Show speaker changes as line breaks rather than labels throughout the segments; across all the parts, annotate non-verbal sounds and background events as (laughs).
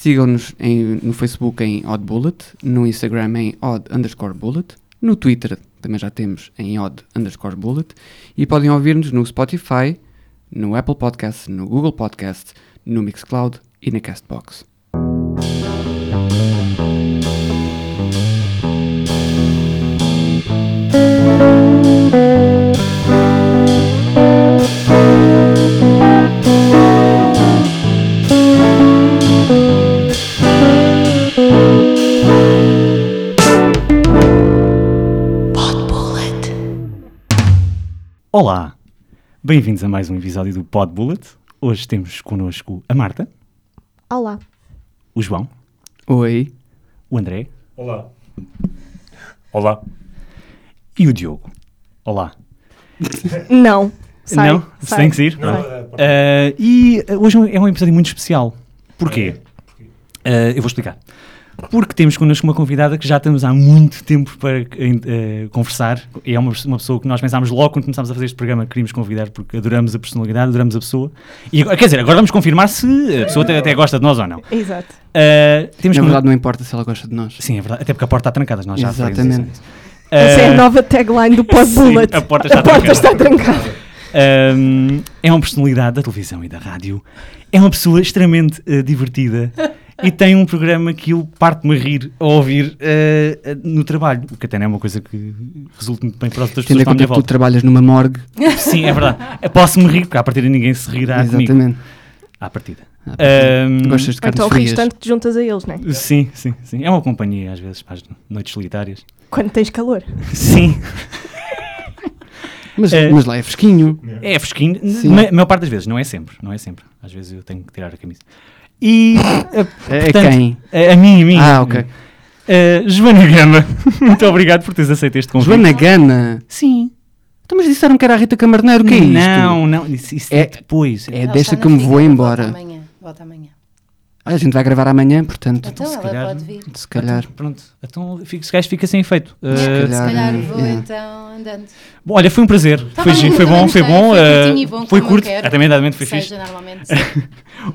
Sigam-nos em- no Facebook em Odd Bullet, no Instagram em Odd underscore Bullet, no Twitter também já temos em Odd underscore Bullet e podem ouvir-nos no Spotify, no Apple Podcasts, no Google Podcasts, no Mixcloud e na Castbox.
Olá! Bem-vindos a mais um episódio do Pod Bullet. Hoje temos connosco a Marta,
Olá.
o João,
Oi,
o André
Olá. Olá.
e o Diogo. Olá!
Não. Sai,
Não?
sai.
Tem que sair?
Não,
Sai.
é, por-
Ah, e ah, hoje é um episódio muito especial. Porquê? Ah, eu vou explicar. Porque temos connosco uma convidada que já estamos há muito tempo para eh, conversar. E é uma, uma pessoa que nós pensámos logo quando começámos a fazer este programa que queríamos convidar porque adoramos a personalidade, adoramos a pessoa. E, agora- quer dizer, agora vamos confirmar se a pessoa até, até gosta de nós ou não.
Exato.
Ah, temos
na
conno-
verdade não importa se ela gosta de nós.
Sim, é verdade. Até porque a porta está trancada, nós já referimos
Exatamente.
isso.
Essa é
Ah,
a nova tagline do Pod
sim,
Bullet.
a porta está trancada.
está trancada.
Ahm, é uma personalidade da televisão e da rádio. É uma pessoa extremamente eh, divertida e tem um programa que eu parto-me a rir a ouvir eh, eh, no trabalho, o que até não é uma coisa que resulta muito bem para as outras pessoas
Tendo em
que estão
conta
à minha
que tu
volta.
trabalhas numa morgue,
(laughs) Sim, é verdade. Eu Posso-me rir, porque à partida ninguém se rirá Tá comigo.
exatamente.
À partida.
À partida.
Ahm,
Gostas de carnes
Então
frias.
rires tanto que te juntas a eles, não é?
Sim, sim, sim. É uma companhia às vezes para as noites solitárias.
Quando tens calor.
Sim.
Mas,
É.
mas lá é fresquinho.
É fresquinho,
Sim.
na maior parte das vezes, não é sempre, não é sempre. Às vezes eu tenho que tirar a camisa. E eh,
É
Portanto,
quem?
a, a mim, a mim.
Ah, ok.
Eh, Joana Gama, (laughs) muito obrigado por teres aceito este convite.
Joana Gana.
Sim.
Então, mas disseram que era a Rita Camarneiro, o que é isto?
Não, não, isso, isso é
É-
depois.
É
Ela
desta
está na
que me
Flickr,
vou
ela
embora.
Volta amanhã. Volta amanhã.
Olha, a gente vai gravar amanhã, portanto,
Então ela pode vir. Se
se calhar.
Pronto, então fica- esse gajo fica sem efeito. Eh,
calhar.
calhar vou
Yeah.
então andando.
bom, olha, foi um prazer. foi,
Tá bem,
giro, foi
também
bom, foi
gostei.
bom.
Foi
eh,
curtinho e bom,
foi
como eu
curto.
quero.
Ah, também, exatamente, foi fixe.
Seja normalmente.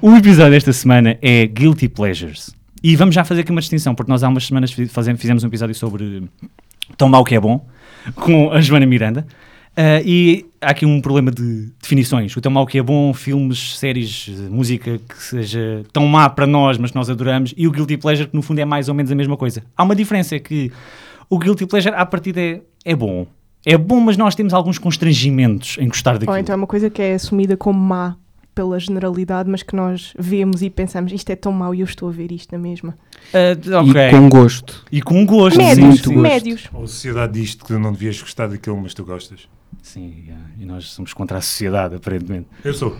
O episódio desta semana é Guilty Pleasures. E vamos já fazer aqui uma distinção, porque nós há umas semanas fi- fazem- fizemos um episódio sobre Tão Mal Que É Bom, com a Joana Miranda. Ah, e há aqui um problema de definições. O Tão Mal Que É Bom, filmes, séries, eh, música que seja tão má para nós, mas que nós adoramos. E o Guilty Pleasure, que no fundo é mais ou menos a mesma coisa. Há uma diferença, é que o Guilty Pleasure, à partida, é, é bom. É bom, mas nós temos alguns constrangimentos em gostar daquilo.
Ou então é uma coisa que é assumida como má pela generalidade, mas que nós vemos e pensamos isto é tão mau e eu estou a ver isto na mesma.
Ah, ok.
E com gosto.
E com gosto.
Médios,
sim, sim.
gosto.
médios.
Ou a sociedade diz-te que não devias gostar daquilo, mas tu gostas.
Sim, yeah, e nós somos contra a sociedade, aparentemente.
Eu sou.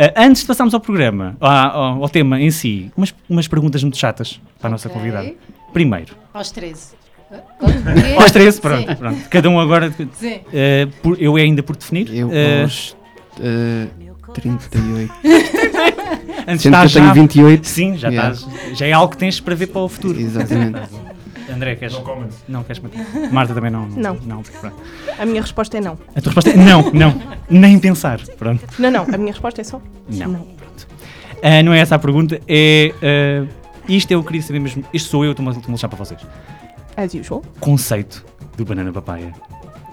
Ah, antes de passarmos ao programa, ah, ao, ao tema em si, umas, umas perguntas muito chatas para a nossa
Ok.
convidada. Primeiro,
Aos 13. Quê?
aos 13, pronto,
Sim,
pronto. Cada um agora.
Sim.
ah, por- eu é ainda por definir.
Eu
ah,
aos eh, 38. Sendo
antes
que eu
estás já-
tenho 28.
Sim, já
Yeah.
estás. Já é algo que tens para ver para o futuro. (laughs)
Exatamente.
André, queres.
No comment.
Não, queres. Marta também não.
Não.
pronto.
A minha resposta é não.
A tua resposta é não, não. Nem pensar. Pronto.
Não, não, a minha resposta é só.
Não. Pronto. Ah, não é essa a pergunta, é. ah, isto eu queria saber mesmo. Isto sou eu, estou-me a estou-me a deixar para vocês.
As usual.
Conceito do banana papaya.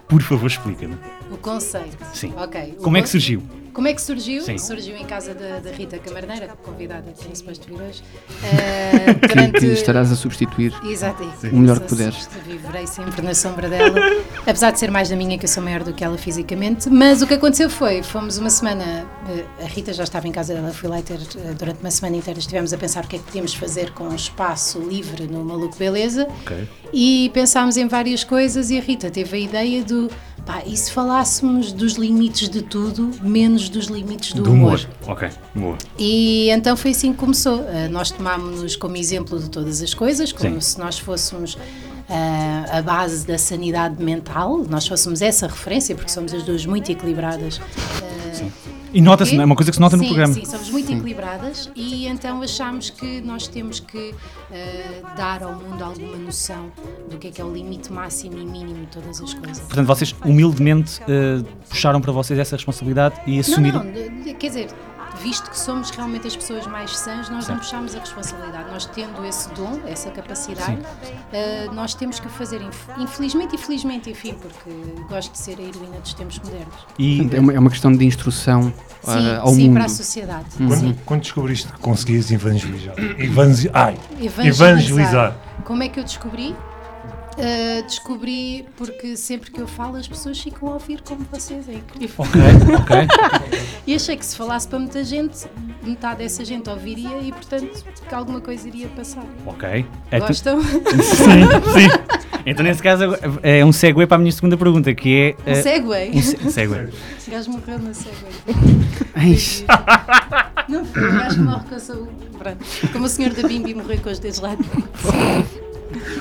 Por favor, explica-me.
O conceito.
Sim.
Ok. O
Como é que
con-
surgiu?
Como é que surgiu?
Sim.
Surgiu em casa da, da Rita Camarneira, convidada que tinha suposto vir
(laughs)
hoje. Eh, durante-
Que estarás a substituir.
Exato, é isso.
O melhor que
Sou-
puderes.
sou- Viverei sempre na sombra dela, (laughs) apesar de ser mais da minha, que eu sou maior do que ela fisicamente. Mas o que aconteceu foi: fomos uma semana, eh, a Rita já estava em casa dela, fui lá ter, eh, durante uma semana inteira estivemos a pensar o que é que podíamos fazer com o espaço livre no Maluco Beleza. E pensámos em várias coisas e a Rita teve a ideia do. Pá, e se falássemos dos limites de tudo, menos dos limites do, humor?
Ok, humor.
E então foi assim que começou. Uh, nós tomámos-nos como exemplo de todas as coisas,
Sim.
como se nós fôssemos uh, a base da sanidade mental, nós fôssemos essa referência, porque somos as duas muito equilibradas. Uh,
E nota-se,
quê?
é uma coisa que se nota no
Sim,
programa.
Sim, somos muito equilibradas e então achámos que nós temos que eh, dar ao mundo alguma noção do que é que é o limite máximo e mínimo de todas as coisas.
Portanto, eh, vocês humildemente ah, puxaram para vocês essa responsabilidade e
Não,
assumiram.
não, de- de- quer dizer, visto que somos realmente as pessoas mais sãs, nós não puxamos a responsabilidade. Nós tendo esse dom, essa capacidade, eh, nós temos que fazer, inf- infelizmente e felizmente, enfim, porque gosto de ser a heroína dos tempos modernos.
E
Portanto, é, uma, é uma questão de instrução ah,
Sim,
ao
sim
mundo. (laughs) Uhum.
para a sociedade.
Quando, quando descobriste que conseguias evangelizar? Evanzi ai,
Evangelizar.
Evangelizar.
Como é que eu descobri? Eh, descobri porque sempre que eu falo as pessoas ficam a ouvir como vocês é incrível.
Ok, ok.
E achei que se falasse para muita gente, metade dessa gente ouviria e portanto que alguma coisa iria passar.
Ok. É tu- (laughs)
Gostam?
Sim, sim. Então, nesse caso, é um segue para a minha segunda pergunta, que é.
Um
eh,
Segway.
um se- um segue.
O gajo morreu na Segway.
Ai,
Não foi, o gajo que morre com a saúde. Pronto. Como o senhor da Bimbi morreu com os dedos lá dentro.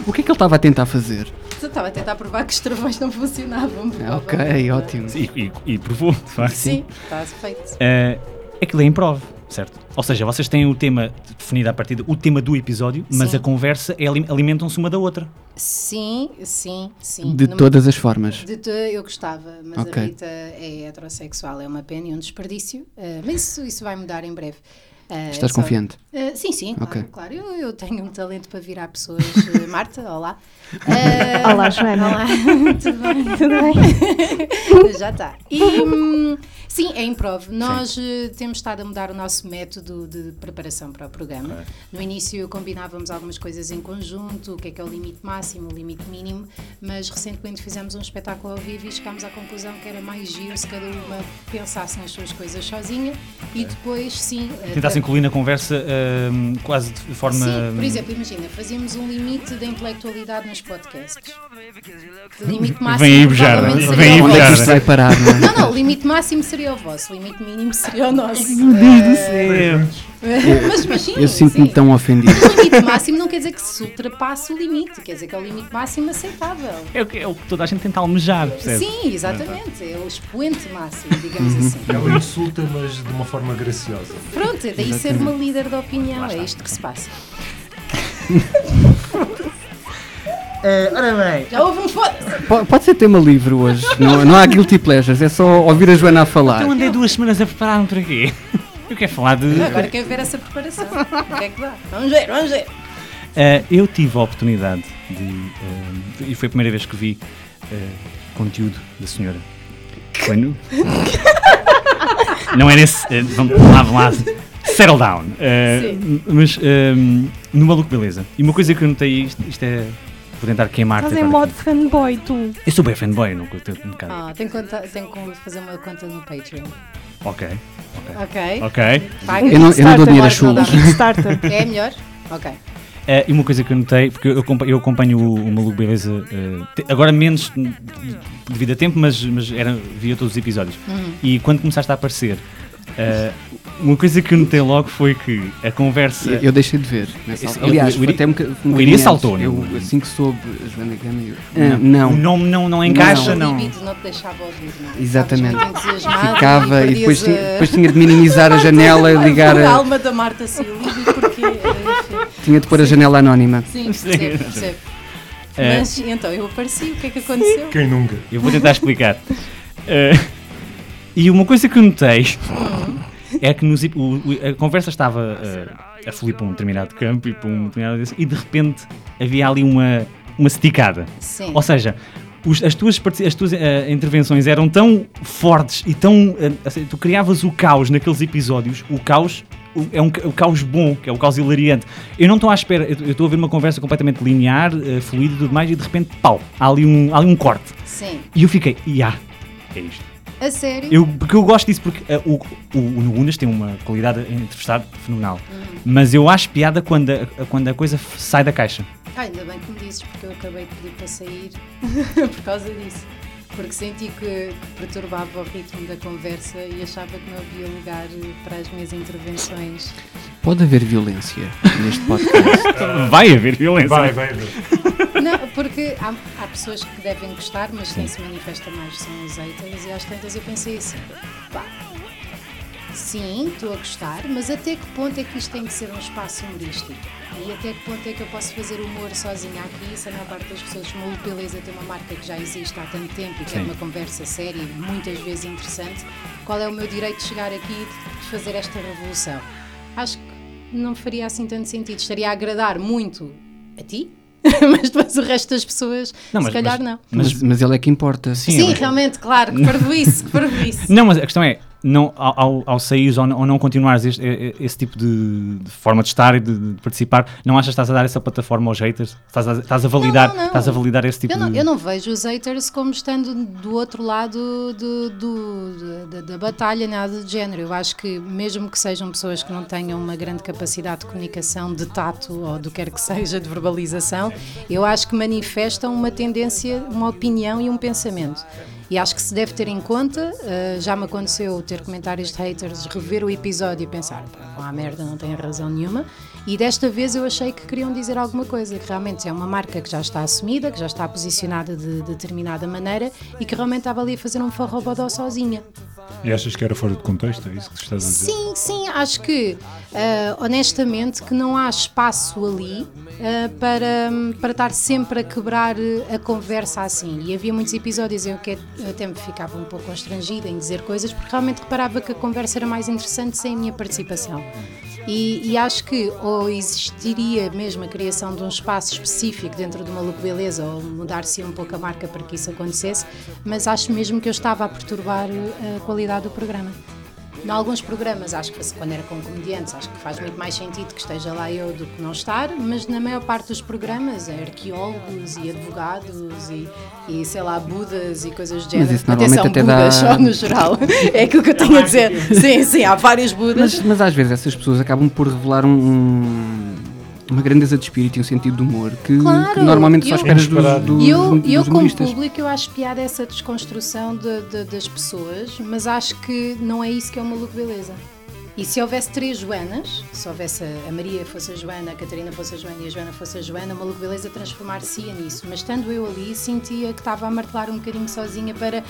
o que é que ele estava a tentar fazer?
Só estava a tentar provar que os travões não funcionavam.
Ah, ok,
provavelmente.
ótimo.
E, e, e provou, de facto.
Sim, está feito.
Eh, aquilo é improv, certo? Ou seja, vocês têm o tema definido à partida, o tema do episódio, mas
Sim.
a conversa é ali- alimentam-se uma da outra.
Sim, sim, sim.
De
Numa-
todas as formas.
De to- eu gostava, mas
Ok.
a Rita é heterossexual, é uma pena e um desperdício, eh, mas isso, isso vai mudar em breve. Eh,
Estás
só-
confiante?
Eh, sim, sim, claro,
Ok.
claro. Eu, eu tenho um talento para virar pessoas. Eh, Marta, olá. Eh,
Olá,
(laughs)
Joana.
Olá, tudo bem?
Tudo bem?
(laughs) Já está. E hum, sim, é improv. Nós eh, temos estado a mudar o nosso método de preparação para o programa. No início combinávamos algumas coisas em conjunto, o que é que é o limite máximo, o limite mínimo, mas recentemente fizemos um espetáculo ao vivo e chegámos à conclusão que era mais giro se cada uma pensasse nas suas coisas sozinha e depois sim. eh,
Tentassem incluir na conversa ehm, quase de forma. hum,
Sim,
(laughs)
por exemplo, imagina, fazíamos um limite da intelectualidade nos podcasts. O limite máximo.
aí bujar,
provavelmente,
vem
seria
aí
o
bujar.
Onde é
vosso.
que isto vai parar, não é?
Não, não, o limite máximo seria o vosso, o limite mínimo seria o nosso. eh, (laughs) mas, mas sim,
Eu sinto-me
sim.
tão ofendido.
(laughs) O limite máximo não quer dizer que se ultrapasse o limite, quer dizer que é o limite máximo aceitável.
É, o que- é o que toda a gente tenta almejar, percebe?
Sim, exatamente, é o expoente máximo,
Uhum.
digamos assim.
Ela insulta, mas de uma forma graciosa.
Pronto, é daí ser uma líder da opinião, é isto que
(laughs)
se passa.
É,
ora bem. Já houve um foda-se!
Po- Pode ser tema livre hoje. Não, não há guilty pleasures, é só ouvir a Joana a falar.
Eu Então andei duas semanas a preparar-me para quê? (laughs) Eu quero falar de.
Agora quero ver essa preparação. O que é que dá? Vamos ver, vamos ver.
Eh, eu tive a oportunidade de. ehm, e foi a primeira vez que vi eh, conteúdo da senhora. Foi no. Não é nesse. eh, vamos lá, vamos lá. Settle down. Eh, mas ehm, no Maluco Beleza. E uma coisa que eu notei, isto, isto é. Vou tentar queimar-te.
Estás em
agora.
modo fanboy, tu.
Eu sou bem fanboy, não curto um bocado.
Ah, tenho, conta, tenho que fazer uma conta no Patreon.
Ok,
Ok?
ok.
Paga.
Eu não- eu não dou dinheiro a
Startup,
chulos.
agora não
Startup.
(laughs)
dá. É melhor? Ok.
Eh, e uma coisa que eu notei, porque eu acompanho, eu acompanho o, o Maluco Beleza, eh, te- agora menos hum, devido a tempo, mas, mas era, via todos os episódios. E quando começaste a aparecer, eh, uma coisa que eu notei logo foi que a conversa.
Eu, eu deixei de ver. nessa
Isso,
altura. É. Aliás,
eu- eu-
foi até um boca- um bocadinho
Iria
antes.
saltou, não?
Eu, assim que soube a Joana Gama, eu... Ah, não.
O nome não, não encaixa,
O
não.
libido não te deixava ouvir, não.
Exatamente.
Estavas muito entusiasmado
Ficava e depois
perdias
tinha,
a-
depois tinha de minimizar a janela e ligar.
(laughs) A
A,
alma da Marta Silva, porque. enfim,
tinha de pôr a janela anónima.
Sim, percebo, percebo.
É.
Mas então eu apareci, o que é que aconteceu?
Quem nunca?
Eu vou tentar explicar. Eh, e uma coisa que eu notei é que nos ep- o- o- a conversa estava eh, a fluir para um determinado campo e para um determinado desse, e de repente havia ali uma, uma esticada.
Sim.
Ou seja, os- as tuas, parti- as tuas eh, intervenções eram tão fortes e tão. eh, assim, tu criavas o caos naqueles episódios, o caos. o- É um ca- o caos bom, que é o caos hilariante. Eu não estou à espera, eu eu estou a ver uma conversa completamente linear, eh, fluida e tudo mais, e de repente, pau, há ali um, há ali um corte.
Sim.
E eu fiquei, ia, é isto.
A sério?
Eu, porque eu gosto disso, porque eh, o, o, o Nugunas tem uma qualidade a entrevistar fenomenal. Mas eu acho piada quando a, quando a coisa f- sai da caixa.
Ah, ainda bem que me dizes, porque eu acabei de pedir para sair (laughs) por causa disso. Porque senti que que perturbava o ritmo da conversa e achava que não havia lugar eh, para as minhas intervenções.
Pode haver violência neste podcast.
Vai haver violência.
Vai, vai, vai.
Não, porque há, há pessoas que devem gostar, mas quem se manifesta mais são os haters, e às tantas eu pensei assim: pá, sim, estou a gostar, mas até que ponto é que isto tem que ser um espaço humorístico? E até que ponto é que eu posso fazer humor sozinha aqui, se a maior parte das pessoas me beleza tem uma marca que já existe há tanto tempo e que é
Sim.
uma conversa séria e muitas vezes interessante, qual é o meu direito de chegar aqui e de fazer esta revolução? Acho que não faria assim tanto sentido. Estaria a agradar muito a ti, (laughs) mas depois o resto das pessoas, se calhar não.
(laughs) Mas,
mas-
mas ele é que importa.
sim,
Sim,
mas-
realmente, claro, que parvoíce, que parvoíce.
Não, mas a questão é, não, ao, ao- ao saíres ou não, ou não continuares este- e- e- esse tipo de, de forma de estar e de, de participar, não achas que estás a dar essa plataforma aos haters? Estás a, estás a validar,
não, não.
Estás a validar esse tipo
Eu não,
de...
eu não vejo os haters como estando do outro lado do- do- da, da batalha, nada do género. Eu acho que, mesmo que sejam pessoas que não tenham uma grande capacidade de comunicação, de tato ou do que quer que seja, de verbalização, eu acho que manifestam uma tendência, uma opinião e um pensamento. E acho que se deve ter em conta, eh, já me aconteceu ter comentários de haters, rever o episódio e pensar, "Pá, vão à merda, não têm razão nenhuma. E desta vez eu achei que queriam dizer alguma coisa, que realmente é uma marca que já está assumida, que já está posicionada de determinada maneira e que realmente estava ali a fazer um forrobodó sozinha.
E achas que era fora de contexto? É isso que estás a dizer?
Sim, sim, acho que ah, honestamente que não há espaço ali ah, para, para estar sempre a quebrar eh, a conversa assim. E havia muitos episódios em que eu até me ficava um pouco constrangida em dizer coisas porque realmente reparava que a conversa era mais interessante sem a minha participação. E, e acho que ou existiria mesmo a criação de um espaço específico dentro do Maluco Beleza ou mudar-se um pouco a marca para que isso acontecesse, mas acho mesmo que eu estava a perturbar eh, a qualidade do programa. Em alguns programas, acho que foi- quando era com comediantes, acho que faz muito mais sentido que esteja lá eu do que não estar, mas na maior parte dos programas, é arqueólogos e advogados e, e, sei lá, budas e coisas do género.
isso normalmente
Atenção,
até
budas,
dá-
só no geral. (laughs) É aquilo que eu tenho a dizer. Sim, sim, há vários budas.
Mas, mas às vezes essas pessoas acabam por revelar um- um- uma grandeza de espírito e um sentido de humor que,
Claro,
que normalmente só
eu-
esperas dos,
Inesperado.
dos,
E eu,
dos
e eu como
humoristas.
público, eu acho piada essa desconstrução de- de- das pessoas, mas acho que não é isso que é o maluco beleza. E se houvesse três Joanas, se houvesse a a Maria fosse a Joana, a Catarina fosse a Joana e a Joana fosse a Joana, o maluco beleza transformar-se-ia nisso. Mas estando eu ali, sentia que estava a martelar um bocadinho sozinha para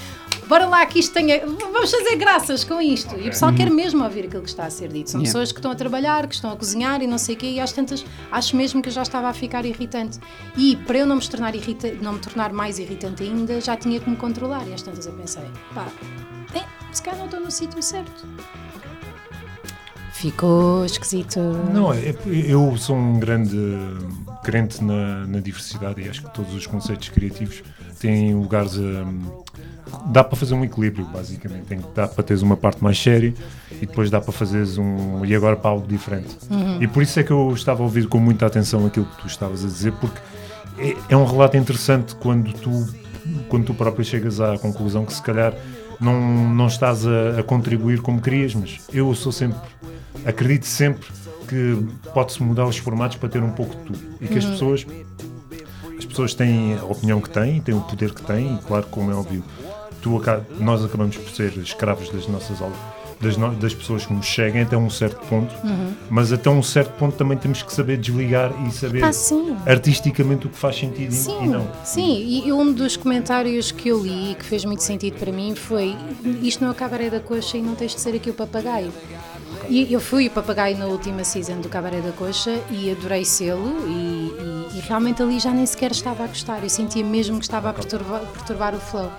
bora lá que isto tenha. Vamos fazer graças com isto. E o pessoal quer mesmo ouvir aquilo que está a ser dito. São
Yeah.
pessoas que estão a trabalhar, que estão a cozinhar e não sei o quê, e às tantas acho mesmo que eu já estava a ficar irritante. E para eu não me tornar, irrita... não me tornar mais irritante ainda, já tinha que me controlar. E às tantas eu pensei, pá, é, se calhar não estou no sítio certo. Ficou esquisito.
Não, é- é- eu sou um grande eh, crente na, na diversidade e acho que todos os conceitos criativos têm lugares a. Dá para fazer um equilíbrio, basicamente. Tem, que- dá para teres uma parte mais séria e depois dá para fazeres um. e agora para algo diferente. E por isso é que eu estava a ouvir com muita atenção aquilo que tu estavas a dizer, porque é, é um relato interessante quando tu, quando tu próprio chegas à conclusão que se calhar não, não estás a, a contribuir como querias, mas eu sou sempre, acredito sempre que pode-se mudar os formatos para ter um pouco de tudo e que
Uhum.
as pessoas as pessoas têm a opinião que têm, têm o poder que têm, e claro, como é óbvio, tu aca- nós acabamos por ser escravos das nossas al- das, no- das pessoas que nos chegam até um certo ponto,
Uhum.
mas até um certo ponto também temos que saber desligar e saber
Ah, sim.
artisticamente o que faz sentido e-
Sim,
e não.
sim, e- e um dos comentários que eu li e que fez muito sentido para mim foi isto não é o cabaré da coxa e não tens de ser aqui o papagaio. E eu fui o papagaio na última season do Cabaré da Coxa e adorei sê-lo e, e- e realmente ali já nem sequer estava a gostar, eu sentia mesmo que estava a perturbar, perturbar o flow.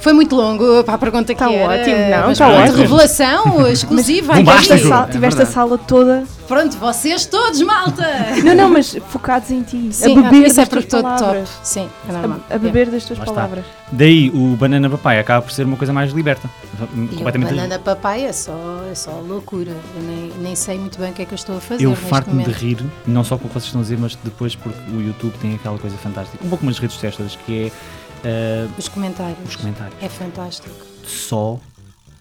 Foi muito longo para a pergunta
Tá
que era.
ótimo, não,
mas
tá
pronto,
ótimo. (laughs)
revelação exclusiva.
Não
aqui.
basta,
Esta
Ju.
sala,
É
tiveste a
verdade.
sala toda.
Pronto, vocês todos, malta!
Não, não, mas focados em ti.
Sim,
(laughs) a beber
isso é
das
para
tuas
todo top.
palavras.
Sim, é normal.
A, a beber das tuas
Lá está.
palavras.
Daí o Banana Papai acaba por ser uma coisa mais liberta.
E o
completamente
banana papai é só, é só loucura. Eu nem, nem sei muito bem o que é que eu estou a fazer
Eu
neste
farto-me de
momento.
rir, não só com o que vocês estão a dizer, mas depois porque o YouTube tem aquela coisa fantástica, um pouco umas redes sociais todas, que é ah,
Os comentários.
os comentários.
É fantástico.
Só.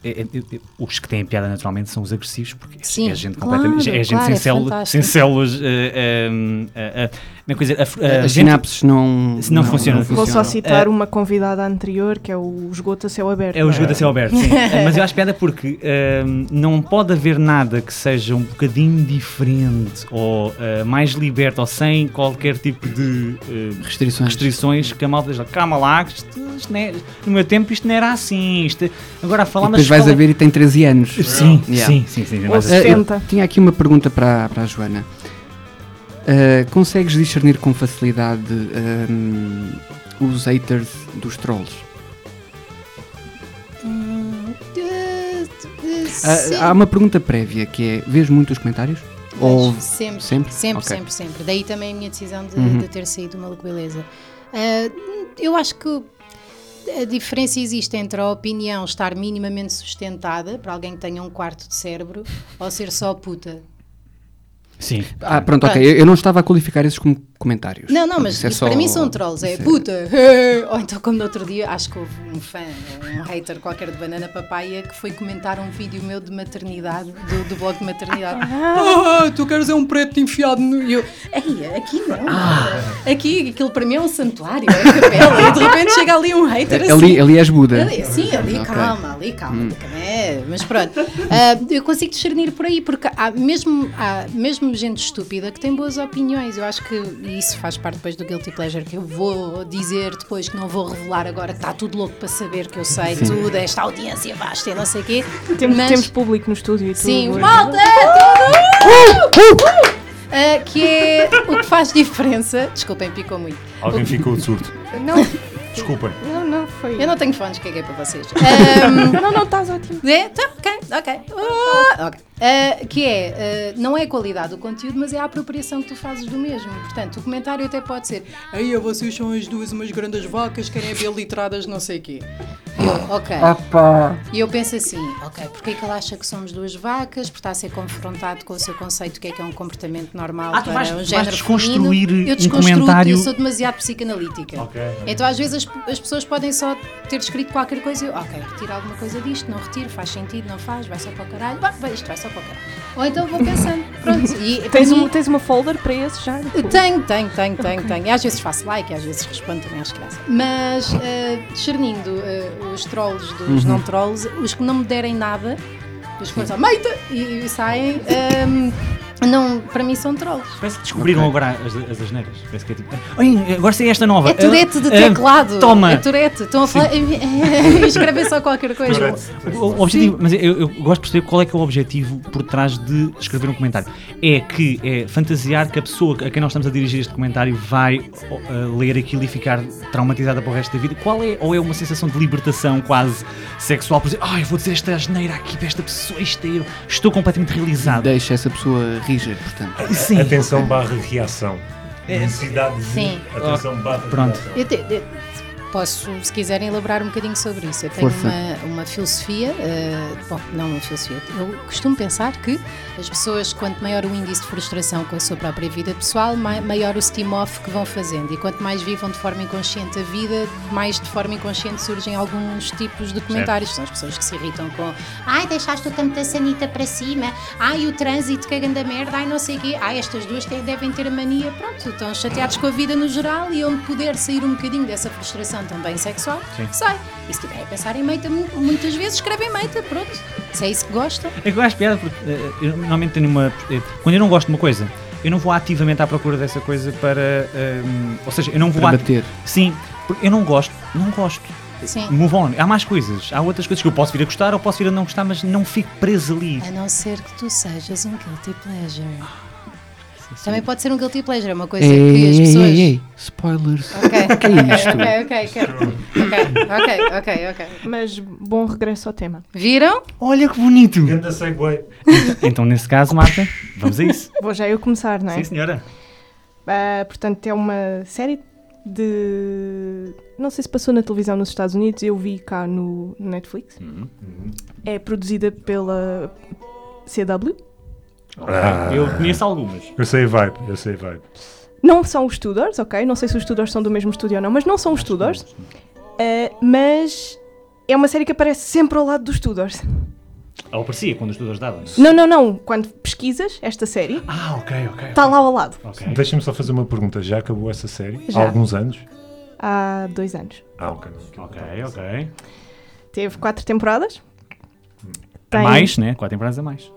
é- é- é- os que têm piada naturalmente são os agressivos, porque é-
Sim,
é gente
claro,
completamente. é gente
claro,
sem,
é
célula-
fantástico.
sem células ah, ah, ah, ah, é que eu ia dizer? A, f- a
As
gente-
sinapses não,
Se não funcionam.
Vou só
funcionam.
citar
Eh,
uma convidada anterior, que é o esgoto a céu aberto.
É o jogo da seu aberto, sim. Eh, Mas eu acho piada porque ehm, não pode haver nada que seja um bocadinho diferente ou eh, mais liberto ou sem qualquer tipo de eh,
Restrições.
restrições que a malta diz, calma lá, que isto, isto não é- no meu tempo isto não era assim, isto- agora a
E
falar na
depois vais a
escola-
ver e tem 13 anos.
Sim,
Yeah.
sim, sim, sim, sim,
Ou
vais a-
Eh, eu
60.
tinha aqui uma pergunta para, para a Joana. Eh, consegues discernir com facilidade hum, os haters dos trolls?
Hum, eh, eh,
Ah,
sim.
há uma pergunta prévia que é: vês muitos comentários? Ou
Vejo sempre,
sempre?
sempre, sempre,
Ok.
sempre, Daí também a minha decisão de,
Uhum.
de ter saído do Maluco Beleza. Ah, eu acho que a diferença existe entre a opinião estar minimamente sustentada para alguém que tenha um quarto de cérebro ou ser só puta.
Sim.
Ah, pronto, ok. Eu, eu não estava a qualificar esses como comentários.
Não, não,
Portanto,
mas
é
isso
só-
para mim são trolls, é
isso
puta. (laughs) Ou então, como no outro dia, acho que houve um fã, um hater qualquer de banana papaya que foi comentar um vídeo meu de maternidade, do, do blog de maternidade. Ah, tu queres é um preto enfiado no. E eu, ei, aqui não.
Ah.
Aqui, aquilo para mim é um santuário, é a capela. E de repente chega ali um hater assim.
É, (laughs) Ali, ali és Buda.
Ali, sim, ali,
Ok.
calma, ali, calma, também é, mas pronto. Ah, eu consigo discernir por aí, porque há mesmo, há mesmo gente estúpida que tem boas opiniões. Eu acho que isso faz parte depois do Guilty Pleasure, que eu vou dizer depois, que não vou revelar agora, que está tudo louco para saber que eu sei tudo, esta audiência basta e não sei o quê.
Temos,
mas-
temos público no estúdio e tudo.
Sim,
hoje.
malta, tudo! Ah, que é o que faz diferença. Desculpem, picou muito.
Alguém ficou de surto.
Não,
Desculpem.
não, não, foi.
Eu não tenho fones, caguei para vocês. Ah,
Não, não, estás ótimo.
É, tá, ok, ok. Ah, ok. Ah, que é, ah, não é a qualidade do conteúdo, mas é a apropriação que tu fazes do mesmo. Portanto, o comentário até pode ser Aí vocês são as duas umas grandes vacas, querem ver litradas não sei quê. Eu, ok. E eu penso assim, ok, porque é que ele acha que somos duas vacas? Porque está a ser confrontado com o seu conceito do que é que é um comportamento normal
Ah, tu
para
vais-
um
vais
género
desconstruir
feminino.
um
Eu desconstruo
comentário-
eu sou demasiado psicanalítica.
Ok.
Então às vezes as, as pessoas podem só ter escrito qualquer coisa e eu, ok, retiro alguma coisa disto, não retiro, faz sentido, não faz, vai só para o caralho, Bah, vai, isto vai só para o caralho. Ou então vou pensando, (laughs) pronto. E,
Tens,
para
um,
mim-
tens uma folder para esse já?
tenho, tenho, tenho, tenho, tenho. E às vezes faço like, e às vezes respondo também às crianças. Mas eh, discernindo eh, os trolls dos não trolls, os que não me derem nada, os que vão só meita e, e saem, ehm, não, para mim são trolls.
Parece que descobriram agora as, as asneiras. Parece que é tipo. Olha, agora sei esta nova.
É turete de
Ah, ah,
teclado.
toma.
É turete. Estão a falar. (laughs) Escrevem só qualquer coisa.
O- O objetivo, mas eu, eu gosto de perceber qual é que é o objetivo por trás de escrever um comentário. É que é fantasiar que a pessoa a quem nós estamos a dirigir este comentário vai ó, a ler aquilo e ficar traumatizada para o resto da vida. Qual é? Ou é uma sensação de libertação quase sexual por dizer, ai, vou dizer esta asneira aqui para esta pessoa, isto é eu, estou completamente realizado.
Deixa essa pessoa rija, portanto.
Sim.
Atenção barra reação. Necessidade de
Sim.
atenção barra
Pronto.
reação.
Eu te- eu posso, se quiserem, elaborar um bocadinho sobre isso. Eu tenho
Força.
uma, uma filosofia, eh, bom, não uma filosofia, eu costumo pensar que as pessoas, quanto maior o índice de frustração com a sua própria vida pessoal, mai- maior o steam-off que vão fazendo. E quanto mais vivam de forma inconsciente a vida, mais de forma inconsciente surgem alguns tipos de comentários. São as pessoas que se irritam com ai, deixaste o campo da sanita para cima, ai, o trânsito, que grande merda, ai, não sei o quê. Ai, estas duas te- devem ter a mania. Pronto, estão chateados com a vida no geral e onde puder sair um bocadinho dessa frustração também sexual, sai. E se estiver a pensar em meita, mu- muitas vezes escrevem meita, pronto. Se é isso que gosta,
É que eu acho piada porque eh, eu normalmente tenho uma. eh, quando eu não gosto de uma coisa, eu não vou ativamente à procura dessa coisa para. eh, ou seja, eu não vou.
Para
ati-
bater.
Sim, porque eu não gosto, não gosto.
sim.
Move on. Há mais coisas. Há outras coisas que eu posso vir a gostar ou posso vir a não gostar, mas não fico preso ali.
A não ser que tu sejas um guilty pleasure. Também pode ser um guilty pleasure, é uma coisa que as pessoas.
Spoilers.
Ok,
Que é isto?
ok, ok, ok, ok, ok, ok, ok.
Mas bom regresso ao tema.
Viram?
Olha que bonito!
Ganda segue.
Então, nesse caso, Marta, vamos a isso.
Vou já eu começar, não é?
Sim, senhora.
Ah, portanto, é uma série de. Não sei se passou na televisão nos Estados Unidos, eu vi cá no no Netflix. É produzida pela CW.
Ah.
Eu conheço algumas.
Eu sei a vibe, eu sei a vibe.
Não são os Tudors, ok? Não sei se os Tudors são do mesmo estúdio ou não, mas não são os Tudors. Ah, mas é uma série que aparece sempre ao lado dos Tudors.
Ou aparecia quando os doutores davam.
Não, não, não. Quando pesquisas esta série,
Ah, ok, ok.
está lá ao lado.
Ah.
Ok.
Deixa-me só fazer uma pergunta. Já acabou essa série?
Já.
Há alguns anos?
Há dois anos.
Ah, ok.
Ok, ok.
Teve quatro temporadas.
A mais, né? Quatro temporadas a mais.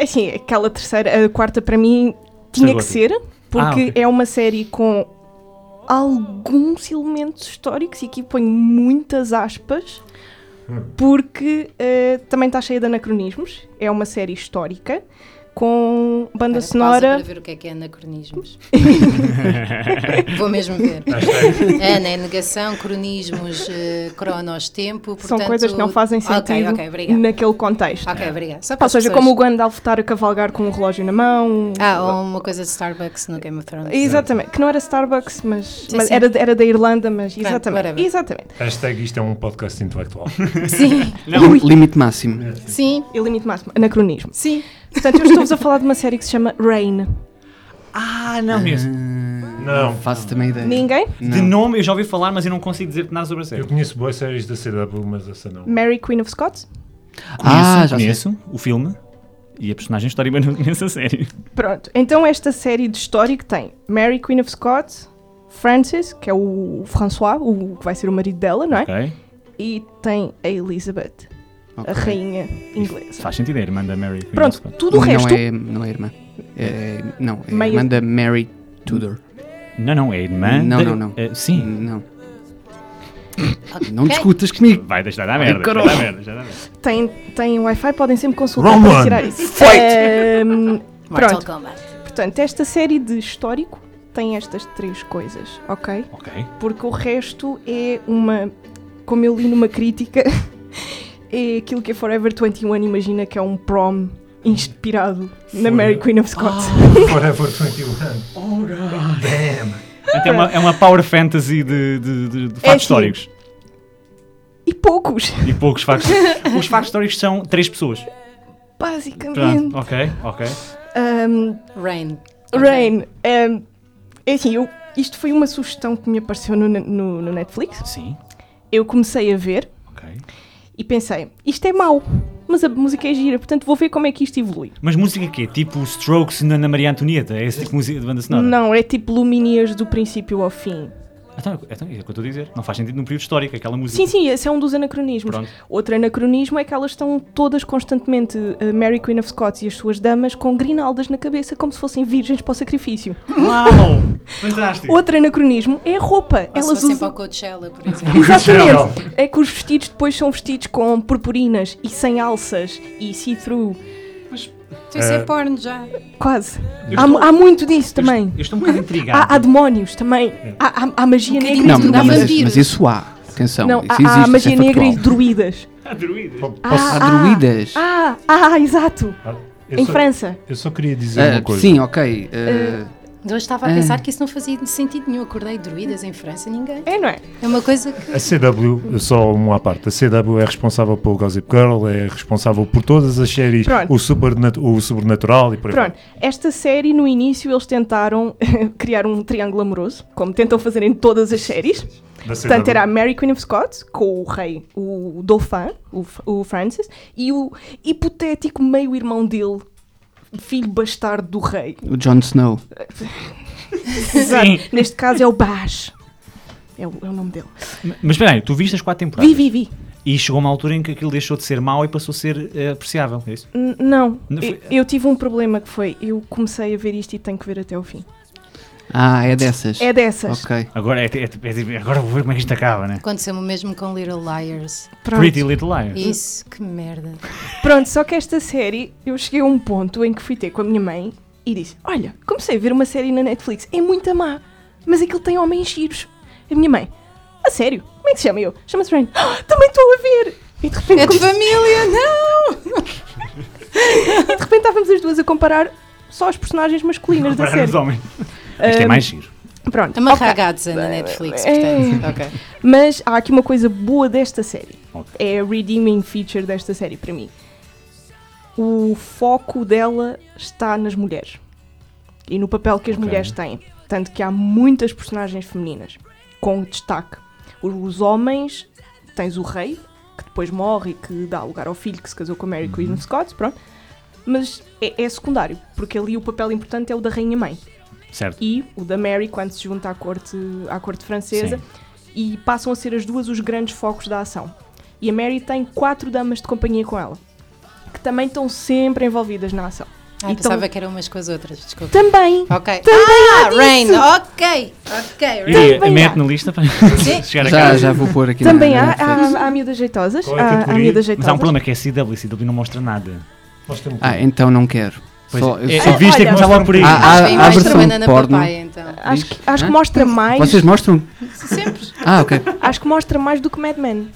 Assim, aquela terceira, a quarta para mim tinha
Terceira
que ser, porque
Ah, ok.
é uma série com alguns elementos históricos e aqui ponho muitas aspas,
Hum.
porque eh, também está cheia de anacronismos. É uma série histórica com banda
Espera, pausa
sonora.
Para ver o que é que é anacronismos. (laughs) Vou mesmo ver. Ana é negação, cronismos, eh, cronos, tempo.
São
portanto-
coisas que não fazem sentido
Ok, ok, obrigado.
naquele contexto.
Ok, obrigado. Só para
Ou
as
seja,
pessoas-
como o Gandalf estar a cavalgar com um relógio na mão.
Ah, ou uma coisa de Starbucks no Game of Thrones.
Exatamente, que não era Starbucks, mas, mas
sim.
Era, era da Irlanda, mas
Pronto,
exatamente.
whatever.
Exatamente.
Hashtag isto é um
(laughs)
podcast intelectual.
Sim,
Lim- Limite máximo.
sim,
E limite máximo, anacronismo.
sim.
Portanto, eu estou-vos a falar de uma série que se chama Rain.
Ah, não mesmo.
Não.
Faço também ideia.
Ninguém?
De nome eu já ouvi falar, mas eu não consigo dizer nada sobre a série.
Eu conheço boas séries da CW, mas essa não.
(laughs) Mary Queen of Scots?
Ah, já sei.
conheço o filme e a personagem histórica, (laughs) mas não conheço a série.
Pronto. Então, esta série de histórico tem Mary Queen of Scots, Francis, que é o François, o que vai ser o marido dela, não é?
Ok.
E tem a Elizabeth, a
Ok.
rainha inglesa.
Faz sentido, é a irmã da Mary. Queen
Pronto,
of Scots.
tudo o
não
resto.
É, não é irmã. É, não, é
Meia-
irmã da Mary Tudor.
Não, não, é a irmã.
Não,
da-
não, não.
Eh, sim.
Não. Não discutas comigo.
Vai, deixa dar merda. Já
caralho.
dá merda, já dá merda.
Tem, tem Wi-Fi, podem sempre consultar
Wrong
para
one.
tirar isso. Ahm,
(laughs) Mortal
pronto,
Kombat.
portanto, esta série de histórico tem estas três coisas, ok?
Ok.
porque o resto é uma. Como eu li numa crítica, (laughs) é aquilo que a Forever 21 imagina que é um prom inspirado na Mary Queen of Scots.
Ah.
Forever 21. Oh, God. Damn.
Então é uma, é uma power fantasy de, de- de-
É
de factos
assim.
históricos.
E poucos,
E
(laughs)
poucos factos. Os factos históricos são três pessoas.
basicamente.
Pronto, ok, ok.
Ahm,
Rain.
Rain, ahm, é assim, eu, isto foi uma sugestão que me apareceu no, no- no Netflix.
Sim,
Eu comecei a ver
ok.
e pensei, isto é mau, mas a música é gira, portanto vou ver como é que isto evolui.
Mas música quê? Tipo Strokes na Ana Maria Antonieta? É esse tipo de música de banda sonora?
Não, é tipo Luminias do princípio ao fim.
Então, então é o que eu estou a dizer. Não faz sentido num período histórico aquela música.
Sim, sim, esse é um dos anacronismos.
Pronto.
Outro anacronismo é que elas estão todas constantemente, a Mary Queen of Scots e as suas damas, com grinaldas na cabeça, como se fossem virgens para o sacrifício.
Uau! Fantástico!
Outro anacronismo é a roupa.
Ou se
elas
fossem para o
usam.
Coachella, por
é
(laughs)
exemplo.
Exatamente! É que os vestidos depois são vestidos com purpurinas e sem alças e see-through.
Tu isso é porno já.
Quase.
Eu
Há,
estou-
há muito disso
eu
também.
estou- Eu estou um bocado
Há, há
Ah,
intrigado.
demónios também.
Hum.
Há, há- há magia
Um
negra
bocadinho
Não,
e
Dá
não, mas,
vampiros.
mas isso há. Atenção,
Não,
isso
há,
existe.
há magia
isso é
negra e
factual.
druidas.
(laughs)
Há
um
druidas.
Po- Posso...
Há druidas.
Ah, ah, exato.
Ah, eu
é.
Em
só-
França.
Eu só queria dizer
Ah,
uma coisa.
sim, ok. ah,
Eh.
Eu estava a
É.
Ah.
pensar que isso não fazia sentido nenhum. Acordei druidas em França, ninguém.
É, não é?
É uma coisa que.
A CW, só uma à parte, a CW é responsável pelo Gossip Girl, é responsável por todas as séries,
Pronto.
o, supernat o Sobrenatural e por aí
Pronto, esta série no início eles tentaram (laughs) criar um triângulo amoroso, como tentam fazer em todas as séries.
fora. Da
Portanto,
CW.
era a Mary Queen of Scots, com o rei, o Dauphin, o, F- o Francis, e o hipotético meio-irmão dele, filho bastardo do rei.
o Jon Snow.
Exato. Neste caso é o Bash. É o, é o nome dele.
Mas espera aí, tu viste as quatro temporadas.
Vi, vi, vi.
E chegou uma altura em que aquilo deixou de ser mau e passou a ser eh, apreciável. É isso?
N- Não,
Não
eu,
foi-
eu tive um problema que foi, eu comecei a ver isto e tenho que ver até o fim.
Ah, é dessas.
É dessas.
Ok.
Agora, é, é- é- agora vou ver como é que isto acaba, né?
Aconteceu-me o mesmo com Little Liars.
Pronto.
Pretty Little Liars.
Isso, que merda.
Pronto, só que esta série, eu cheguei a um ponto em que fui ter com a minha mãe e disse: Olha, comecei a ver uma série na Netflix, é muito má, mas aquilo tem homens giros. A minha mãe: A sério? Como é que se chama? E Eu: Chama-se Rain. "Ah, também estou a ver! E de repente,
É de família, não!
de repente estávamos as duas a comparar só as personagens masculinas da
Comparar
série.
os homens. Isto é
Ahm,
mais giro.
Pronto, ok.
Amarragados É na Netflix, portanto. Ok.
Mas há aqui uma coisa boa desta série.
Ok.
É a redeeming feature desta série para mim. O foco dela está nas mulheres e no papel que as
Ok.
mulheres têm. Tanto que há muitas personagens femininas com destaque. Os homens, tens o rei, que que depois morre e que dá lugar ao filho que se casou com a Mary Queen
Uhum.
of Scots, pronto. Mas é, é secundário, porque ali o papel importante é o da rainha-mãe
Certo.
e o da Mary quando se junta à corte, à corte francesa e passam a ser as duas os grandes focos da ação. E a Mary tem quatro damas de companhia com ela, que também estão sempre envolvidas na ação.
Ah,
Então-
pensava que eram umas com as outras, desculpa.
Também
Ok.
Também
ah, Rain, ok, ok, Rain.
Iria,
bem
mete
há.
na lista para
Tá, Sim.
(laughs) chegar a
Já,
casa.
já vou pôr aqui
Também
na, na
há,
Netflix.
há, há miúdas jeitosas.
Qual é a
há- há
categoria?
miúdas
Mas há um
jeitosas.
problema que é a CW, a CW não mostra nada.
Nós temos
Ah, então não quero.
Pois
Só- eu
é,
só-
é, viste é que
Olha,
já lá por aí.
Ah,
Acho
há-
bem
há
mais
versão
banana
porno.
papai, então.
Diz?
Acho que, acho que
Hã?
mostra mais.
Vocês mostram?
Sempre.
Ah, ok.
Acho que mostra mais do que Mad Men.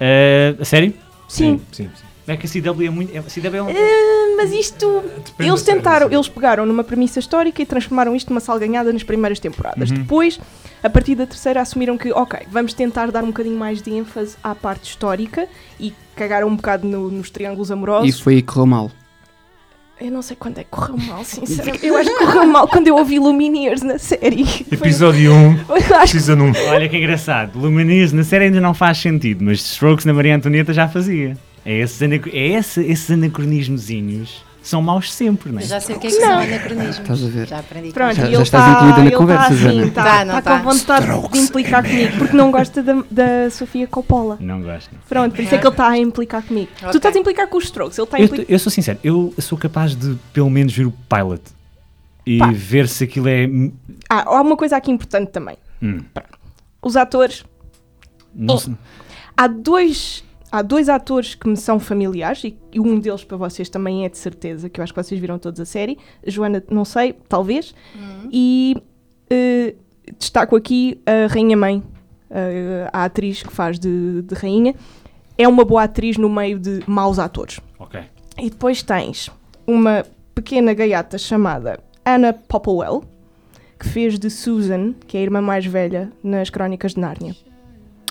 Eh, a sério?
Sim.
Sim, sim.
É que a CW é muito. é- A CW é um...
Ah, mas isto.
da
eles
série,
tentaram,
sim.
eles pegaram numa premissa histórica e transformaram isto numa salganhada nas primeiras temporadas.
Uhum.
Depois, a partir da terceira, assumiram que, ok, vamos tentar dar um bocadinho mais de ênfase à parte histórica e cagaram um bocado no- nos triângulos
E
amorosos.
foi aí que correu mal.
Eu não sei quando é que correu mal,
(laughs)
sinceramente. Eu acho que correu mal quando eu ouvi Lumineers na série. Foi-
Episódio 1,
(laughs) Eu acho
precisa num.
Olha que engraçado. Luminis na série ainda não faz sentido, mas Strokes na Maria Antonieta já fazia. É esses, anac... é esse- esses anacronismozinhos são maus sempre, não é?
Já sei o que é que são anacronismos.
Estás a ver.
Já aprendi.
Pronto,
Já-
e
já
ele
estás
tá-
incluída na
ele
conversa,
tá assim,
Zana.
Tá,
tá,
não
tá com
tá.
vontade de implicar comigo, porque não gosta da, da Sofia Coppola.
Não gosto. não.
Pronto, por isso é que ele está a implicar comigo. Tu
Ok.
estás a implicar com os strokes, ele está a
Eu, t-
implicar.
eu sou sincero, eu sou capaz de pelo menos ver o pilot e
Pá.
ver se aquilo é. hum,
Ah, há uma coisa aqui importante também. Os atores.
não
É.
sei-
Há dois, há dois atores que me são familiares e, e um deles para vocês também é de certeza, que eu acho que vocês viram todos a série. Joana, não sei, talvez. E eh, destaco aqui a Rainha Mãe, eh, a atriz que faz de, de Rainha. É uma boa atriz no meio de maus atores.
Ok.
E depois tens uma pequena gaiata chamada Anna Popplewell, que fez de Susan, que é a irmã mais velha nas Crónicas de Nárnia.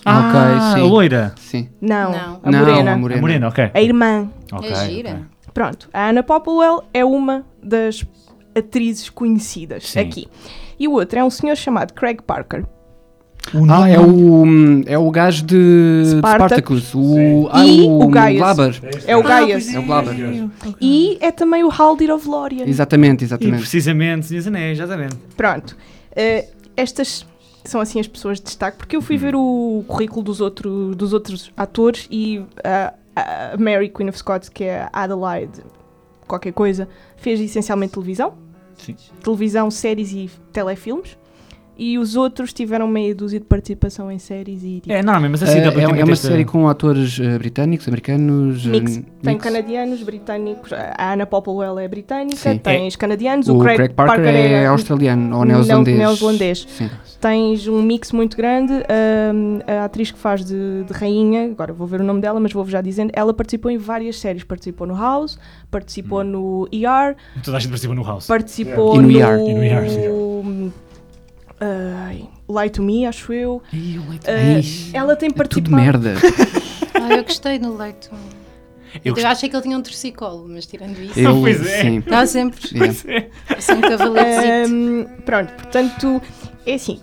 Ah,
ok,
a
sim.
loira.
Sim.
Não,
Não.
a
Não,
morena.
a
A
morena.
morena, ok.
A irmã.
Ok,
É gira.
ok.
Pronto, a Anna Popplewell é uma das atrizes conhecidas
Sim.
aqui. E o outro é um senhor chamado Craig Parker.
Ah, é o, é o gajo de de
Spartacus.
Spartacus. O, ah,
E o
o
Gaius.
Glaber.
É o Gaius.
É o Glaber.
E é também o Haldir of Lórien.
Exatamente,
E
exatamente.
precisamente, Senhores Anéis, exatamente.
Pronto. Eh, estas são assim as pessoas de destaque, porque eu
Uhum.
fui ver o currículo dos, outro, dos outros atores e ah, a Mary Queen of Scots, que é a Adelaide, qualquer coisa, fez essencialmente televisão.
Sim.
Televisão, séries e telefilmes. E os outros tiveram meia dúzia de participação em séries e. tipo,
É, não, mas a
Eh,
CW
é,
tem
é uma
muito esta-
série com atores eh, britânicos, americanos. eh,
Mix. Tem
mix.
canadianos, britânicos. A Anna Popplewell é britânica,
Sim.
tens canadianos,
O Craig, Parker, é australiano ou neozelandês.
Não, neozelandês.
Sim.
Tens um mix muito grande. hum, a atriz que faz de, de rainha, agora vou ver o nome dela, mas vou já dizendo, ela participou em várias séries. Participou no House, participou no
eh,
ER,
Toda a gente participa no (laughs) House.
participou
E no
no.
ER,
e no ER, sim.
hum, ai, Lie to Me, acho eu.
Ai,
Ah, ela tem
é tudo
participado. (laughs)
merda.
Ah, eu gostei no leito.
Eu
Eu,
gost-
achei que ele tinha um torcicolo, mas tirando isso.
Eu,
pois é.
Sim. é.
Está sempre
(laughs) Yeah.
assim um cavalete.
Hum, pronto, portanto, é assim.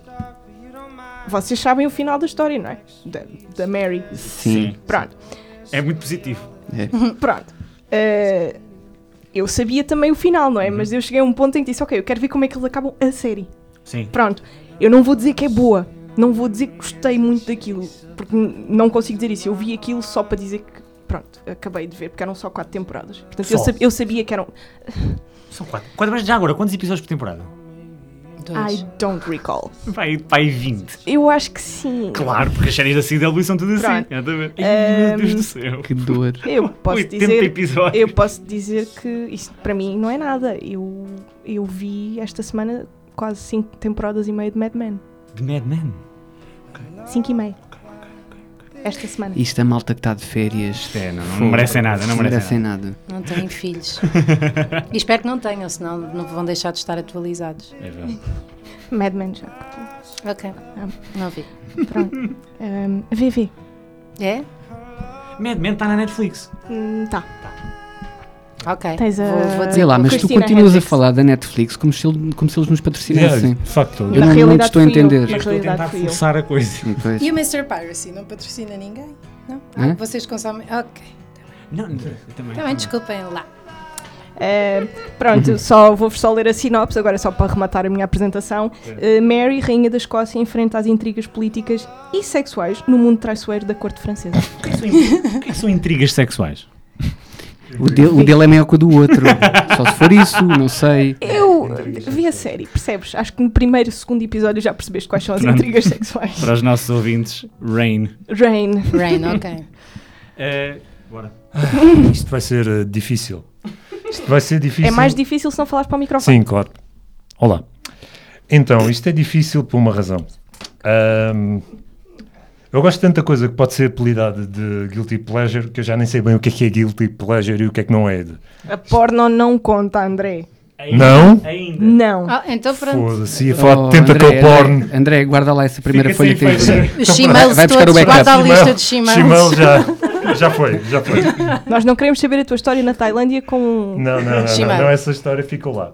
Vocês sabem o final da história, não é? Da, da Mary.
Sim.
Pronto.
É muito positivo.
Pronto. Eh, eu sabia também o final,
Uhum.
não é? Mas eu cheguei a um ponto em que disse, ok, eu quero ver como é que eles acabam a série.
Sim.
Pronto. Eu não vou dizer que é boa. Não vou dizer que gostei muito daquilo. Porque n- não consigo dizer isso. Eu vi aquilo só para dizer que, pronto, acabei de ver, porque eram só quatro temporadas. Portanto, eu,
Só.
sab- eu sabia que eram...
São quatro. Quanto mais já agora, quantos episódios por temporada?
I
Dois.
don't recall.
Vai, vai 20.
Eu acho que sim.
Claro, porque as séries da CW são tudo assim.
Pronto.
Exatamente.
Ehm,
Ai, Meu Deus do céu.
Que dor.
Eu posso
80
dizer...
episódios.
Eu posso dizer que isto para mim não é nada. Eu, eu vi esta semana quase cinco temporadas e meia de Mad Men.
De Mad Men.
5 e meia. Esta semana.
Isto é malta que está de férias.
É, não,
Fogo.
não merecem nada, não merecem
merecem
nada.
nada.
Não tenho
(laughs)
filhos. E espero que não tenham, senão não vão deixar de estar atualizados.
É verdade.
Mad Men já. que
Ok. Não vi.
tu- Pronto. Ahm, VV.
É?
Mad Men está na Netflix.
Hum, tá.
Ok.
Tens a-
Vou, vou
Sei
dizer.
lá, mas
Eh, Christina
tu continuas
Hendricks.
a falar da Netflix como se, ele- como se eles nos patrocinassem.
Yeah, de facto.
Eu não- não te estou a
fui eu.
entender.
Na
Estou
realidade fui eu.
a coisa.
Pois.
E o Mr. Piracy não patrocina ninguém? Não? Ah,
Hã?
Vocês consomem. Ok.
Não, não, eu também.
Também desculpem lá.
Eh,
Uhum.
pronto, só, vou-vos só ler a sinopse, agora só para rematar a minha apresentação. Eh, Mary, rainha da Escócia, enfrenta as intrigas políticas e sexuais no mundo traiçoeiro da corte francesa.
O que é que são in- o que é que são intrigas sexuais?
O, de- o dele é maior que o do outro. Só se for isso, não sei.
Eu vi a série, percebes? Acho que no primeiro e segundo episódio já percebeste quais são as
Pronto.
intrigas sexuais.
Para os nossos ouvintes, Rain.
Rain.
Rain, ok.
É, bora.
Isto vai ser eh, difícil. Isto vai ser difícil.
É mais difícil se não falares para o microfone.
Sim, claro. Olá. Então, isto é difícil por uma razão. Ahm, eu gosto de tanta coisa que pode ser apelidada de guilty pleasure que eu já nem sei bem o que é que é guilty pleasure e o que é que não é. De...
A porno não conta, André.
Não?
Ainda.
Não.
(laughs) Ah, então pronto.
Foda-se, ia falar de tempo
Oh, André,
aquele porno.
André, André, guarda lá essa primeira
Fica assim,
folha
sem
que tens.
fecha.
Os
Então,
chimails
vai buscar o
todos,
backup.
guarda a lista de
Chimel-
chimails.
Chimel já, já foi, já foi.
Nós não queremos saber a tua história na Tailândia com
Não, não, não, não,
Chimel.
não, essa história ficou lá.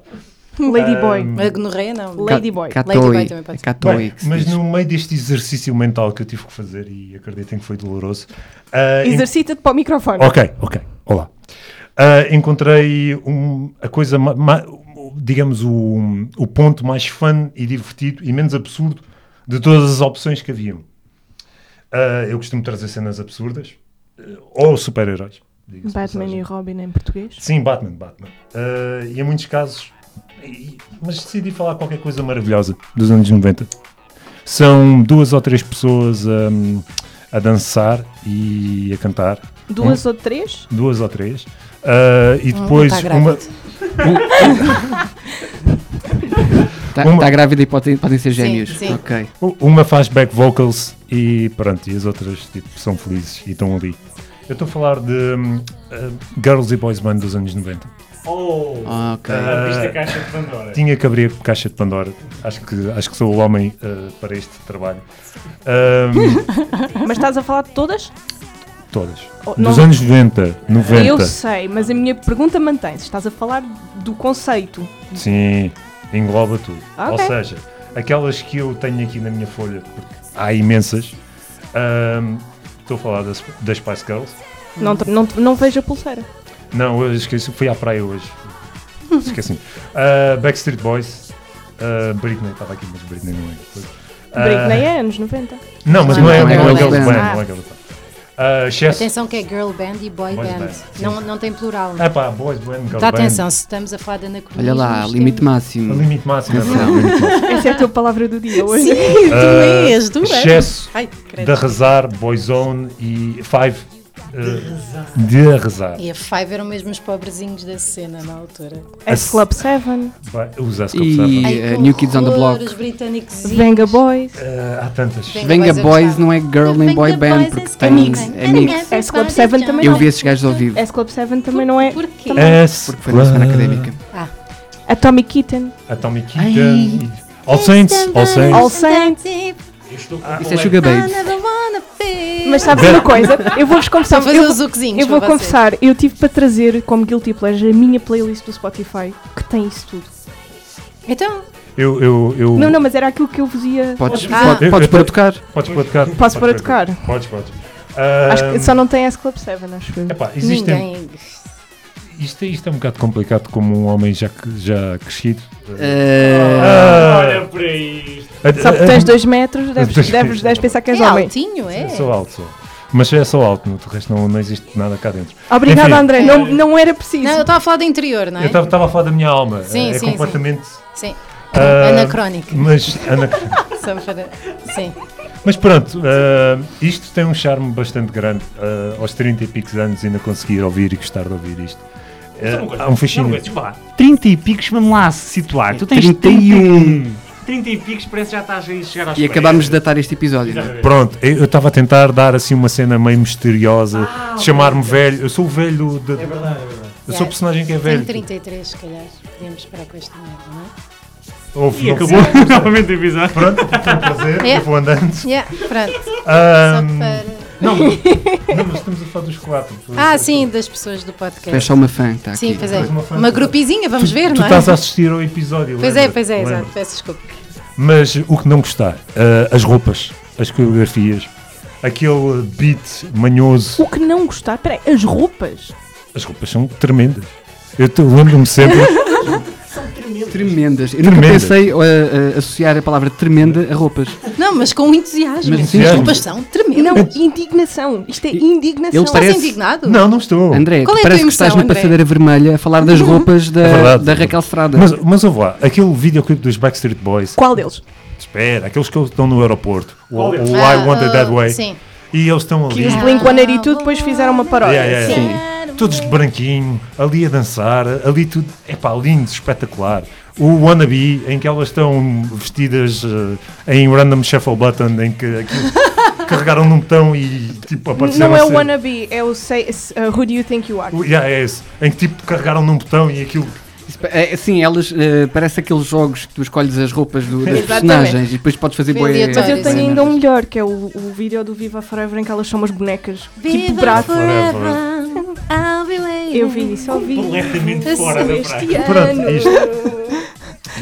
um Ladyboy.
A gonorreia, não.
Ladyboy.
Catoi.
também pode ser.
Catoi.
Bem, mas no meio deste exercício mental que eu tive que fazer, e acreditem que foi doloroso, ah, em-
Exercita-te para o microfone.
Ok, ok. Olá. Ah, encontrei um- a coisa, ma- ma- digamos, o, o ponto mais fun e divertido e menos absurdo de todas as opções que haviam. Ah, eu costumo trazer cenas absurdas eh, ou super-heróis. diga-se de
Batman
passagem.
e Robin em português.
Sim, Batman, Batman. Ah, e em muitos casos. e- Mas decidi falar qualquer coisa maravilhosa dos anos 90. São duas ou três pessoas hum, a dançar e a cantar
Duas
Hum.
ou três?
duas ou três. Ah,
Hum,
e depois
tá
Está
uma.
tá grávida.
Está
Uma-
Tá, grávida e podem, podem ser gêmeos.
sim.
Ok.
U- Uma faz back vocals e pronto, e as outras tipo, são felizes e estão ali. Eu estou a falar de hum, ah, Girls e Boys Band dos anos 90.
Oh,
Ok.
Tá.
abriste a caixa de Pandora.
Tinha que abrir caixa de Pandora. Acho que, acho que sou o homem ah, para este trabalho.
(laughs)
Ahm,
Mas estás a falar de todas?
todas.
Oh,
Dos
não-
anos 90, 90.
Eu sei, mas a minha pergunta mantém-se. Estás a falar do conceito.
Sim, engloba tudo.
Ok.
Ou seja, aquelas que eu tenho aqui na minha folha, porque há imensas. ahm, Estou a falar das, das Spice Girls.
Não, te- não, te- não vejo a pulseira.
Não, eu esqueci, fui à praia hoje. esqueci Ah, Backstreet Boys. Ah, Britney, estava aqui, mas Britney não é. Ah,
Britney é anos 90.
Não, mas não é não é Girls Band. Não é Girls Band. Ah, Chess.
Atenção que é girl band e boy
Boys
band.
band, sim.
Não, não tem plural.
Ah pá, Boys Band, Girls
Dá
Band.
atenção, se estamos a falar de anacronismos...
Olha lá,
temos-
limite
O
máximo.
limite máximo. é
Atenção.
verdade, o limite
(laughs)
máximo.
Essa é a tua palavra do dia hoje.
Sim, tu
Ah,
lês, tu és.
excesso
Ai, credo.
De arrasar, Boyzone e Five. ah, de arrasar.
E a Five eram mesmo os pobrezinhos da cena na altura.
S Club 7,
Vai, Os Ask
E-
Observer.
Ai,
eh,
que
New Kids on the
horror,
Block.
Os britânicos.
Venga Boys,
Ah, há tantas.
Bem-
Venga
Boys é eu
Boys
gostava.
não é girl nem boy band, porque tem amigos.
S Club 7 também
Eu
não.
vi esses gajos ao vivo,
S Club 7 também não é.
Porquê?
também-
S. ah,
porque foi na semana académica.
Atomic Kitten,
Atomic
Ai.
Kitten. All Saints. All Saints.
All Saints.
tipo,
Isso é Sugar
Ah,
Babes.
Mas sabes uma coisa? Eu vou-vos confessar.
Só fazer
Eu,
os zucozinhos
eu vou
para vocês.
confessar, eu tive para trazer como Guilty Pleasure a minha playlist do Spotify, que tem isso tudo.
Então,
Eu, eu, eu...
Não, não, mas era aquilo que eu vos ia.
Podes,
Ah.
pode- podes pôr a tocar.
Podes pôr a tocar.
Posso pôr a
Podes
tocar?
Podes, podes.
Acho que
Ahm,
só não tem S Club 7, acho eu.
epá, existem-
ninguém...
isto, isto é um bocado complicado como um homem já, que- já crescido. Ah!
Eh,
Olha para isto.
Só porque tens 2
(laughs)
metros, deves,
Dois-
deves, deves pensar que és
É
homem.
altinho, é?
Sou alto, sou. Mas é só alto, no de resto não, não existe nada cá dentro.
Obrigada,
Enfim.
André. Não, não era preciso.
Não, eu estava a falar do interior,
Ah,
não é?
Eu estava a falar da minha alma.
Sim,
é
sim,
completamente.
Sim.
Ah,
Anacrónico.
Mas, ana-
Só para- Sim.
mas pronto, ah, isto tem um charme bastante grande. ah, aos 30 e picos anos ainda conseguir ouvir e gostar de ouvir isto.
É,
Ah, há um fascínio.
30 e picos, vamos lá situar. Tu tens
31.
30 e picos, parece que já estás a chegar aos
e acabámos de datar este episódio. não é?
Pronto, eu estava a tentar dar assim uma cena meio misteriosa,
Ah,
de chamar-me velho. Eu sou o velho. De... É verdade, Eu sou o personagem que é
Tem
velho.
33, se calhar. Podíamos parar com esta merda, não é?
E
Houve, não-
acabou novamente o episódio.
Pronto, foi um prazer,
É.
eu vou andando.
Yeah, pronto. Só
Ahm,
para...
não,
(laughs)
não, mas estamos a falar dos quatro.
Ah, sim, das pessoas do podcast.
Tu és só uma fã, está aqui.
Sim, pois é.
Faz uma fã-
Uma grupizinha, vamos ver,
Tu
não é?
estás a assistir ao episódio.
Pois é,
lembra-te,
pois é,
lembra-te.
exato. Peço desculpa.
Mas o que não gostar, ah, as roupas, as coreografias, aquele beat manhoso.
O que não gostar, peraí, as roupas.
As roupas são tremendas. Eu te- lembro-me
(laughs)
sempre.
Tremendas. Eu nunca
Tremendas.
pensei uh, uh, associar a palavra tremenda a roupas.
Não, mas com entusiasmo.
Mas
As
entusiasmo.
roupas são tremendas.
Não, indignação. Isto é indignação.
ele parece-
Estás indignado?
não, não estou.
André,
Qual
tu
é a
parece
tua
que estás
emoção,
na
André?
passadeira vermelha a falar
Uhum.
das roupas da,
É verdade.
da Raquel Estrada.
Mas, mas ouve lá, aquele videoclipe dos Backstreet Boys,
Qual deles?
espera, aqueles que eles estão no aeroporto, o, o
Ah,
I Want It That
oh,
Way,
Sim.
e eles estão ali,
Que os Blink-182 depois fizeram uma paródia.
Yeah, yeah,
Sim.
todos de branquinho, ali a dançar, ali tudo, é pá, lindo, espetacular. O Wannabe, em que elas estão vestidas eh, em Random Shuffle Button, em que aquilo,
(laughs)
carregaram num botão e tipo apareceram.
Não é
a
o
ser-
Wannabe, é o say, s- uh, Who Do You Think You Are?
O- yeah, é esse, em que tipo carregaram num botão e aquilo
É, sim, elas eh, parece aqueles jogos que tu escolhes as roupas do- das
Exatamente.
personagens e depois podes fazer boia.
Aleatório,
Mas eu tenho
sim.
ainda um melhor, que é o, o vídeo do Viva Forever em que elas são umas bonecas. tipo
Viva
braço.
forever, I'll be
Eu
waiting.
vi isso, eu vi.
completamente
Eu
fora da
sei,
praia.
Este ano.
Pronto, isto.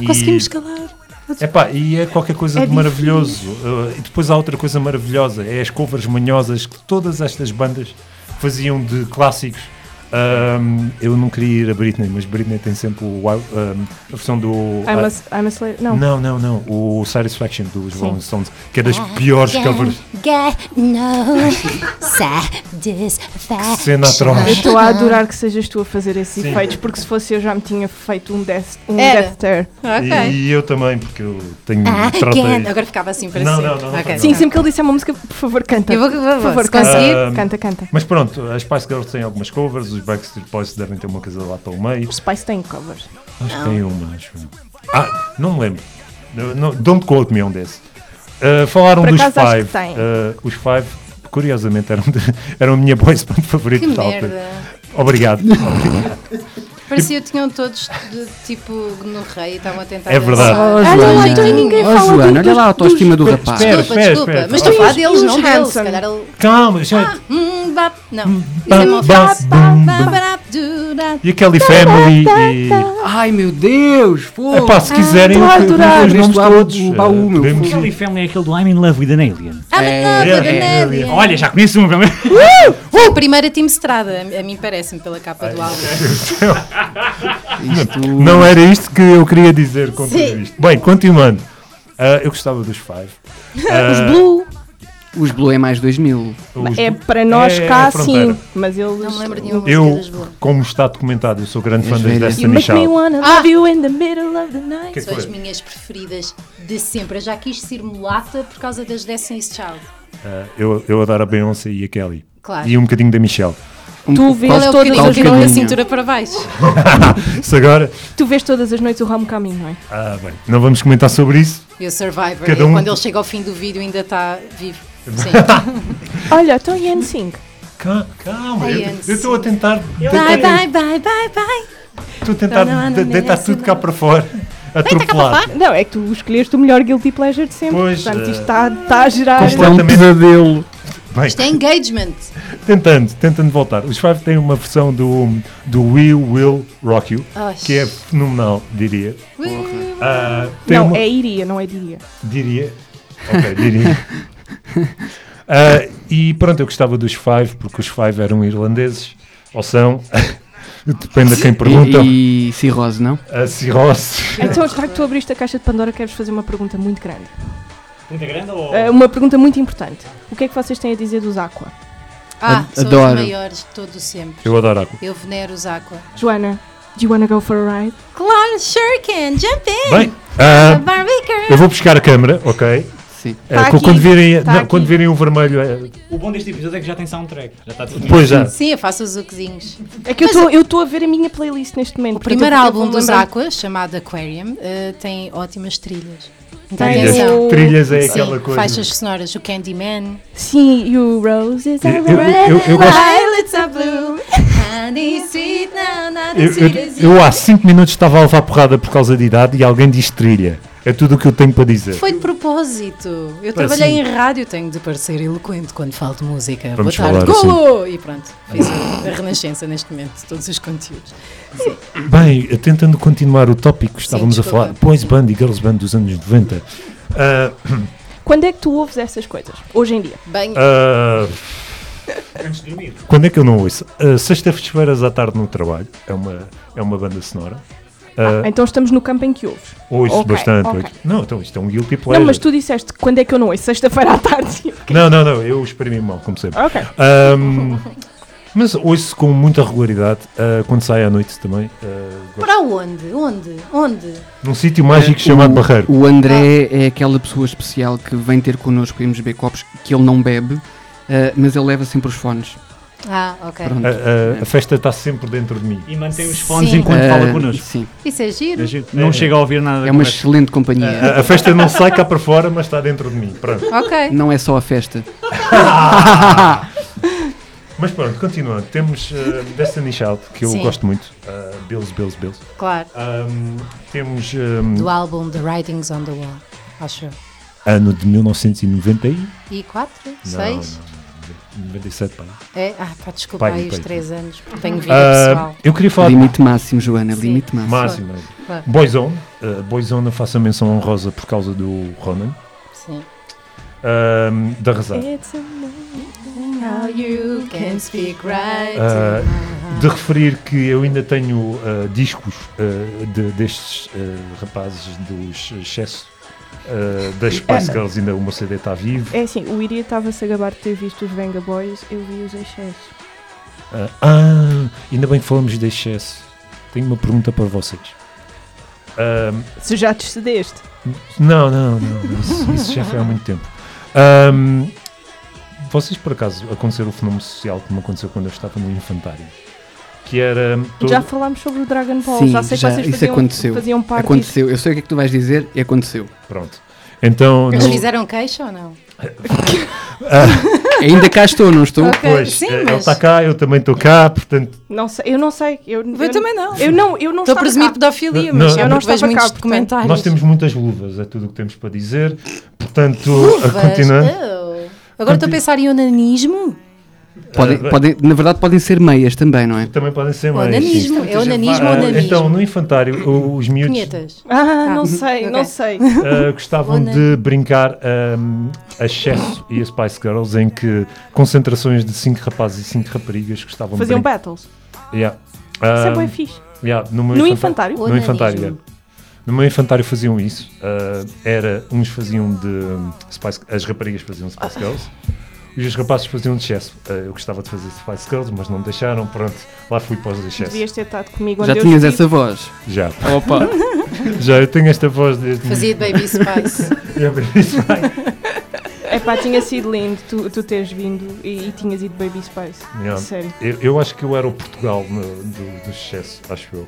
E-
Conseguimos calar.
Epá, e é qualquer coisa
É
de maravilhoso. Uh, e depois há outra coisa maravilhosa, é as covers manhosas que todas estas bandas faziam de clássicos. Um, eu não queria ir a Britney, mas Britney tem sempre o, um, a versão do... ah,
I'm a, I'm a Slayer. Não.
Não, não, não. O Satisfaction dos Rolling Stones, que é das
Ah,
piores covers.
Get no satisfaction.
Que cena atroz.
Eu estou a adorar que sejas tu a fazer esses
Sim.
efeitos, porque se fosse eu já me tinha feito um death, um
Era.
death stare.
Ok.
E eu também, porque eu tenho...
Again.
tratei.
Agora ficava assim para
Não,
sempre.
não, não,
Ok.
não.
Sim, sempre que ele disse uma música, por favor, canta.
Eu vou, vou, vou.
por favor,
se
canta.
conseguir.
Ah,
Canta, canta.
Mas pronto, as Spice Girls têm algumas covers, os Backstreet Boys devem ter uma coisa lá pelo meio.
Os Spice têm covers.
Acho que tem uma, acho. eu. Ah, não me lembro. Não- não- don't quote me on this. Uh, falaram
Por
dos
acaso acho
Five.
que tem.
Uh, os Five, curiosamente, eram, de, (laughs) eram a minha boys band (laughs) favorita
que
da altura.
merda.
Obrigado.
Parecia que tinham todos de tipo no rei e estavam a tentar.
É verdade.
Oh,
Ah,
Joana,
não, então ninguém
oh,
fala
Joana,
do-
olha lá a autoestima do rapaz.
Espera,
Desculpa,
espera,
desculpa.
espera.
Mas estou a falar
E os-
deles,
e os
não deles.
Hanson?
Se calhar ele.
Calma, gente.
Ah, hum, bap. Não. Isso é
Bap,
mau.
bap, bum, bum. E a Kelly Family e...
Tá,
Ai meu Deus, fogo!
Epá, se quiserem,
estou tá. Ah, a
eu- eu-
adorar.
os
Abriste
nomes
lá o-
todos.
o é um baú,
Uh,
meu.
podemos-
Kelly Family é aquele do I'm in love with an alien.
Ah, mas não,
É,
da
é, é,
Nélia.
é.
Olha, já conheço um, pelo menos.
Foi a primeira Team Estrada, a a mim parece-me, pela capa do álbum.
Isto-
Não era isto que eu queria dizer com tudo
Sim.
isto. Bem, continuando. Uh, eu gostava dos Five.
Os
Uh,
Blue
Os Blue é mais 2000.
os-
é para nós
É, é
cá
a fronteira.
sim, mas eles.
Não me lembro de nenhuma música
Eu,
das Blue.
como está documentado, eu sou grande fã
És
das
velha.
You
Destiny
make me
Child.
wanna
Ah!
love you in the middle of the night.
Que
São as
foi?
minhas preferidas de sempre. Eu já quis ser mulata por causa das Destiny's Child.
Ah, eu, eu adoro a Beyoncé e a Kelly.
Claro.
E um bocadinho da Michelle.
Um
Tu
Qual
vês
é o
todas
bocadinho
as
que vai da
bocadinho.
noites.
cintura para baixo?
Isso agora.
Tu vês todas as noites o Homecoming, não é?
Ah, bem. Não vamos comentar sobre isso.
E o Survivor,
Cada
e
um-
quando ele chega ao fim do vídeo ainda está
(laughs)
vivo. Sim.
Olha, estou em NSYNC.
Calma, calma. eu-
Beyoncé.
Eu estou a tentar.
bye,
Estou
bye, bye, bye, bye.
a tentar
Não, não, não,
de-
não,
deitar
não,
tudo
não.
cá para fora. Atropelar.
Não, é que tu escolheste o melhor Guilty Pleasure de sempre.
Pois,
Portanto,
eh,
isto está está a gerar.
Isto é um
Completamente.
pesadelo.
Isto é engagement.
Tentando, tentando voltar. Os Five têm uma versão do, do We Will Rock You,
Ai.
que é fenomenal, diria.
Ui,
Ah, tem
Não,
uma-
é iria, não é diria.
Diria. Ok, diria. Ah, e pronto, eu gostava dos Five, porque os Five eram irlandeses, ou são, (laughs) depende a quem pergunta,
E, e cirrose, não?
a cirrose.
Então, já que tu abriste a caixa de Pandora, queres fazer uma pergunta muito grande.
Muito grande ou...
É,
Eh, uma pergunta muito importante. O que é que vocês têm a dizer dos Aqua?
Ah, são
adoro.
os maiores de todo o sempre.
Eu adoro água.
Eu venero os Aqua.
Joana, do you wanna go for a ride?
Claro, sure can, jump in.
Bem, ah,
Barbie girl.
eu vou buscar a câmera, ok?
Sim.
Ah,
aqui,
quando, virem,
tá
não,
aqui.
quando virem o vermelho, é,
O bom deste episódio é que já tem soundtrack. Já está tudo
depois já.
Sim, eu faço os uquezinhos.
É que eu tô- eu estou a ver a minha playlist neste momento.
O primeiro
portanto, eu
álbum
vou
dos
lembrar-
Aqua, chamado Aquarium, eh, tem ótimas trilhas. Então,
Tem
Trilhas,
atenção.
o-
trilhas é
Sim,
aquela coisa.
faixas sonoras, o Candyman.
Sim, e o Roses
Eu-
are
eu-
Red.
eu- eu gosto-
Violets are blue, honey sweet, now not
Eu,
as sweet as you.
eu- eu há 5 minutos estava a levar porrada por causa de idade e alguém diz trilha. É tudo o que eu tenho para dizer.
Foi de propósito. Eu
Parece- um-
trabalhei em rádio, tenho de parecer eloquente quando falo de música.
Vamos
Boa tarde,
falar assim.
Golo! E pronto, fiz a, a renascença neste momento, todos os conteúdos.
Bem, tentando continuar o tópico que estávamos a
desculpa.
falar, boys band e girls band dos anos 90. Ah,
Quando é que tu ouves essas coisas? Hoje em dia.
Bem,
Ah, Quando é que eu não ouço? Ah, Sextas-feiras à tarde no trabalho. É uma, é uma banda sonora. Ah,
Ah, então estamos no campo em que ouves.
ouço
ok,
bastante.
ok.
ouço- Não, então isto é um guilty pleasure.
Não, mas tu disseste quando é que eu não ouço? Sexta-feira à tarde. (laughs)
não, não, não, eu exprimi mal, como sempre.
ok. (laughs)
Ahm, mas ouço com muita regularidade ah, quando sai à noite também. ah, gosto-
para onde? Onde? Onde?
num sítio mágico
É, O-
chamado Barreiro.
O André é aquela pessoa especial que vem ter connosco irmos beber copos que ele não bebe, eh, mas ele leva sempre os fones.
Ah, ok.
Pronto.
A, a- a festa está sempre dentro de mim.
E mantém os fones
Sim.
enquanto fala
Eh,
connosco.
Sim,
Isso é giro.
A gente não chega a ouvir nada da
é uma
conversa.
excelente companhia.
A, a festa não sai cá para fora, mas está dentro de mim. Pronto.
Ok.
Não é só a festa.
Mas pronto, continuando. Temos ah, Destiny's Child, que eu
Sim.
gosto muito. Ah, Bills, Bills, Bills.
Claro.
Ahm, temos ah, ahm,
Do álbum The Writings on the Wall, acho eu.
ano de 1994.
E quatro? Seis?
97, pá.
É? Ah, pá, desculpa
Pai,
aí os
pai.
três anos, porque tenho vida
Ah,
pessoal.
eu queria falar
Limite máximo, Joana,
Sim.
limite máximo.
Máximo.
Claro.
Boyzone. Uh, Boyzone eu faço a menção honrosa por causa do Ronan.
Sim.
Ahm, da Rezar.
It's a-
Now you can speak right
Ah,
to my
De referir que eu ainda tenho ah, discos ah, de- destes ah, rapazes dos excesso ah, das Spice Girls. Ainda o meu CD está vivo.
É assim, o Iria estava-se a gabar de ter visto os Venga Boys, eu vi os excessos.
Ah, ah, ainda bem que falamos de excesso. Tenho uma pergunta para vocês. Ehm, Ahm,
Se já te cedeste.
Não, não, não. Isso, isso já foi há muito tempo. Ahm, vocês, por acaso, aconteceu o fenómeno social que me aconteceu quando eu estava no infantário? Que era. hum, todo-
Já falámos sobre o Dragon Ball,
Sim,
já sei
já,
que vocês
isso
faziam,
aconteceu.
faziam parte disso.
Aconteceu, eu sei o que é que tu vais dizer e aconteceu.
Pronto. Então.
Eles
não-
fizeram queixa ou não?
Ainda cá estou, não estou?
Ok,
Pois,
sim,
eh, ele
mas...
está cá, eu também estou cá, portanto.
Não sei, eu não sei. Eu,
Eu também não.
Eu não, eu não
Estou a
estava
presumir
cá.
pedofilia,
Não,
mas
não,
eu não
eu
vejo
estava
muitos
cá, portanto.
documentários.
Nós temos muitas luvas, é tudo o que temos para dizer. Portanto,
Luvas?
a continuar.
Oh. Agora estou a
Continu-
pensar em onanismo.
Podem,
Ah,
podem- na verdade, podem ser meias também, não é?
Também podem ser mais.
Onanismo. É onanismo
Ah,
ou onanismo?
então, no infantário, o- os miúdos
Punhetas.
Ah, não
Ah,
sei,
ok.
não sei.
Uh, gostavam
Bona.
de brincar um, a Chesso e a Spice Girls em que concentrações de 5 rapazes e 5 raparigas gostavam
Faziam
de brincar.
battles.
Yeah.
Isso é
Um,
Ah,
bem fixe.
yeah, no meu
No
infanta-
infantário?
No infantário,
Onanismo.
yeah. No meu infantário faziam isso. Uh, era, uns faziam de um, Spice, as raparigas faziam Spice Girls. E os rapazes faziam de Chesso. Uh, eu gostava de fazer Spice Girls, mas não me deixaram. Pronto, lá fui para os de Chesso.
Devias ter estado comigo
Já
onde eu
tinhas
estive.
essa voz.
Já,
Opa!
já, eu tenho esta voz desde...
Fazia de Baby
(laughs)
Spice.
É pá, tinha sido lindo tu, tu teres vindo e, e tinhas ido Baby Space.
Yeah.
Sério.
Eu, eu acho que eu era o Portugal no- do, do excesso, acho eu.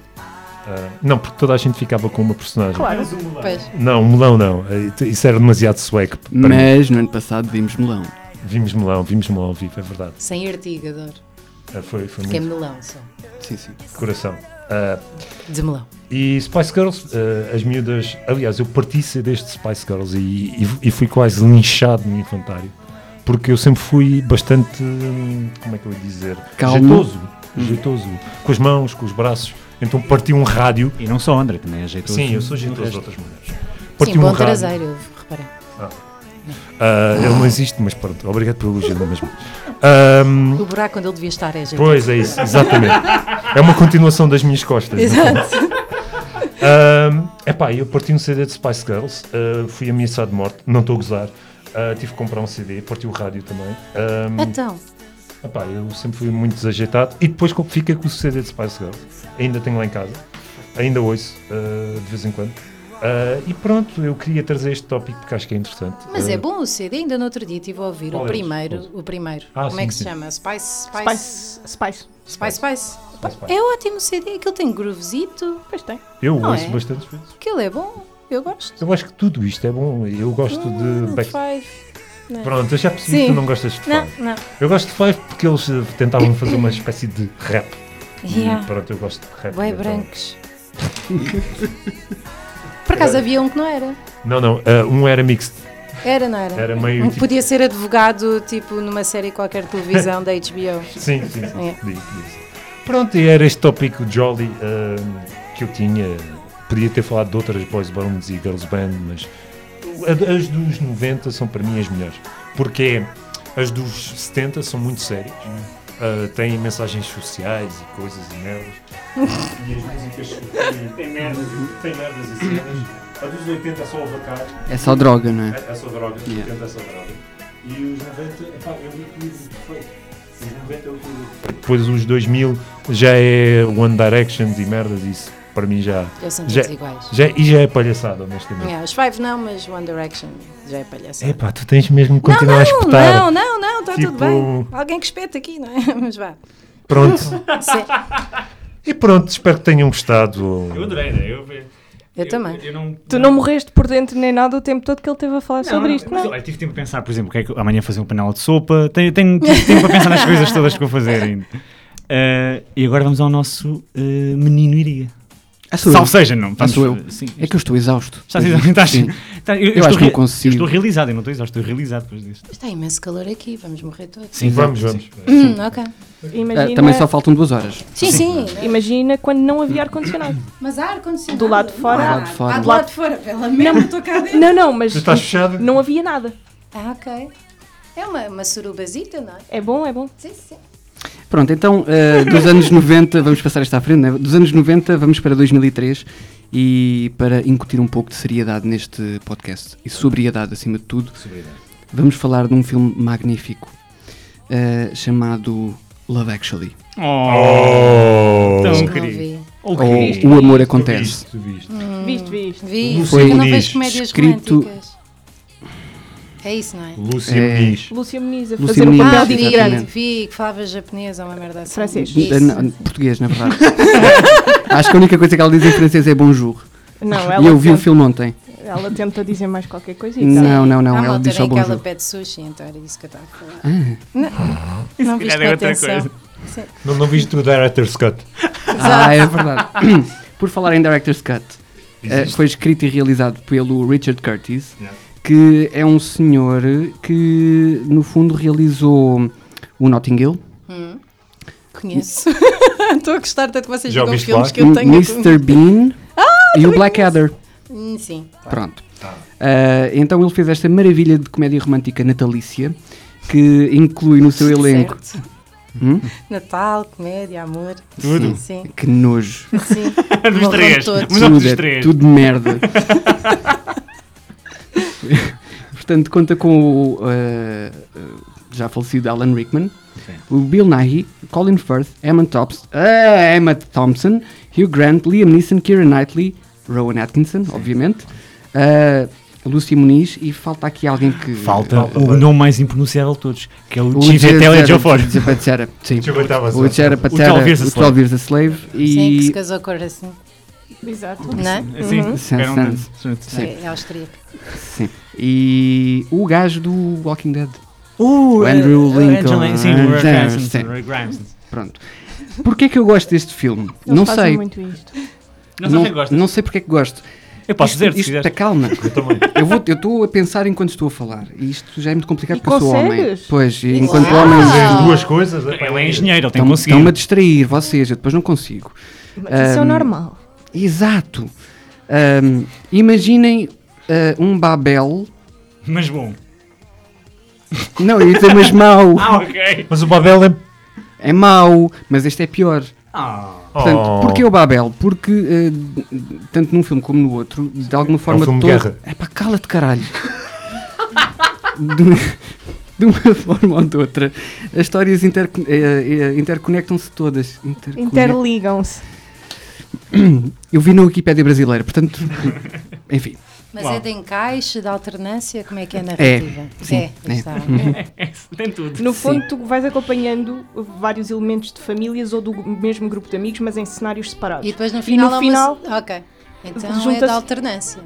Ah, não, porque toda a gente ficava com uma personagem.
Claro.
Pois.
Não, melão não. Ah, Isso era demasiado sueco. para
(laughs)
mim.
Mas no ano passado vimos melão.
Vimos melão, vimos melão ao vivo, é verdade.
Sem artigo, adoro.
Ah, foi foi
Porque é
muito
melão só.
Sim, sim.
é
de coração. Ah,
De melão.
e Spice Girls, ah, as miúdas. Aliás, eu parti CD de Spice Girls e, e- e fui quase linchado no infantário. Porque eu sempre fui bastante. hum, Como é que eu ia dizer?
Calmo. Hum.
Jeitoso. Jeitoso. Com as mãos, com os braços. Então parti um rádio
E não só André, também é jeitoso.
Sim, eu sou
no
jeitoso de
resto.
outras maneiras.
Sim, bom
um rádio.
traseiro, eu reparei.
Ah, ele não existe, mas pronto, obrigado pelo elogio não é mesmo. Ahm,
O buraco onde ele devia estar é gente.
pois é isso, exatamente. É uma continuação das minhas costas.
(laughs) Exato.
é pá, eu parti um CD de Spice Girls, ah, fui ameaçado de morte, não estou a gozar. ah, tive que comprar um CD, parti o rádio também. Ahm,
Então,
Epá, eu sempre fui muito desajeitado e depois co- fica com o CD de Spice Girls. Ainda tenho lá em casa, ainda ouço uh, de vez em quando. Uh, e pronto, eu queria trazer este tópico porque acho que é interessante.
mas
Uh,
é bom o CD, ainda no outro dia estive a ouvir
Qual
o
é?
primeiro, o primeiro.
Ah,
Como é
sim,
que se
sim.
chama? Spice, Spice,
Spice. Spice.
Spice, Spice.
Spice Spice.
É ótimo o CD, aquilo tem groovesito,
Pois tem.
Eu
não
ouço
é?
bastantes vezes.
aquilo é bom, eu gosto.
Eu acho que tudo isto é bom. Eu gosto de.
Hum,
Back...
Five.
Pronto, eu já percebi que
Sim.
tu não gostas de
Não,
Five.
não.
Eu gosto de Five porque eles uh, tentavam fazer
(coughs)
uma espécie de rap. E
Yeah.
pronto, eu gosto de rap.
Bué
então- (laughs)
brancos. Por acaso havia um que não era.
Não, não, uh, um era mixed.
Era, não era?
Era meio
Um que
tipo-
podia ser advogado, tipo, numa série qualquer de televisão da (laughs) HBO.
Sim, sim, sim.
É.
podia, podia ser. Pronto, e era este tópico jolly hum, que eu tinha. Podia ter falado de outras boys bands e girls band, mas a- as dos 90 são para mim as melhores. Porque é, as dos 70 são muito sérias. Ah, têm mensagens sociais e coisas e merdas. e as músicas têm- têm merdas e têm merdas e cenas. A dos 80 é só avatar.
É só droga, não é?
É, é só droga,
Yeah.
yeah. é só droga. E os 90, epá, é o equilíbrio perfeito. Os 90 é o equilíbrio perfeito. Depois os 2000 já é One Directions e merdas, isso para mim já,
Eles são
Já-
todos iguais.
já e já é palhaçada, honestamente.
É, os Five não, mas One Direction já é palhaçada.
Epá, tu tens mesmo que continuar a
não,
espetar.
não, não, não, não, está
Tipo-
tudo bem. Alguém que espeta aqui, não é? (laughs) Mas vá.
Pronto.
Sim,
E pronto, espero que tenham gostado.
Eu adorei, né? eu, eu,
eu também.
eu não,
Tu não morreste por dentro nem nada o tempo todo que ele teve a falar sobre isto,
mas
não?
olha, tive tempo para pensar, por exemplo, o que é que eu- amanhã fazer um panela de sopa. Tenho, tenho tive tempo para pensar nas coisas todas que vou fazer ainda. Ah, e agora vamos ao nosso ah, menino iria.
Ah, sou eu.
Salve seja, não.
Ah, sou eu.
Vamos- Sim,
É que eu estou exausto.
Estás estás-
Sim.
estás-
Eu acho que não
estou rea- Eu estou
consigo.
realizado, eu não estou exausto, estou realizado depois disto.
Está imenso calor aqui, vamos morrer todos.
Sim,
Vamos,
sim,
vamos.
sim.
Hum, ok.
Ah,
Imagina,
também só faltam duas horas.
Sim, sim.
imagina quando não havia ar-condicionado.
Mas há ar-condicionado.
Do lado de fora.
Ah,
Do lado de fora.
ah, do lado de fora. Pela merda, estou cá
(laughs)
dentro.
Não, não, mas
Tu estás fechado?
não havia nada.
Ah, ok. É uma, uma surubazita, não é?
É bom, é bom.
Sim, sim.
Pronto, então eh, dos
(laughs)
anos 90, vamos passar esta à frente, né? dos anos 90 vamos para 2003 e para incutir um pouco de seriedade neste podcast e sobriedade acima de tudo, vamos falar de um filme magnífico eh, chamado Love Actually,
Oh,
Tão
Não
querido.
vi.
Oh, querido.
ou O Amor Acontece.
Tu viste, tu viste.
Hum.
Hum.
Viste, viste.
Vi.
Foi
eu não
Muniz,
vejo comédias
escrito-
românticas. É isso, não é?
Lúcia
É.
Muniz.
Lúcia Muniz a
Lúcia
fazer um
Muniz,
Ah,
papel de
vi,
exatamente.
imigrante.
vi que falava japonês ou uma merda assim.
Francês.
Isso.
Eh, não, português, na verdade. (laughs) Acho que a única coisa que ela diz em francês é bonjour.
Não,
e
ela,
eu vi o
tenta,
filme ontem.
ela tenta dizer mais qualquer coisa e tá. tal.
Não, não, não,
Há uma
ela
altura
diz só
em Ah, que ela
bonjour.
pede sushi, então era isso que eu estava a falar.
Ah,
(laughs)
Não viste
calhar
com
é outra
atenção.
coisa.
Sim.
Não, não viste o Director Scott.
Ah, é verdade. (coughs) Por falar em Director's Cut, eh,
Existe.
foi escrito e realizado pelo Richard Curtis,
Yeah.
que é um senhor que, no fundo, realizou o Notting Hill,
Hum.
(laughs)
Conheço. Estou a gostar tanto que vocês
Já
digam
ouviste
filmes
falar?
que eu tenho.
Mr. um Bean e o Blackadder.
Hum, Sim. claro.
Pronto.
Ah.
Ah, então ele fez esta maravilha de comédia romântica natalícia, que inclui no seu elenco...
Certo.
Hum?
Natal, comédia, amor.
Tudo.
Sim.
Que nojo.
Sim. sim.
(laughs) Dos
Morram
três.
todos.
Mas não
tudo,
dos
é
três.
tudo merda. (laughs) Portanto, conta com o eh, eh, já falecido Alan Rickman, o Bill Nighy, Colin Firth, Emma, Thops, ah, Emma Thompson, Hugh Grant, Liam Neeson, Keira Knightley, Rowan Atkinson, obviamente, eh, Lucy Muniz e falta aqui alguém que...
Falta o nome mais impronunciável de todos, que é o Chivetel e
Jared-
Jofor.
Jared Patera, sim.
Deixa eu ver, tava
O
certo.
Jared Patera,
Twelve Years a
o
Slave.
12 Years a Slave
Sim, que se
(laughs) e...
casou com o Racine,
Exato.
não é?
Sim,
Uhum.
espera um
Sans-
tanto.
Sim.
É, é austríaco.
Sim. E o gajo do Walking Dead.
Uh,
Andrew Lincoln.
né? Sim,
Ah,
o Ray
sim.
Grimson, o Ray Grimson.
Pronto. Porquê que eu gosto deste filme?
Eles
não
fazem
sei.
muito isto.
Não é sei se gostas.
não sei porque é que gosto.
Eu posso
Isto-
dizer, se
Isto
quiseres.
está calma.
Eu também.
(laughs) Eu vou- eu estou a pensar enquanto estou a falar. E isto já é muito complicado
E
porque eu sou homem.
consegues?
Pois, e
Uau!
enquanto homem.
As duas coisas. epá,
Ele é engenheiro, ele tem que conseguir.
Estão-me a distrair, vocês, eu depois não consigo.
Mas isso é o
Ahm,
normal.
Exato. Ahm, imaginem ah, um Babel.
Mas bom.
Não, eu ia dizer, mas mau.
(laughs) Ah, (laughs) ok.
Mas o Babel é.
É mau, mas este é pior.
Ah,
Portanto,
Oh.
porquê o Babel? Porque, eh, d- tanto num filme como no outro, de alguma forma.
É um filme de
todo-
guerra.
Epá, cala-te, caralho! de, de uma forma ou de outra, as histórias intercon- eh, eh, interconectam-se todas. Intercone-
Interligam-se.
Eu vi na Wikipédia brasileira, portanto. enfim.
Mas
Uau.
é de encaixe, de alternância, como é que é a narrativa?
sim, é.
está bem.
tem tudo.
No fundo, tu vais acompanhando vários elementos de famílias ou do mesmo grupo de amigos, mas em cenários separados.
E depois no final
no
há uma... Ok. Então é
junta-se-
da alternância.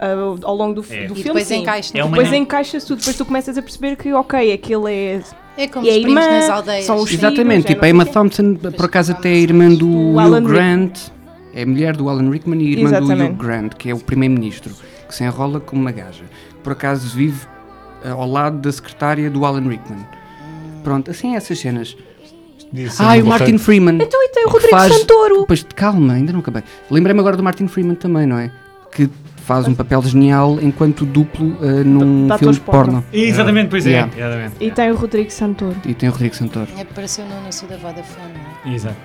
Ah, ao longo do,
É.
do
E
filme,
depois
sim.
encaixe.
É uma-
Depois
Amanhã-
encaixa-se tudo, depois tu começas a perceber que, ok, aquele é
É como
E
os
a
primos
irmã,
nas aldeias.
são os-
Exatamente,
filhos,
tipo, a
é,
Emma
não sei
Thompson, por acaso, até é irmã do, Hugh
Alan Rick-
Grant. É mulher do Alan Rickman e irmã do
Exatamente.
Hugh Grant, que é o primeiro-ministro, que se enrola como uma gaja. Por acaso vive eh, ao lado da secretária do Alan Rickman. Pronto, assim é essas cenas.
Isso é
Ah, e o
uma
Martin
coisa-
Freeman.
Então e tem o
que
Rodrigo
faz-
Santoro.
Pois, calma, ainda não acabei. Lembrei-me agora do Martin Freeman também, não é? Que faz um papel genial enquanto duplo eh, num
De- de
filme
atores porno.
porno.
Exatamente, pois é.
Yeah.
Exatamente.
E tem o Rodrigo Santoro,
E tem o Rodrigo Santoro.
Apareceu no anúncio da Vodafone. não é?
Exato.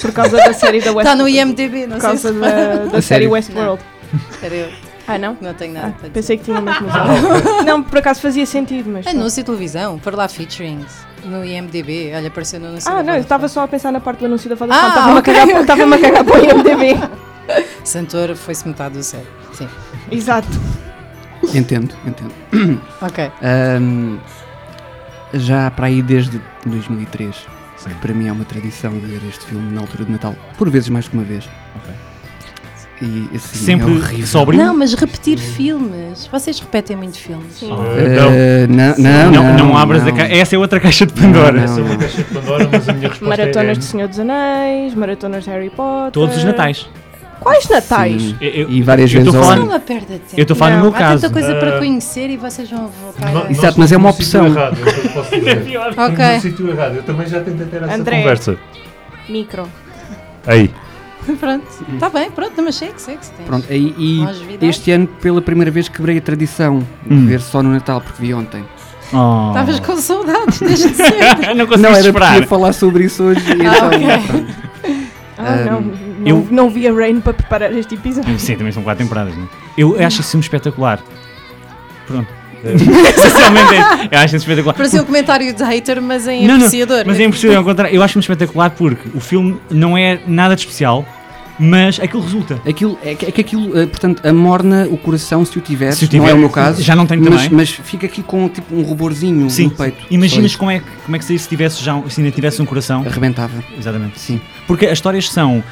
por causa da série da
Está
Westworld.
no IMDB, não
Por
sei se
causa (laughs) da, da
A
série
sério?
Westworld.
Espera, eu
Ah, não?
não tenho nada
Ah,
para dizer.
pensei que tinha mesmo usado. (laughs) Não, por acaso fazia sentido, mas.
Anúncio de televisão, por lá featurings, no IMDB, olha, apareceu no anúncio
Ah,
da
não, eu estava
Vodafone.
só a pensar na parte do anúncio da Vodafone.
Ah,
Estava-me
ok,
a cagar,
ok.
estava-me a cagar para o IMDB.
Santoro foi-se metade do céu, sim.
(laughs) Exato.
Entendo, entendo.
Ok.
Ahm, já para aí desde 2003,
Sim.
que para mim é uma tradição ver este filme na altura de Natal, por vezes mais que uma vez. E assim, é
Sempre
horrível.
sobre.
Não, mas repetir filmes. Vocês repetem muito filmes.
Sim.
Eh,
Eh, não, não,
Não, não,
não,
abras a
não.
caixa. Essa é outra caixa de Pandora.
Não,
não, essa é uma
não.
caixa de Pandora, mas a minha resposta
Maratonas
é...
de Senhor dos Anéis, maratonas de Harry Potter.
Todos os natais.
Quais natais?
Sim.
Eu- eu-
E várias
eu tô
vezes ao ano.
Isso é
falando-
uma perda de tempo.
Eu estou falando no
Não,
meu
Há
caso.
tanta coisa
Ah.
para conhecer e vocês vão
No-
voltar. a-
nós
Exato, mas é uma
estamos
opção.
no sítio errado, é o que eu posso
(laughs)
dizer. Estamos No
Ok,
sítio errado, eu também já tentei ter essa
André.
conversa.
Micro.
Aí.
(laughs) pronto. Está bem, pronto, mas segue, segue. se tens.
Pronto,
é-
e, e
Longevidade.
este ano pela primeira vez quebrei a tradição de
Hum.
ver só no Natal, porque vi ontem.
Oh.
Estavas com saudades desde
(laughs)
sempre.
não
Não,
consegui
era porque
esperar.
ia falar sobre isso hoje. e
(laughs) Ah,
então,
ok.
pronto.
Ah,
Um,
não. Não,
eu-
não vi a Rain para preparar
(laughs)
este episódio.
Sim, também são quatro temporadas, não é? Eu acho esse filme espetacular. Pronto. (laughs) Essencialmente, é isso. eu acho esse espetacular.
Parecia um comentário de hater, mas em
Não, não,
apreciador.
Mas é impossível encontrar. Eu acho-me espetacular porque o filme não é nada de especial, mas aquilo resulta.
Aquilo, é, que, é que aquilo, eh, portanto, amorna o coração se o tiveres,
Se eu tiver-
não é o meu caso,
Já não tenho
mas,
também.
mas fica aqui com tipo um ruborzinho
Sim.
no peito.
Imaginas
Só
como é, que, como é que seria se, tivesse já, um- se ainda tivesse um coração.
isso. Arrebentava,
Exatamente.
sim. É
Porque as histórias são.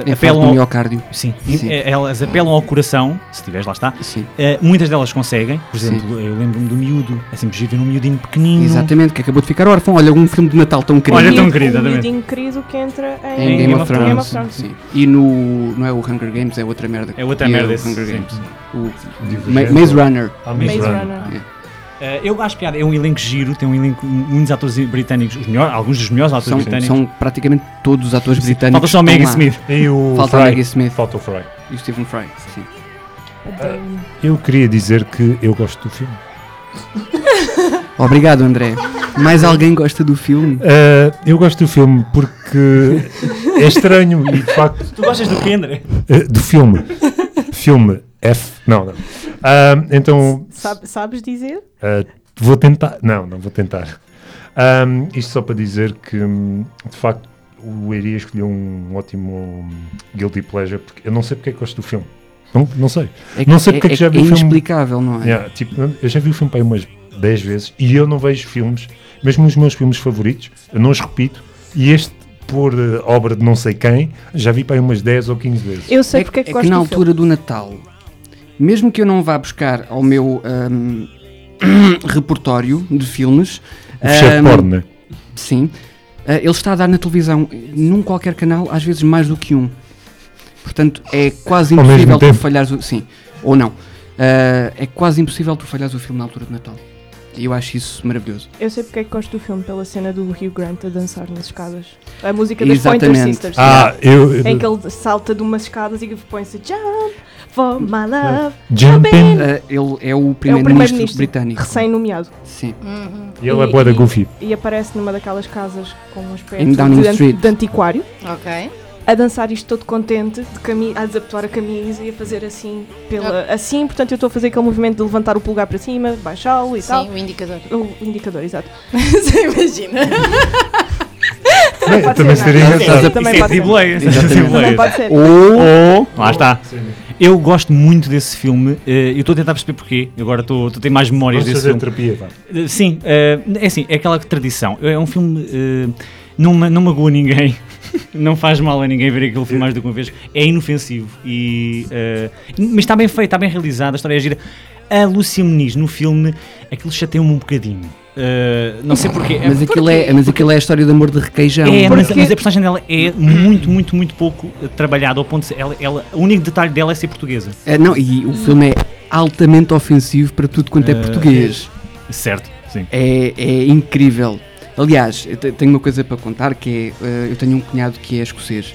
Em fase
apelam
do
ao,
miocárdio,
sim,
Sim.
eh, elas apelam ao coração, se tiveres, lá está.
sim.
Ah, muitas delas conseguem. Por
Sim.
exemplo, eu lembro-me do miúdo. É sempre giro ver um miudinho pequenino.
Exatamente, que acabou de ficar órfão. Olha, algum filme de Natal tão querido.
Olha, tão
Um
querido,
miudinho
exatamente.
querido que entra em,
Em Game,
of
of Thrones.
Thrones.
Sim. E no. Não é o Hunger Games, é outra merda.
É outra
E
merda
o
esse,
Hunger
sim.
Games. O Ma-
Divergente.
Maze Runner.
Ah,
Maze Runner.
Eh, eu acho piada, é um elenco giro, tem um elenco, muitos atores britânicos, os melhores, alguns dos melhores atores
São,
britânicos.
são praticamente todos os atores britânicos.
Falta só o
que
Maggie
estão lá.
Smith.
E o
Falta o
Fry.
Maggie Smith
Falta o Fry.
e o Stephen Fry. Sim.
Adoro.
Eu queria dizer que eu gosto do filme.
Obrigado, André. Mais alguém gosta do filme?
Ah, eu gosto do filme porque é estranho e de facto
Tu gostas do Kendra?
ah, do filme. Filme F. Não, não. Ah, então
Sabe- sabes dizer?
ah, vou tentar. Não, não vou tentar. Ah, isto só para dizer que hum, de facto o Eiria escolheu um ótimo hum, Guilty Pleasure porque eu não sei porque é que gosto do filme. Não, não sei.
É,
Não sei
é,
porque é que já
é
vi o filme.
inexplicável, não é?
Yeah, tipo, eu já vi o filme para aí umas 10 vezes e eu não vejo filmes, mesmo os meus filmes favoritos, eu não os repito. E este, por eh, obra de não sei quem, já vi para aí umas 10 ou 15 vezes.
Eu sei
É
porque é que
é
gosto
na
do filme.
altura do Natal, mesmo que eu não vá buscar ao meu ahm, (clears throat) repertório de filmes,
O chefe
ahm,
porno, né?
sim, ah, ele está a dar na televisão, num qualquer canal, às vezes mais do que um. Portanto, é quase
Ao mesmo
impossível tu
tempo.
falhares o. Sim, ou não. Ah, é quase impossível tu falhares o filme na altura do Natal. E eu acho isso maravilhoso.
Eu sei porque é que gosto do filme, pela cena do Hugh Grant a dançar nas escadas. A música das Pointer
Exatamente.
Sisters.
Ah, eu. eu-
Em É que ele salta de umas escadas e põe-se Jump for my love,
Jumping.
Ah, ele é o primeiro-ministro
primeiro-ministro.
britânico.
recém-nomeado.
Sim.
Uhum,
E ele é
E-
boa da
e-
goofy.
E aparece numa daquelas casas com um
Em
aspecto de,
Downing
an-
Street.
de antiquário,
ok.
a dançar isto todo contente, de cami- a desabotoar a camisa e a fazer assim, pela, assim, portanto eu estou a fazer aquele movimento de levantar o polegar para cima, baixá-lo e tal.
Sim, o indicador.
O indicador, exato.
(laughs) Você imagina.
Bem,
pode
também
ser
seria
nada.
engraçado.
Sim. Também
Isso é
pode ser.
tribuleia. isso é
Exatamente.
tribuleia.
Também pode ser.
Ou.
Ou, lá está. Eu gosto muito desse filme, eh, eu estou a tentar perceber porquê, eu agora estou estou a ter mais memórias
Vamos
desse
fazer
filme.
terapia. vá.
Eh, Sim, eh, é assim, é aquela tradição. É um filme. eh, não, ma- não magoa ninguém, (laughs) não faz mal a ninguém ver aquele filme mais do que uma vez. É inofensivo. E, eh, mas está bem feito, está bem realizado, a história é gira. A Lúcia Muniz no filme, aquilo chateou-me um bocadinho. Eh, não sei porquê.
Mas aquilo, é, mas aquilo é a história de amor de requeijão.
É, mas,
Porque-
mas a personagem dela é muito, muito, muito pouco eh, trabalhada, ao ponto de ser- ela, ela- o único detalhe dela é ser portuguesa.
É, não, e o filme é altamente ofensivo para tudo quanto é
Eh,
português.
Certo, sim.
É, é incrível. Aliás, eu te- tenho uma coisa para contar que é, eh, eu tenho um cunhado que é escocês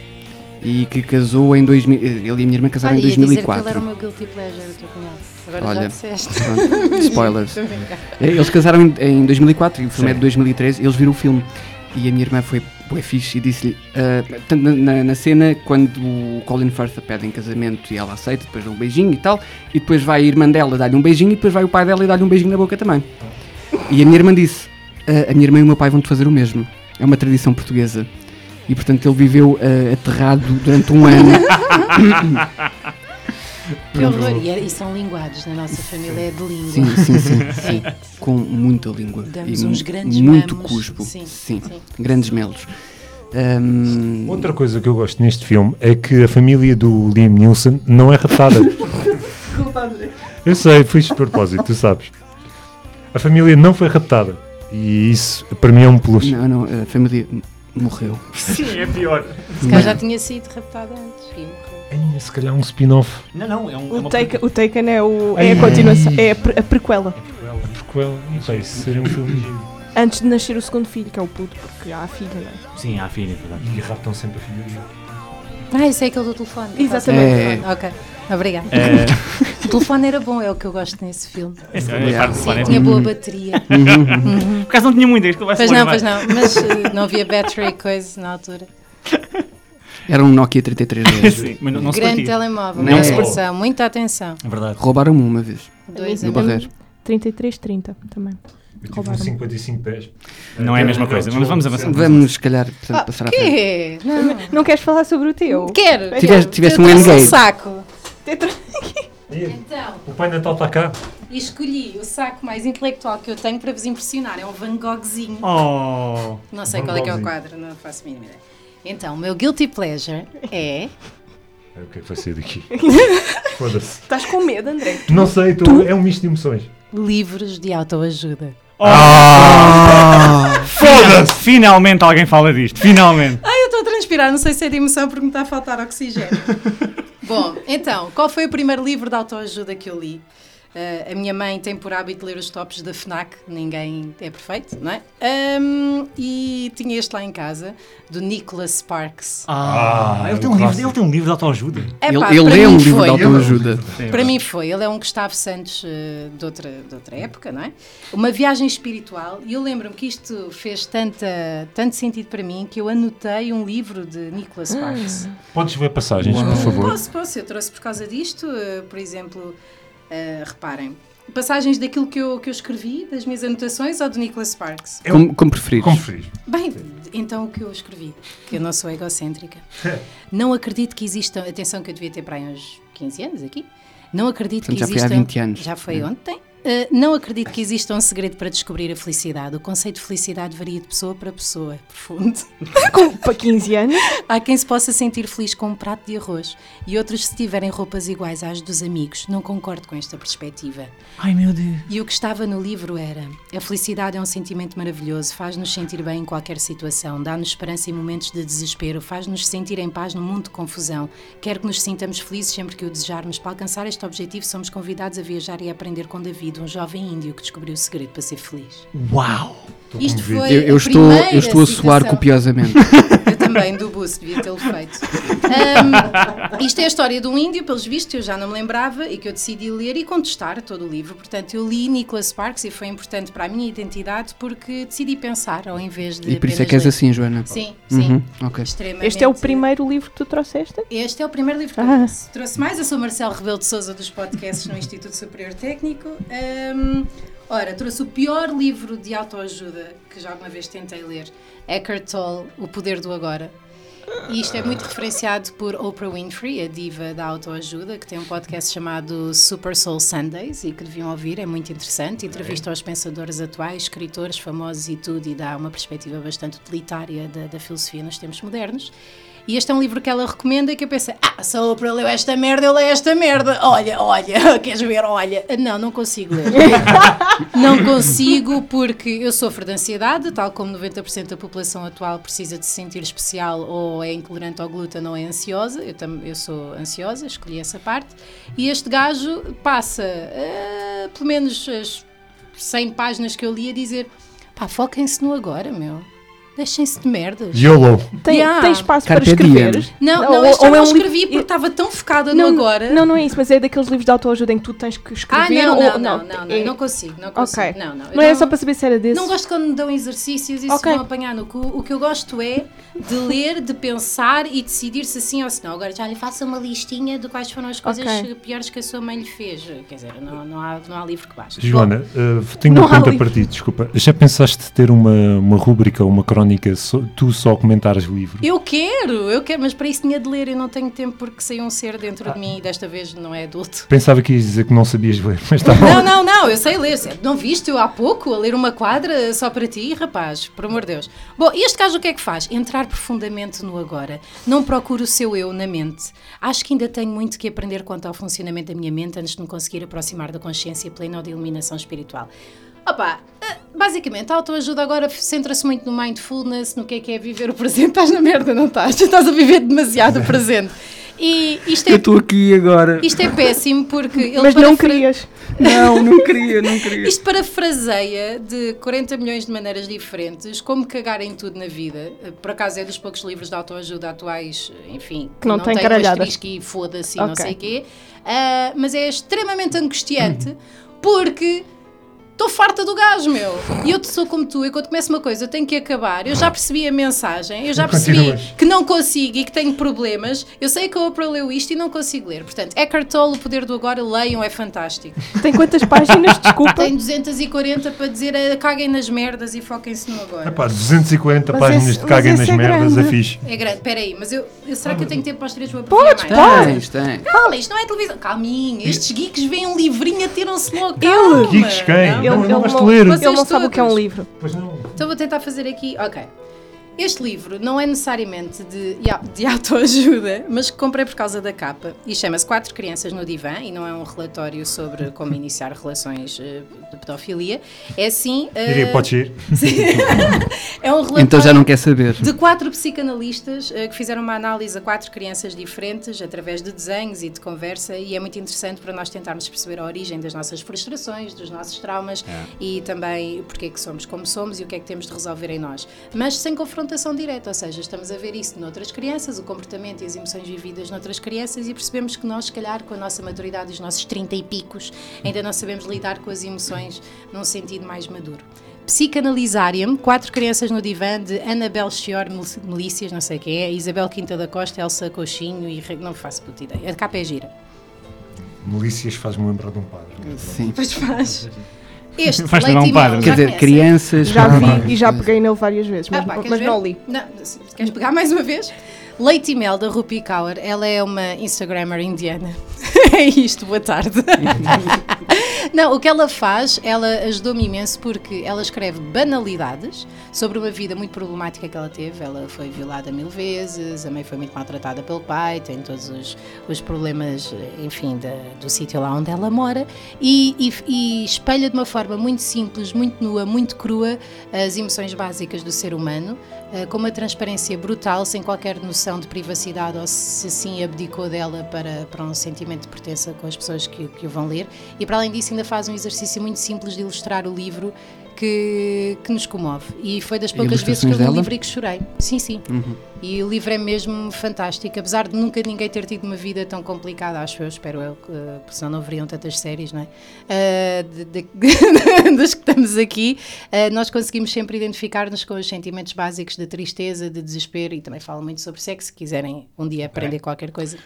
e que casou em 2000. Ele e a minha irmã casaram
Olha,
em
ia dizer que ele
2004.
era o meu guilty pleasure, o teu cunhado. Agora
Olha,
já disseste. (laughs)
Pronto, spoilers.
Estou a brincar.
Eh, Eles casaram em, em 2004 e o filme é
Sim.
de 2013. Eles viram o filme e a minha irmã foi bué fixe e disse-lhe: ah, portanto, na, na- na cena, quando o Colin Firth a pede em casamento e ela aceita, depois dá um beijinho e tal, e depois vai a irmã dela dar-lhe um beijinho e depois vai o pai dela e dá-lhe um beijinho na boca também. E a minha irmã disse: "Ah, A minha irmã e o meu pai vão-te fazer o mesmo. É uma tradição portuguesa. E portanto ele viveu ah, aterrado durante um ano.
Que horror. E, é- e são linguados na nossa família, é de língua.
Uhum. Sim, sim, sim.
Sim.
com muita língua
Damos
e
uns
mu-
grandes
muito
mamos.
cuspo.
Sim,
Sim,
sim.
grandes melos. Ahm,
Outra coisa que eu gosto neste filme é que a família do Liam Neeson não é raptada. eu sei, fiz de propósito, tu sabes. A família não foi raptada. E isso, para mim, é um plus.
não, não, a família m- morreu.
Sim, é pior.
Se calhar já tinha sido raptada antes. E morreu.
Ai, se calhar um spin-off.
Não, não, é um. é
O
uma-
Taken, o Taken é, o,
Ai.
é a continuação, é a, pre- a prequela.
Porque, well, não sei, isso seria um filme.
Antes de nascer o segundo filho, que é o puto, porque há a filha, não é?
Sim, há filha, é verdade.
E raptam sempre a família.
Ah, isso é aquele do telefone.
Exatamente.
É.
Ok, obrigada.
É,
(laughs) O telefone era bom, é o que eu gosto nesse filme.
é, é parte do
Sim,
planeta.
tinha boa bateria.
Por acaso não tinha muita, isto vai
Pois
se
não,
pôr,
pois não. Mas eh, não havia battery coisa na altura.
Era um Nokia (laughs) 3310.
Sim, mas não, não se
Grande
partia.
telemóvel.
Não
muita
se
partia.
atenção, muita atenção.
É verdade.
Roubaram-me uma vez,
Dois
no
Sim.
anos.
Barreiro.
33-30 também.
Eu tive um
Roubaram.
55 pés.
Não é a mesma coisa, mas vamos avançar.
Vamos, se calhar, portanto,
Ah,
passar à frente.
quê? Não.
Não queres falar sobre o teu?
Quero.
Tiveste-
quero.
tiveste
Eu
um
trouxe
endgame.
saco.
E
Então,
O Pai Natal está cá.
e escolhi o saco mais intelectual que eu tenho para vos impressionar. É um Van Goghzinho.
Oh!
Não sei
Van
qual é que é o
Goghzinho.
quadro, não faço a mínima ideia. Então, o meu guilty pleasure é...
É, O que é que vai sair daqui? Foda-se.
Estás com medo, André?
Não sei, tô- é um misto de emoções.
livros de autoajuda.
Foda-se! Finalmente alguém fala disto, finalmente.
Ai, eu estou a transpirar, não sei se é de emoção porque me está a faltar oxigênio. Bom, então, qual foi o primeiro livro de autoajuda que eu li? Ah, a minha mãe tem por hábito ler os tops da FNAC, ninguém é perfeito, não é? Ahm, e tinha este lá em casa, do Nicholas Sparks.
Ah,
Ah,
ele,
é
tem
um
um livro,
clássico.
ele tem um livro de autoajuda.
Epá,
ele
É para
ele lê
mim
um livro
foi.
de autoajuda.
Para mim foi, ele é um Gustavo Santos eh, de, outra, de outra época, não é? Uma viagem espiritual, e eu lembro-me que isto fez tanta, tanto sentido para mim que eu anotei um livro de Nicholas Sparks.
um-
Podes ver passagens, por favor.
Posso, posso, eu trouxe por causa disto, eh, por exemplo, eh, reparem, passagens daquilo que eu, que eu escrevi, das minhas anotações ou do Nicholas Sparks?
Eu-
Como, como preferires.
Como fez?
Bem, então o que eu escrevi, que eu não sou egocêntrica.
É.
Não acredito que existam. Atenção, que eu devia ter para aí uns 15 anos aqui. Não acredito
Portanto,
que
já foi há
existam.
20 anos. É.
Já foi ontem. Uh, não acredito que exista um segredo para descobrir a felicidade. O conceito de felicidade varia de pessoa para pessoa. É Profundo.
É Com, para 15 anos?
Há quem se possa sentir feliz com um prato de arroz e outros se tiverem roupas iguais às dos amigos. Não concordo com esta perspectiva.
Ai meu Deus.
E o que estava no livro era: a felicidade é um sentimento maravilhoso, faz-nos sentir bem em qualquer situação, dá-nos esperança em momentos de desespero, faz-nos sentir em paz num mundo de confusão. Quer que nos sintamos felizes sempre que o desejarmos. Para alcançar este objetivo, somos convidados a viajar e a aprender com David, um jovem índio que descobriu o segredo para ser feliz.
Uau!
Isto foi.
Eu, eu
a
estou,
primeira
eu estou a suar
citação. (laughs)
copiosamente.
Eu também, do buço, devia tê-lo feito. Ahm, isto é a história de um índio, pelos vistos, eu já não me lembrava e que eu decidi ler e contestar todo o livro. Portanto, eu li Nicholas Sparks e foi importante para a minha identidade porque decidi pensar ao invés de.
E por isso é
apenas
que és
ler.
assim, Joana.
Sim, sim.
Uhum, ok.
Extremamente.
Este é o primeiro livro que tu trouxeste?
Este é o primeiro livro que eu
Ah.
trouxe. Trouxe mais. Eu sou Marcelo Rebelo de Souza dos podcasts no Instituto Superior Técnico. Ahm, ora, trouxe o pior livro de autoajuda que já alguma vez tentei ler. Eckhart Tolle, O Poder do Agora. E isto é muito referenciado por Oprah Winfrey, a diva da autoajuda, que tem um podcast chamado Super Soul Sundays e que deviam ouvir, é muito interessante. Entrevista aos pensadores atuais, escritores famosos e tudo, e dá uma perspectiva bastante utilitária da, da filosofia nos tempos modernos. E este é um livro que ela recomenda e que eu pensei, ah, se a Oprah leu esta merda, eu leio esta merda. Olha, olha, (laughs) queres ver? Olha. Não, não consigo ler. Não consigo porque eu sofro de ansiedade, tal como 90% da população atual precisa de se sentir especial ou é intolerante ao glúten ou é ansiosa. Eu, tam- eu sou ansiosa, escolhi essa parte. E este gajo passa eh, pelo menos as 100 páginas que eu li a dizer: pá, foquem-se no agora, meu. Deixem-se de merdas.
YOLO.
Tem,
Yeah.
tem espaço
Carpe
para escrever?
diem.
Não,
Ou-
não, eu
ou
já
é
não
um livro-
escrevi porque estava tão focada no
Não,
agora.
Não, não é isso, mas é daqueles livros de autoajuda em que tu tens que
ah,
escrever.
não,
ou,
não, não, não, não,
é-
não consigo, não consigo.
Ok.
Não, não. eu
Não é só para saber se era desse.
Não gosto quando me dão exercícios e
Ok.
se vão apanhar no cu. O que eu gosto é de ler, de pensar e decidir se sim ou se não. Agora já lhe faça uma listinha de quais foram as coisas
Ok.
piores que a sua mãe lhe fez. Quer dizer, não, não, há, não há livro que basta.
Joana, eh, tenho
Não
uma
há
pergunta
livro.
para ti, desculpa. Já pensaste ter uma, uma rúbrica, uma crónica, só- tu só comentares livro?
Eu quero, eu quero, mas para isso tinha de ler, eu não tenho tempo porque saiu um ser dentro de mim e desta vez não é adulto.
Pensava que ias dizer que não sabias ler, mas
(laughs)
está bom.
Não, não, não, eu sei ler. certo? Não viste eu há pouco a ler uma quadra só para ti, rapaz? Por amor de Deus. Bom, este caso o que é que faz? Entrar profundamente no agora. Não procuro o seu eu na mente. Acho que ainda tenho muito que aprender quanto ao funcionamento da minha mente antes de me conseguir aproximar da consciência plena ou da iluminação espiritual. Opa, eh, basicamente, a autoajuda agora centra-se muito no mindfulness, no que é que é viver o presente. (laughs) Estás na merda, não estás? Estás a viver demasiado o presente. E isto
Eu
é,
estou aqui agora.
isto é péssimo porque... ele
mas não
parafra-
querias.
Não,
(laughs)
não queria, não queria.
isto parafraseia de 40 milhões de maneiras diferentes como cagar em tudo na vida. Por acaso é dos poucos livros de autoajuda atuais, enfim, que
Não
não,
tem
tem
caralhadas.
asterisco e foda-se e não
Ok.
sei o quê. Ah, mas é extremamente angustiante porque estou farta do gás, meu. E eu sou como tu, e quando começo uma coisa eu tenho que acabar. Eu já percebi a mensagem, eu já percebi
Continuas.
que não consigo e que tenho problemas. Eu sei que a Oprah leu isto e não consigo ler. Portanto, Eckhart Tolle, O Poder do Agora, leiam, é fantástico.
Tem quantas
(laughs)
páginas? Desculpa.
Tem 240 para dizer eh, caguem nas merdas e foquem-se no agora.
Epá, 240
Mas
páginas
esse-
de caguem
mas
nas
esse é
merdas, é
grande.
fixe.
É grande, peraí, mas eu, eu- será que eu tenho tempo para os três vou aprofundar
Tens,
mais?
tens.
Calma, isto não é televisão. Calminha, estes geeks veem um livrinho, atiram-se logo.
Ele-
Calma.
Geeks quem?
Não?
Ele-
Ele,
eu
ele não,
não gosto de ler.
ele não
Vocês
sabe o que é um
todos.
livro.
Pois não.
Então vou tentar fazer aqui. Ok. Este livro não é necessariamente de, de autoajuda, mas que comprei por causa da capa e chama-se Quatro Crianças no Divã e não é um relatório sobre como iniciar relações eh, de pedofilia. É sim. eh,
Diria, podes ir.
é um relatório.
Então já não quer saber.
De quatro psicanalistas eh, que fizeram uma análise a quatro crianças diferentes através de desenhos e de conversa, e é muito interessante para nós tentarmos perceber a origem das nossas frustrações, dos nossos traumas e também porque é que somos como somos e o que é que temos de resolver em nós. Mas sem confrontação direta, ou seja, estamos a ver isso noutras crianças, o comportamento e as emoções vividas noutras crianças, e percebemos que nós, se calhar, com a nossa maturidade e os nossos 30 e picos, ainda não sabemos lidar com as emoções num sentido mais maduro. Psicanalizarium, Quatro Crianças no Divã, de Anabel Chior Mel- Melícias, não sei quem é, Isabel Quinta da Costa, Elsa Coxinho e. Re- Não faço puta ideia. A capa é gira.
Milícias faz-me lembrar de um padre.
Sim.
Pois faz. Este,
Faz-te lembrar
leite
um padre,
e mel, já
não é?
Quer dizer,
conhecem?
crianças.
Já
para-
vi e já peguei nele várias vezes,
Ah,
mas,
pá, queres
mas
ver?
não li.
Não, se- se queres pegar mais uma vez? Leite e Mel, da Rupi Kaur. Ela é uma Instagrammer indiana. (laughs) é isto, boa tarde. (laughs) Não, o que ela faz, ela ajudou-me imenso porque ela escreve banalidades sobre uma vida muito problemática que ela teve. Ela foi violada mil vezes, a mãe foi muito maltratada pelo pai, tem todos os, os problemas, enfim, da- do sítio lá onde ela mora e, e- e espelha de uma forma muito simples, muito nua, muito crua as emoções básicas do ser humano, eh, com uma transparência brutal, sem qualquer noção de privacidade ou se sim abdicou dela para, para um sentimento de pertença com as pessoas que, que o vão ler. E para além disso, ainda faz um exercício muito simples de ilustrar o livro. Que, que nos comove e foi das poucas vezes que
ilustrações
eu li o
dela?
livro e que chorei. Sim, sim.
Uhum.
E o livro é mesmo fantástico, apesar de nunca ninguém ter tido uma vida tão complicada, acho eu, espero eu, que, eh, porque senão não haveriam tantas séries, não é? Ah, de- de- (laughs) das que estamos aqui, ah, nós conseguimos sempre identificar-nos com os sentimentos básicos de tristeza, de desespero e também falo muito sobre sexo, se quiserem um dia aprender qualquer coisa.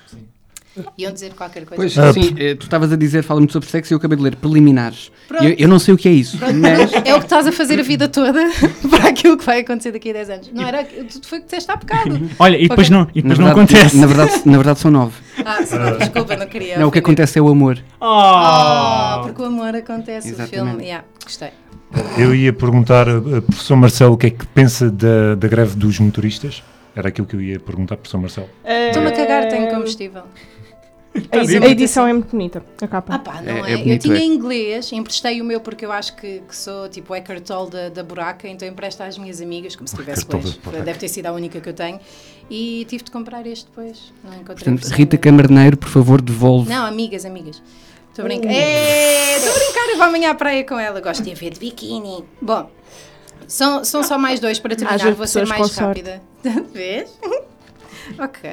Iam dizer qualquer coisa.
Pois,
Ah,
sim, eh, tu estavas a dizer, fala muito sobre sexo e eu acabei de ler preliminares.
Pronto.
Eu, eu não sei o que é isso, mas.
É o que estás a fazer a vida toda
(laughs)
para aquilo que vai acontecer daqui a 10 anos. Não era. Tu foi o que disseste
(laughs)
há bocado.
Olha, e depois
Ok.
não, e depois
na
não
verdade-
acontece.
Na verdade, na verdade são nove.
Ah, senão, desculpa, não queria.
Não, o que
ofender.
acontece é o amor.
Oh, porque o amor acontece,
Exatamente.
o filme. Yeah, gostei.
Eu ia perguntar ao professor Marcelo o que é que pensa da, da greve dos motoristas. Era aquilo que eu ia perguntar, professor Marcelo.
Estou-me a cagar, tenho combustível.
A edi- a edição é muito bonita, a
Tá Ah
capa.
É-
pá, não
é
é? eu
bonito,
tinha
é.
inglês, emprestei o meu porque eu acho que, que sou tipo Eckhart Tolle da, da buraca, então empresta às minhas amigas, como se tivesse
Eckhart Tolle
dois.
da buraca.
Deve ter sido a única que eu tenho. E tive de comprar este depois. Não encontrei.
Portanto,
versão
Rita
inglesa.
Camarneiro, por favor, devolve.
Não, amigas, amigas.
Hum.
Estou a brincar. É, Estou a brincar, eu vou amanhã à praia com ela. Gosto de a ver de biquíni. Bom, São, são só mais dois para terminar,
vezes
vou ser
pessoas
mais
com sorte.
rápida. (laughs) Vês? ok.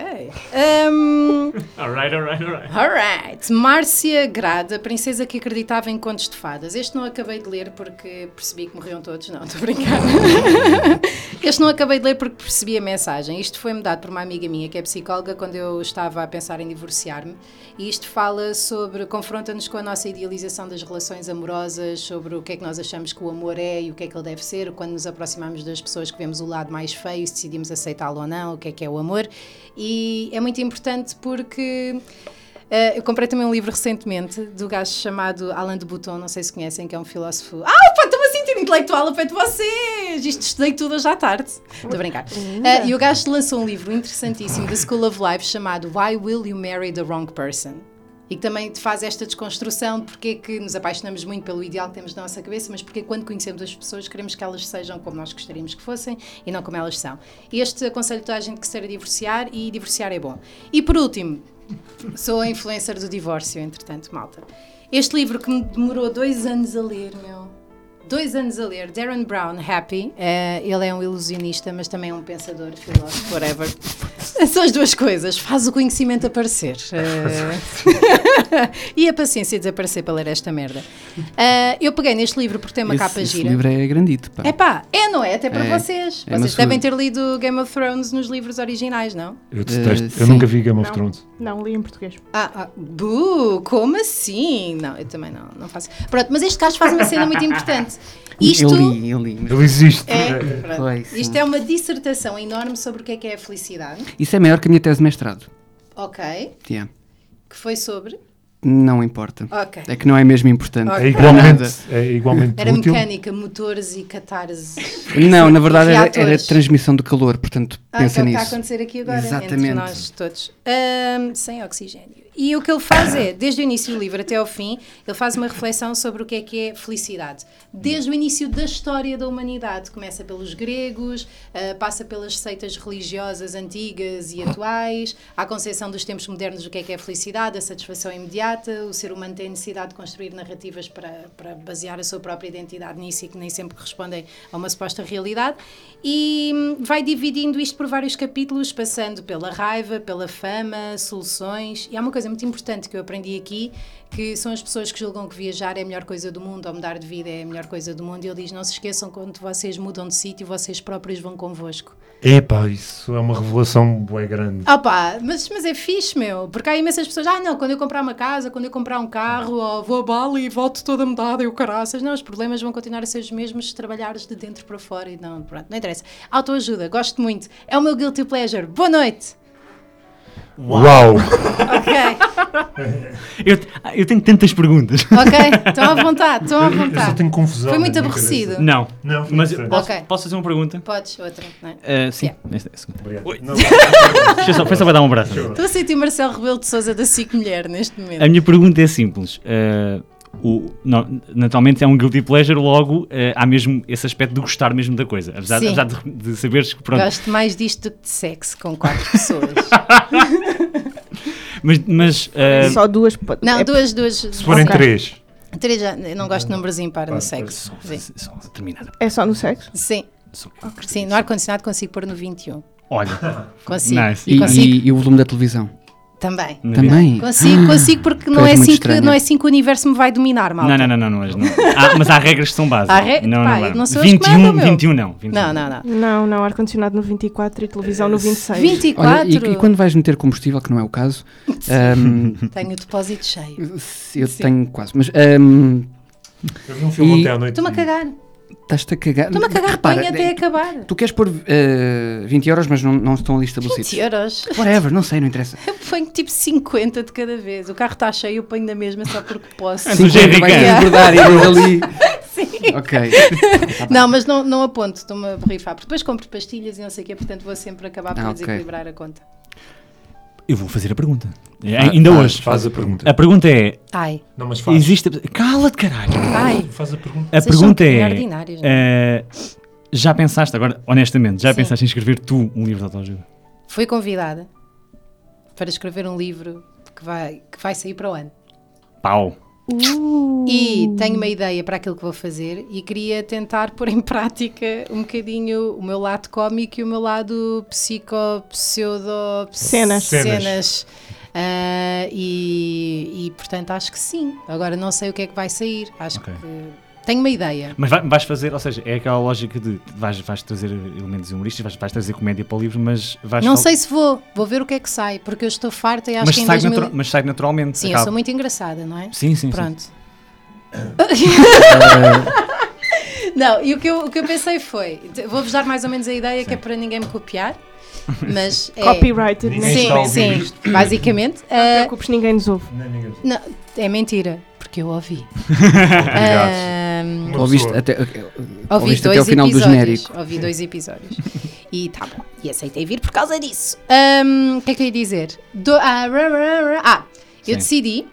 Ahm,
Alright, alright, alright.
Alright. Márcia Grada, princesa que acreditava em contos de fadas. Este não acabei de ler porque percebi que morriam todos. Não, estou a brincar. este não acabei de ler porque percebi a mensagem. Isto foi-me dado por uma amiga minha que é psicóloga quando eu estava a pensar em divorciar-me. E isto fala sobre. confronta-nos com a nossa idealização das relações amorosas, sobre o que é que nós achamos que o amor é e o que é que ele deve ser, quando nos aproximamos das pessoas que vemos o lado mais feio, se decidimos aceitá-lo ou não, o que é que é o amor. E é muito importante porque. Uh, eu comprei também um livro recentemente do gajo chamado Alain de Botton, não sei se conhecem, que é um filósofo. Ah, pá, estou-me a sentir intelectual a pé de vocês! Isto estudei tudo hoje à tarde. Estou a brincar. Uh, e o gajo lançou um livro interessantíssimo da School of Life chamado Why Will You Marry the Wrong Person? E que também te faz esta desconstrução de porque é que nos apaixonamos muito pelo ideal que temos na nossa cabeça, mas porque quando conhecemos as pessoas queremos que elas sejam como nós gostaríamos que fossem e não como elas são. Este aconselho toda a gente que se queira divorciar e divorciar é bom. E por último, Sou a influencer do divórcio, entretanto, malta. Este livro que me demorou dois anos a ler, meu. Dois anos a ler. Darren Brown, Happy. Eh, ele é um ilusionista, mas também é um pensador, filósofo, whatever. (laughs) São as duas coisas. Faz o conhecimento aparecer. Eh, (laughs) e a paciência desaparecer para ler esta merda. Eh, eu peguei neste livro porque tem uma
esse,
capa
esse
gira.
livro é grandito, pá.
É pá, é, não é? Até para
É.
vocês.
É uma
vocês devem
surra.
ter lido Game of Thrones nos livros originais, não?
Eu detesto.
Eh,
eu nunca
sim.
vi Game of
Não.
Thrones.
Não, li em português.
Ah, ah, bu, como assim? Não, eu também não, não faço. Pronto, mas este gajo faz uma cena muito importante. Isto
Eu li, eu li.
Ele existe.
é,
Foi,
pronto,
sim.
isto é uma dissertação enorme sobre o que é que é a felicidade.
Isso é maior que a minha tese de mestrado.
Ok.
Yeah.
Que foi sobre.
Não importa.
Ok.
É que não é mesmo importante.
Ok.
É
Nada.
igualmente, é igualmente
Era
útil.
mecânica, motores e catarses.
Não, na verdade era,
Reatores.
era transmissão de calor, portanto,
Ah, que é
pensa
o que está a
nisso.
acontecer aqui agora, entre
Exatamente.
nós todos. Ahm, sem oxigênio. E o que ele faz é, desde o início do livro até ao fim, ele faz uma reflexão sobre o que é que é felicidade. Desde o início da história da humanidade. Começa pelos gregos, ah, passa pelas seitas religiosas antigas e atuais, à concepção dos tempos modernos do que é que é felicidade, a satisfação imediata, o ser humano tem necessidade de construir narrativas para, para basear a sua própria identidade nisso e que nem sempre correspondem a uma suposta realidade. E hum, vai dividindo isto por vários capítulos, passando pela raiva, pela fama, soluções. E há uma coisa muito importante que eu aprendi aqui, que são as pessoas que julgam que viajar é a melhor coisa do mundo, ou mudar de vida é a melhor coisa do mundo. E ele diz, não se esqueçam, quando vocês mudam de sítio, vocês próprios vão convosco.
Epá, isso é uma revelação bem grande.
Ah pá, mas, mas é fixe, meu. Porque há imensas pessoas, ah não, quando eu comprar uma casa, quando eu comprar um carro, ou vou a Bali e volto toda mudada e o caraças. Não, os problemas vão continuar a ser os mesmos se trabalhares de dentro para fora e não, pronto, não interessa. Autoajuda, gosto muito. É o meu guilty pleasure. Boa noite.
Uau!
Ok,
Eu, te- ah, eu tenho tantas perguntas.
ok, estão à vontade, estão à
Eu só
vontade.
tenho confusão.
Foi muito
na minha
aborrecido.
cabeça.
Não.
Não,
Mas
foi
posso,
Ok.
posso fazer uma pergunta?
Podes, outra, não é?
Ah, sim,
Yeah.
esta é a segunda.
Obrigado.
Ui.
Não,
Deixa eu só, foi só para dar um abraço.
Estou a sentir Marcelo Rebelo de Souza da SIC Mulher neste
A
momento.
minha pergunta é simples. Ah, o, no- naturalmente é um guilty pleasure, logo ah, há mesmo esse aspecto de gostar mesmo da coisa. Apesar,
Sim.
apesar de, de saberes que pronto.
Gosto mais disto do que de sexo com quatro pessoas.
(laughs)
Mas, mas, ah,
Só duas. pa-
Não,
é-
duas, duas.
se forem
ok.
três.
Três já, eu não gosto de números ímpares no sexo.
só,
Sim.
só terminada.
É só no sexo?
Sim,
Só-
sim, no ar-condicionado consigo pôr no 21. (laughs)
Olha,
Consigo.
Nice.
E
E,
consigo
e- e o volume da televisão.
também.
Também.
Consigo, consigo porque não
és
é,
muito
assim que,
estranha.
não é assim que o universo me vai dominar, mal.
Não, não, não, não, não, mas não. Há- mas há regras que são básicas.
Há re-
Não,
pá,
não,
eu não sou as que
21,
mandam, meu.
21 não. 21.
Não, não, não.
Não, não, ar-condicionado no 24 e televisão
É,
no 26.
24,
Olha, e, e quando vais meter combustível, que não é o
(laughs)
caso, ahm,
tenho o depósito cheio.
se- eu tenho quase, mas hum, ahm,
Eu vi um filme
E-
ontem à noite.
Estou-me a cagar.
estás-te a cagar.
Estou-me a cagar,
Repara,
ponho até
eh,
acabar.
Tu queres pôr eh, 20 euros, mas não, não estão ali estabelecidos.
20 euros.
Whatever, não sei, não
(laughs)
interessa.
Eu ponho tipo 50 de cada vez. O carro está cheio, eu ponho da mesma só porque posso.
Sim. É Do Jerry
um
vai
é.
Can.
engordar e vais
(laughs)
ali. Ok.
Não, mas não, não aponto, estou-me a borrifar. Porque depois compro pastilhas e não sei o quê, portanto vou sempre acabar por
Ah, ok.
desequilibrar a conta.
Eu vou fazer a pergunta. É, ainda
faz,
hoje.
Ah, Faz a pergunta.
A pergunta é:
Ai,
Não, mas faz.
existe. Cala-te, caralho!
ai.
Faz a pergunta.
A
Vocês são
pergunta é:
ordinários,
eh, já pensaste, agora, honestamente, já
Sim.
pensaste em escrever tu um livro de autoajuda?
Fui convidada para escrever um livro que vai, que vai sair para o ano.
Pau!
Uh,
E tenho uma ideia para aquilo que vou fazer e queria tentar pôr em (laughs) prática um bocadinho o meu lado cómico e o meu lado psico, pseudo, ps-
Cenas.
Cenas.
cenas. Ah, e, e, portanto acho que sim. Agora não sei o que é que vai sair. Acho
Ok.
que tenho uma ideia.
Mas vai- vais fazer, ou seja, é aquela lógica de vais, vais trazer elementos humorísticos, vais, vais trazer comédia para o livro, mas vais.
Não
fal-
sei se vou, vou ver o que é que sai, porque eu estou farta e acho
mas
que em
sai,
2000...
natura- mas sai naturalmente.
Sim, eu
acaba.
sou muito engraçada, não é?
Sim, sim.
(laughs)
Pronto. Não, e o que eu, o que eu pensei foi: te- vou-vos dar mais ou menos a ideia que é para ninguém
(laughs)
me copiar, mas é.
Copyrighted,
Ninguém
né?
está a
Sim,
ouvir
sim,
isto.
basicamente.
Não te
Ah,
preocupes, ninguém nos ouve.
Não é ninguém.
não, é mentira, porque eu ouvi.
(laughs)
Ah,
Obrigado.
Ahm,
Uma
Ouviste
pessoa.
até,
Ouvi
ouviste
dois
até o final do
episódios.
genérico.
Ouvi dois
(laughs)
episódios. E tá bom. E aceitei vir por causa disso. Ahm, O que é que eu ia dizer? Do- ah, rá, rá, rá. Ah,
Sim.
eu decidi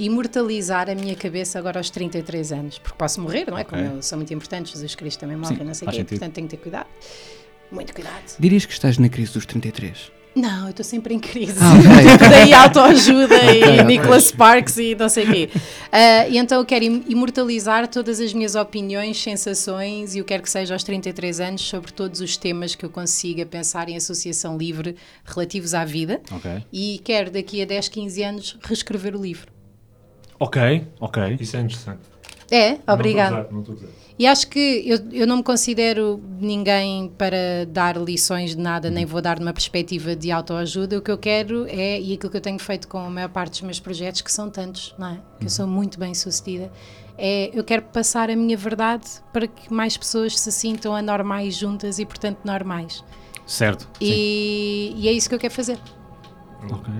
imortalizar a minha cabeça agora aos 33 anos. Porque posso morrer, não é? Como eu sou muito importante, Jesus Cristo também morre,
Sim,
não sei o
faz
quê.
sentido.
Portanto, tenho que ter cuidado. Muito cuidado.
Dirias que estás na crise dos 33.
Não, eu estou sempre em crise.
Ah, ok.
(laughs) Daí autoajuda
Ok,
e
ok.
Nicholas Sparks e não sei o quê. Ah, e então eu quero im- imortalizar todas as minhas opiniões, sensações e o que quer que seja aos 33 anos sobre todos os temas que eu consiga pensar em associação livre relativos à vida.
Ok.
E quero daqui a 10, 15 anos reescrever o livro.
Ok, ok.
Isso é interessante.
É, obrigada.
Não estou a usar, não estou a usar.
E acho que eu, eu não me considero ninguém para dar lições de nada,
Uhum.
nem vou dar de uma perspectiva de autoajuda. O que eu quero é, e aquilo que eu tenho feito com a maior parte dos meus projetos, que são tantos, não é? Que eu
Uhum.
sou muito bem sucedida, é eu quero passar a minha verdade para que mais pessoas se sintam anormais juntas e, portanto, normais.
Certo. Sim.
E, e é isso que eu quero fazer.
Ok.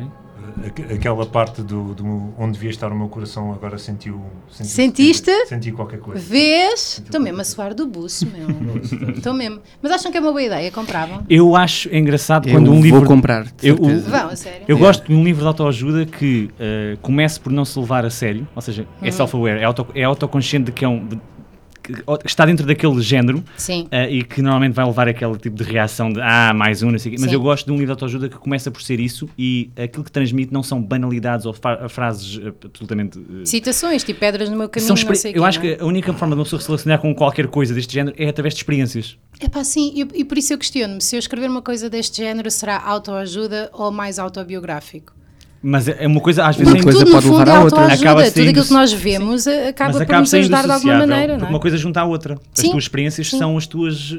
Aque- Aquela parte do, do- onde devia estar o meu coração agora sentiu. sentiu
Sentiste?
Senti qualquer coisa.
Vês? Estou mesmo a suar do buço,
(laughs)
meu. Estou mesmo. Mas acham que é uma boa ideia? Compravam?
Eu acho engraçado
Eu
quando um
vou
livro.
comprar, de
Eu- o-
certeza.
Vão, a sério.
Eu gosto de um livro de autoajuda que eh, comece por não se levar a sério, ou seja,
Uhum.
é self-aware, é, auto, é autoconsciente de que é um. de- que o- que está dentro daquele género
Sim.
eh, e que normalmente vai levar aquele tipo de reação de ah, mais um, não sei o quê. Mas
Sim.
eu gosto de um livro de autoajuda que começa por ser isso e aquilo que transmite não são banalidades ou fa- frases eh, absolutamente. eh,
Citações, tipo pedras no meu caminho,
são
não
experi-
sei o
eu
quê,
acho
não é?
que a única forma de uma pessoa se relacionar com qualquer coisa deste género é através de experiências.
É pá, sim, e, e por isso eu questiono-me: se eu escrever uma coisa deste género, será autoajuda ou mais autobiográfico?
Mas é é uma coisa, às vezes,
Uma
Porque
é-
coisa
tudo, no
pode
fundo,
levar
é
à outra.
autoajuda.
Acaba
Tudo aquilo
saindo-
que nós vemos eh, acaba
mas
por
acaba
nos
saindo
ajudar de alguma
associável,
maneira,
porque
não é?
uma coisa junta à outra.
Sim,
as tuas experiências
sim.
são as tuas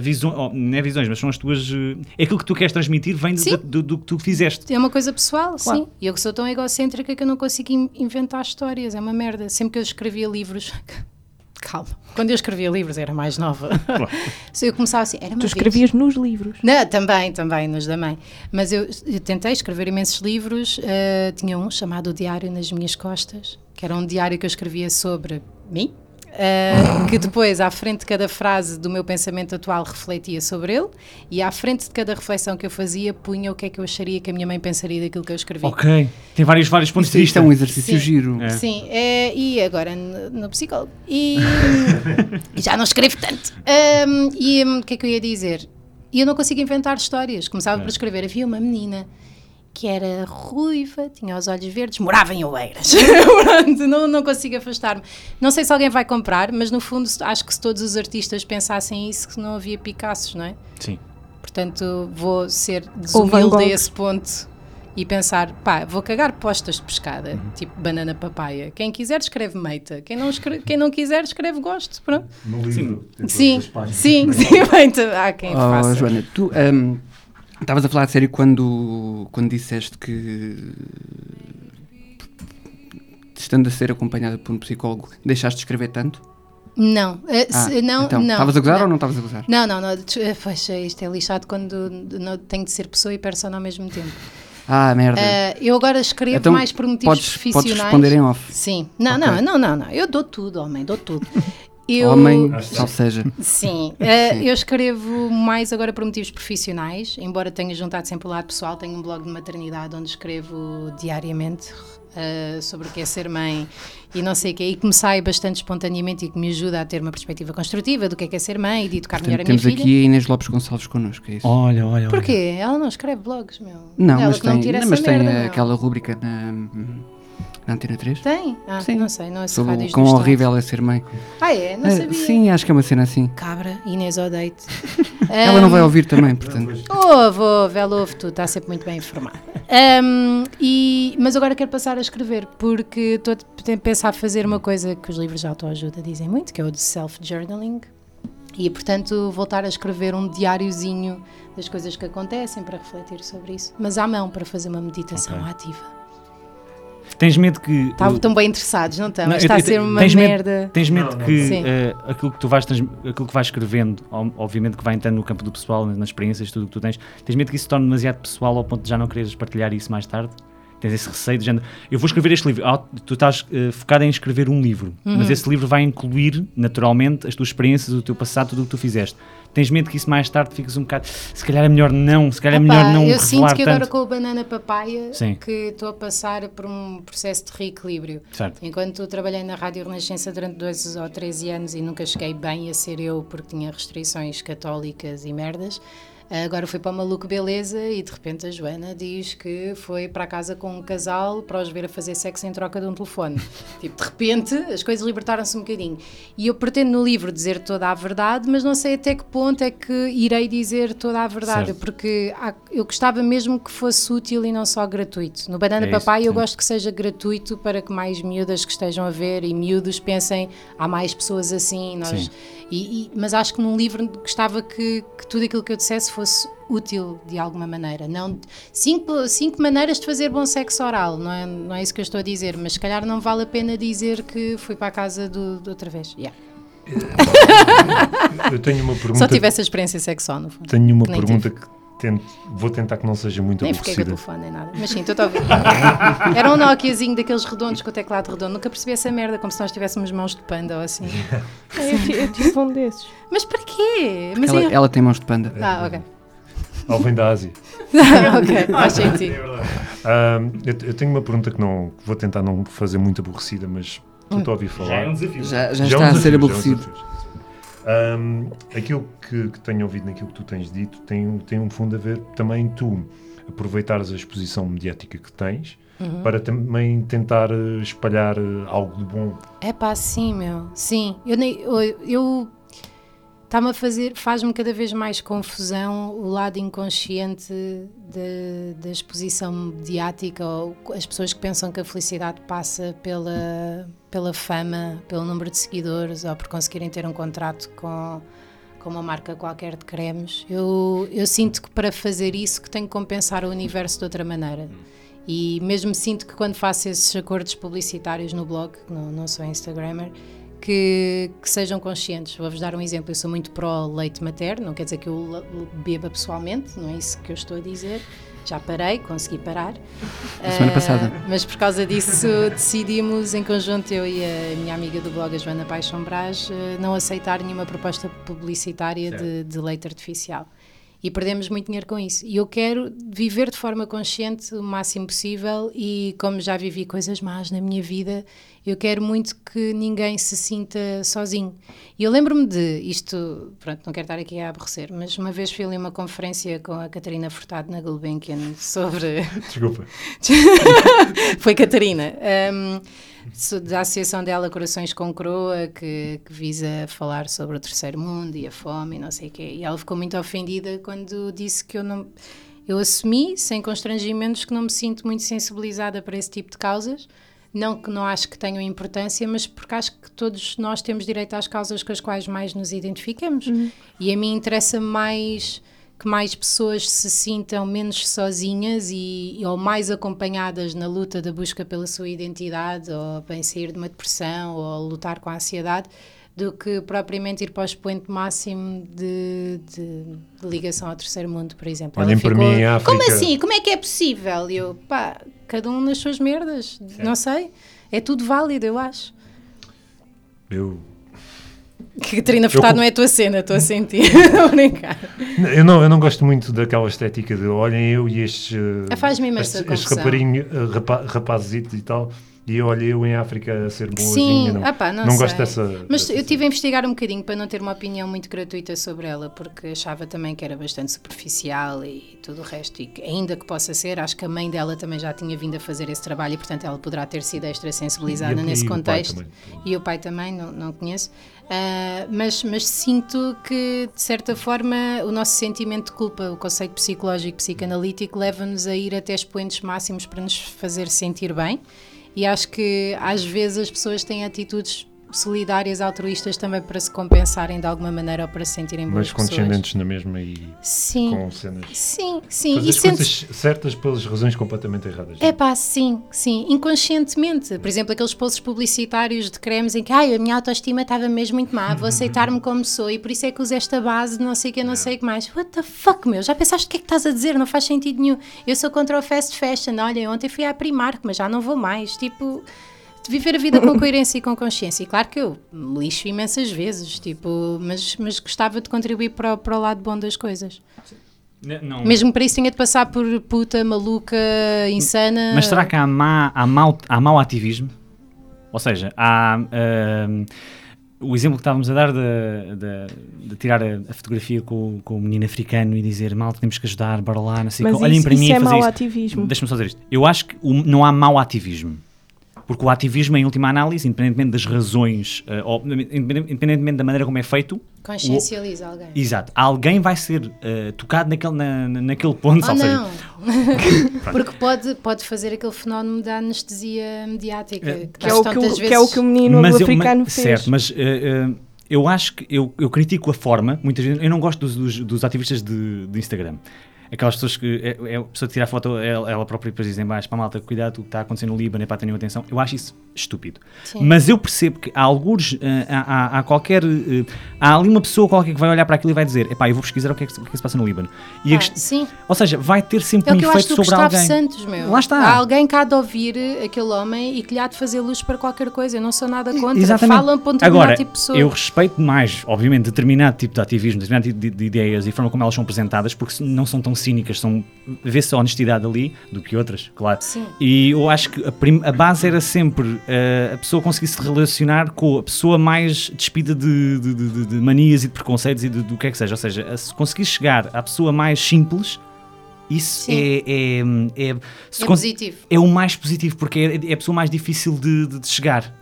visões, não é visões, mas são as tuas. eh, é aquilo que tu queres transmitir vem de-
Sim.
do, do que tu fizeste.
É uma coisa pessoal, sim. E eu que sou tão egocêntrica que eu não consigo in- inventar histórias, é uma merda. Sempre que eu escrevia livros. (laughs) Calma. Quando eu escrevia livros era mais nova. (laughs) Se eu começava assim, era uma
Tu
vez.
escrevias nos livros.
Não, também, também, nos da mãe. Mas eu, eu tentei escrever imensos livros. eh, tinha um chamado O Diário nas Minhas Costas, que era um diário que eu escrevia sobre mim, eh, que depois, à frente de cada frase do meu pensamento atual, refletia sobre ele, e à frente de cada reflexão que eu fazia, punha o que é que eu acharia que a minha mãe pensaria daquilo que eu escrevi.
Ok. Tem vários, vários pontos
Isto,
de
isto
vista.
é um exercício
Sim.
giro.
É.
Sim, eh, e agora no, no psicólogo. E e já não escrevo tanto. Ahm, e hum, o que é que eu ia dizer? E eu não consigo inventar histórias. Começava por escrever. Havia uma menina que era ruiva, tinha os olhos verdes, morava em Oeiras. (laughs) Pronto, não, não consigo afastar-me. Não sei se alguém vai comprar, mas no fundo acho que se todos os artistas pensassem isso, que não havia Picassos, não é?
Sim.
Portanto, vou ser
Ou Van
desumilde a
Gogh.
esse ponto e pensar, pá, vou cagar postas de pescada, tipo banana papaya. Quem quiser escreve meita, quem não, escre- quem não quiser escreve gosto, pronto.
No livro. tem todas
Sim,
as páginas.
sim, sim, (laughs) bem, então, há quem
Oh,
faça.
Joana, tu ahm, estavas a falar a sério quando, quando disseste que, estando a ser acompanhada por um psicólogo, deixaste de escrever tanto?
Não, eh, se-
Ah,
não,
então,
não.
Estavas a gozar ou não estavas a gozar?
Não, não, não, tu- eh, poxa, isto é lixado quando não tenho de ser pessoa e persona ao mesmo tempo.
Ah, merda.
Eh, eu agora escrevo
Então,
mais por motivos
podes- podes
profissionais.
responder em off.
Sim. Não,
Ok.
não, não, não, não. Eu dou tudo, homem,
(laughs)
dou tudo. Eu...
Homem, só seja. (laughs)
Sim, eh, eu escrevo mais agora por motivos profissionais, embora tenha juntado sempre o lado pessoal. Tenho um blog de maternidade onde escrevo diariamente eh, sobre o que é ser mãe e não sei o que, e que me sai bastante espontaneamente e que me ajuda a ter uma perspectiva construtiva do que é, que é ser mãe e de educar melhor
Portanto,
a minha
temos
filha.
aqui a Inês Lopes Gonçalves connosco, é isso?
Olha, olha. olha.
Porquê? Ela não escreve blogs, meu.
Não,
Ela
mas
que não
tem,
tira
não,
essa
mas tem
merda, meu.
aquela rúbrica na, na Antena 3.
Tem? Ah,
Sim.
não sei, não sei.
Sobre o quão horrível é ser mãe.
Ah, é? Não
Ah,
sabia.
sim, acho que é uma cena assim.
Cabra, Inês odeio-te.
(laughs) Ela não vai ouvir também, portanto.
Ouve, ouve, ela ouve tu, está sempre muito bem informada. Ahm, e, mas agora quero passar a escrever, porque estou a pensar fazer uma coisa que os livros de autoajuda dizem muito, que é o de self-journaling. E, portanto, voltar a escrever um diáriozinho das coisas que acontecem para refletir sobre isso. Mas à mão, para fazer uma meditação
Ok.
ativa.
Tens medo que.
Estavam
o-
Tá tão bem interessados, não estão?
Não,
Está
eu-
a
eu-
ser uma
tens medo-
merda.
Tens medo
Não, não.
que
Sim.
eh, aquilo que tu vais trans- aquilo que vais escrevendo, ob- obviamente que vai entrando no campo do pessoal, nas, nas experiências, tudo o que tu tens, tens medo que isso se torne demasiado pessoal ao ponto de já não quereres partilhar isso mais tarde? Tens esse receio de género, eu vou escrever este livro. Ah, tu estás eh, focado em escrever um livro, mas
Uhum.
esse livro vai incluir naturalmente as tuas experiências, o teu passado, tudo o que tu fizeste. Tens medo que isso mais tarde fiques um bocado, se calhar é melhor não, se calhar é
Epá,
melhor não
eu sinto
revelar
que
tanto.
agora com o banana papaya
Sim.
que estou a passar por um processo de reequilíbrio.
Certo.
Enquanto eu trabalhei na Rádio Renascença durante 12 ou 13 anos e nunca cheguei bem a ser eu porque tinha restrições católicas e merdas, eh, agora fui para o Maluco Beleza e de repente a Joana diz que foi para casa com um casal para os ver a fazer sexo em troca de
(laughs)
um telefone. tipo, de repente as coisas libertaram-se um bocadinho. E eu pretendo no livro dizer toda a verdade, mas não sei até que ponto é que irei dizer toda a verdade,
Certo.
porque há- eu gostava mesmo que fosse útil e não só gratuito. No Banana
É isso,
Papai eu
sim.
gosto gosto que seja gratuito para que mais miúdas que estejam a ver e miúdos pensem há mais pessoas assim.
Sim.
Nós, e- e- mas acho que num livro gostava que, que tudo aquilo que eu dissesse fosse útil de alguma maneira. Não, cinco, cinco maneiras de fazer bom sexo oral, não é, não é isso que eu estou a dizer, mas se calhar não vale a pena dizer que fui para a casa do, de outra vez. Yeah.
Eu tenho uma pergunta.
Só tive essa experiência sexual, no fundo.
Tenho uma
que nem
pergunta que tento- vou tentar que não seja muito
Nem fiquei com o
aborrecida.
telefone, nem nada. Mas sim, estou a ouvir. (laughs) Era um Nokiazinho daqueles redondos com o teclado redondo. Nunca percebi essa merda, como se nós tivéssemos mãos de panda ou assim.
Eu, ti- eu tive um desses.
Mas para quê? Mas
Ela,
é...
ela tem mãos de panda.
Ah, ok. (laughs)
Ela vem da Ásia.
ok, faz sentido.
Ahm, eu, eu tenho uma pergunta que não que vou tentar não fazer muito aborrecida, mas que eu estou a ouvir falar.
desafio.
Já, já
Já é um
está a ser
desafio, já é um
aborrecido.
desafio. Ahm, aquilo que, que tenho ouvido naquilo que tu tens dito tem, tem um fundo a ver também tu aproveitares a exposição mediática que tens para também tentar eh, espalhar eh, algo de bom. (laughs)
É pá, sim, meu. Sim. Eu nem. eu- Eu. Está-me a fazer. Faz-me cada vez mais confusão o lado inconsciente da- da exposição mediática ou as pessoas que pensam que a felicidade passa pela, pela fama, pelo número de seguidores ou por conseguirem ter um contrato com. com uma marca qualquer de cremes. Eu, eu sinto que para fazer isso que tenho que compensar o universo de outra maneira. E mesmo sinto que quando faço esses acordos publicitários no blog, que não, não sou Instagrammer, que, que sejam conscientes. Vou-vos dar um exemplo. Eu sou muito pró leite materno, não quer dizer que eu le- beba pessoalmente, não é isso que eu estou a dizer. Já parei, consegui parar.
(laughs) A semana
Eh,
passada.
mas por causa disso (laughs) decidimos em conjunto, eu e a minha amiga do blog, a Joana Paixão Brás, eh, não aceitar nenhuma proposta publicitária de, de leite artificial. E perdemos muito dinheiro com isso. E eu quero viver de forma consciente o máximo possível e como já vivi coisas más na minha vida, eu quero muito que ninguém se sinta sozinho. E eu lembro-me de, isto, pronto, não quero estar aqui a aborrecer, mas uma vez fui ali a uma conferência com a Catarina Furtado na Gulbenkian sobre
Desculpa.
(laughs) foi Catarina. Ahm, sou da associação dela Corações com Croa, que, que visa falar sobre o terceiro mundo e a fome e não sei o quê. E ela ficou muito ofendida quando disse que eu não. Eu assumi, sem constrangimentos, que não me sinto muito sensibilizada para esse tipo de causas. Não que não acho que tenham importância, mas porque acho que todos nós temos direito às causas com as quais mais nos identificamos. E a mim interessa mais que mais pessoas se sintam menos sozinhas e ou mais acompanhadas na luta da busca pela sua identidade ou bem sair de uma depressão ou lutar com a ansiedade do que propriamente ir para o expoente máximo de, de- de ligação ao terceiro mundo, por exemplo.
Olhem
Ela
para
ficou,
mim, a
Como
África-
assim? Como é que é possível? E Eu, pá, cada um nas suas merdas, não sei. É tudo válido, eu acho. (laughs)
Eu,
Que Catarina Furtado
com-
não é a tua cena, estou a sentir. (laughs) Tô a brincar.
eu, não, eu não gosto muito daquela estética de olhem eu e estes. eh,
Ah, faz-me imensa
estes, estes
confusão.
raparinho, eh, rapa, rapazitos e tal. E olha, eu em África a ser boazinha,
Sim,
não,
ah pá, não,
não
sei.
gosto dessa...
Mas
dessa
eu tive a investigar um bocadinho para não ter uma opinião muito gratuita sobre ela, porque achava também que era bastante superficial e tudo o resto, e que, ainda que possa ser, acho que a mãe dela também já tinha vindo a fazer esse trabalho e, portanto, ela poderá ter sido extra sensibilizada
E a-
nesse
e o pai
contexto.
também.
E o pai também, não, não conheço. Ah, mas, mas sinto que, de certa forma, o nosso sentimento de culpa, o conceito psicológico psicanalítico, leva-nos a ir até expoentes máximos para nos fazer sentir bem. E acho que, às vezes, as pessoas têm atitudes solidárias, altruístas também para se compensarem de alguma maneira ou para se sentirem boas
Mas
pessoas.
condescendentes na mesma e
Sim,
com cenas...
sim, sim.
Fazer
E
as
sentes-
coisas certas pelas razões completamente erradas.
É pá, sim, sim, inconscientemente. Por exemplo, aqueles posts publicitários de cremes em que ai, a minha autoestima estava mesmo muito má,
Uhum.
vou aceitar-me como sou e por isso é que uso esta base de não sei o
É.
que, não sei o que mais. What the fuck, meu? Já pensaste o que é que estás a dizer? Não faz sentido nenhum. Eu sou contra o fast fashion. Olha, ontem fui à Primark, mas já não vou mais. Tipo, de viver a
(laughs)
vida com coerência e com consciência. E claro que eu me lixo imensas vezes, tipo, mas, mas gostava de contribuir para, o- para o lado bom das coisas.
N- Não.
Mesmo para isso tinha de passar por puta, maluca, insana.
Mas será que há, má, há, mau, há mau ativismo? Ou seja, há. ahm, o exemplo que estávamos a dar de, de- de tirar a, a fotografia com, o- com o menino africano e dizer mal, temos que ajudar, bora lá, não sei o
Mas
quê. Olhem
isso,
para mim e
isso é
fazer
mau
isto.
ativismo.
Deixa-me só dizer isto. Eu acho que o- não há mau ativismo. Porque o ativismo, em última análise, independentemente das razões, eh, ou independente- independentemente da maneira como é feito,
Consciencializa alguém.
exato, alguém vai ser eh, tocado naquele, na- na- naquele ponto,
Ah,
Oh,
ou seja,
(laughs) não! Porque pode, pode fazer aquele fenómeno da anestesia mediática. Que,
Que é, o
nós
que o,
tantas
que é o que o menino
Mas eu-
africano
mas-
fez.
Certo, mas eh, eh, eu acho que eu, eu critico a forma, muitas vezes, eu não gosto dos, dos- dos ativistas de, de Instagram. Aquelas pessoas que é, é a pessoa tira a foto ela, ela própria e depois dizem baixo para malta, cuidado com o que está acontecendo no Líbano, é para terem atenção. Eu acho isso estúpido.
Sim.
Mas eu percebo que há alguns, eh, há, há- há qualquer, eh, há ali uma pessoa qualquer que vai olhar para aquilo e vai dizer, epá, eu vou pesquisar o que é que, se- o que é que se passa no Líbano. E a
Ah,
quest-
sim,
Ou seja, vai ter sempre
é
um
o que eu
efeito
acho do
sobre
Gustavo
alguém.
Santos, meu.
Lá está.
Há alguém cá de ouvir aquele homem e que lhe há de fazer luz para qualquer coisa. Eu não sou nada contra.
Exatamente.
Falam para um determinado
Agora,
tipo de pessoa.
eu respeito mais, obviamente, determinado tipo de ativismo, determinado tipo de, de ideias e a forma como elas são apresentadas, porque se- não são tão cínicas, são vê-se a honestidade ali do que outras, claro.
Sim.
E eu acho que a, prim- a base era sempre eh, a pessoa conseguir se relacionar com a pessoa mais despida de, de- de- de- de manias e de preconceitos e de- do que é que seja. Ou seja, a- se conseguir chegar à pessoa mais simples, isso
Sim.
é, é, é- se
É
con-
positivo.
é o mais positivo, porque é, é a pessoa mais difícil de, de- de chegar.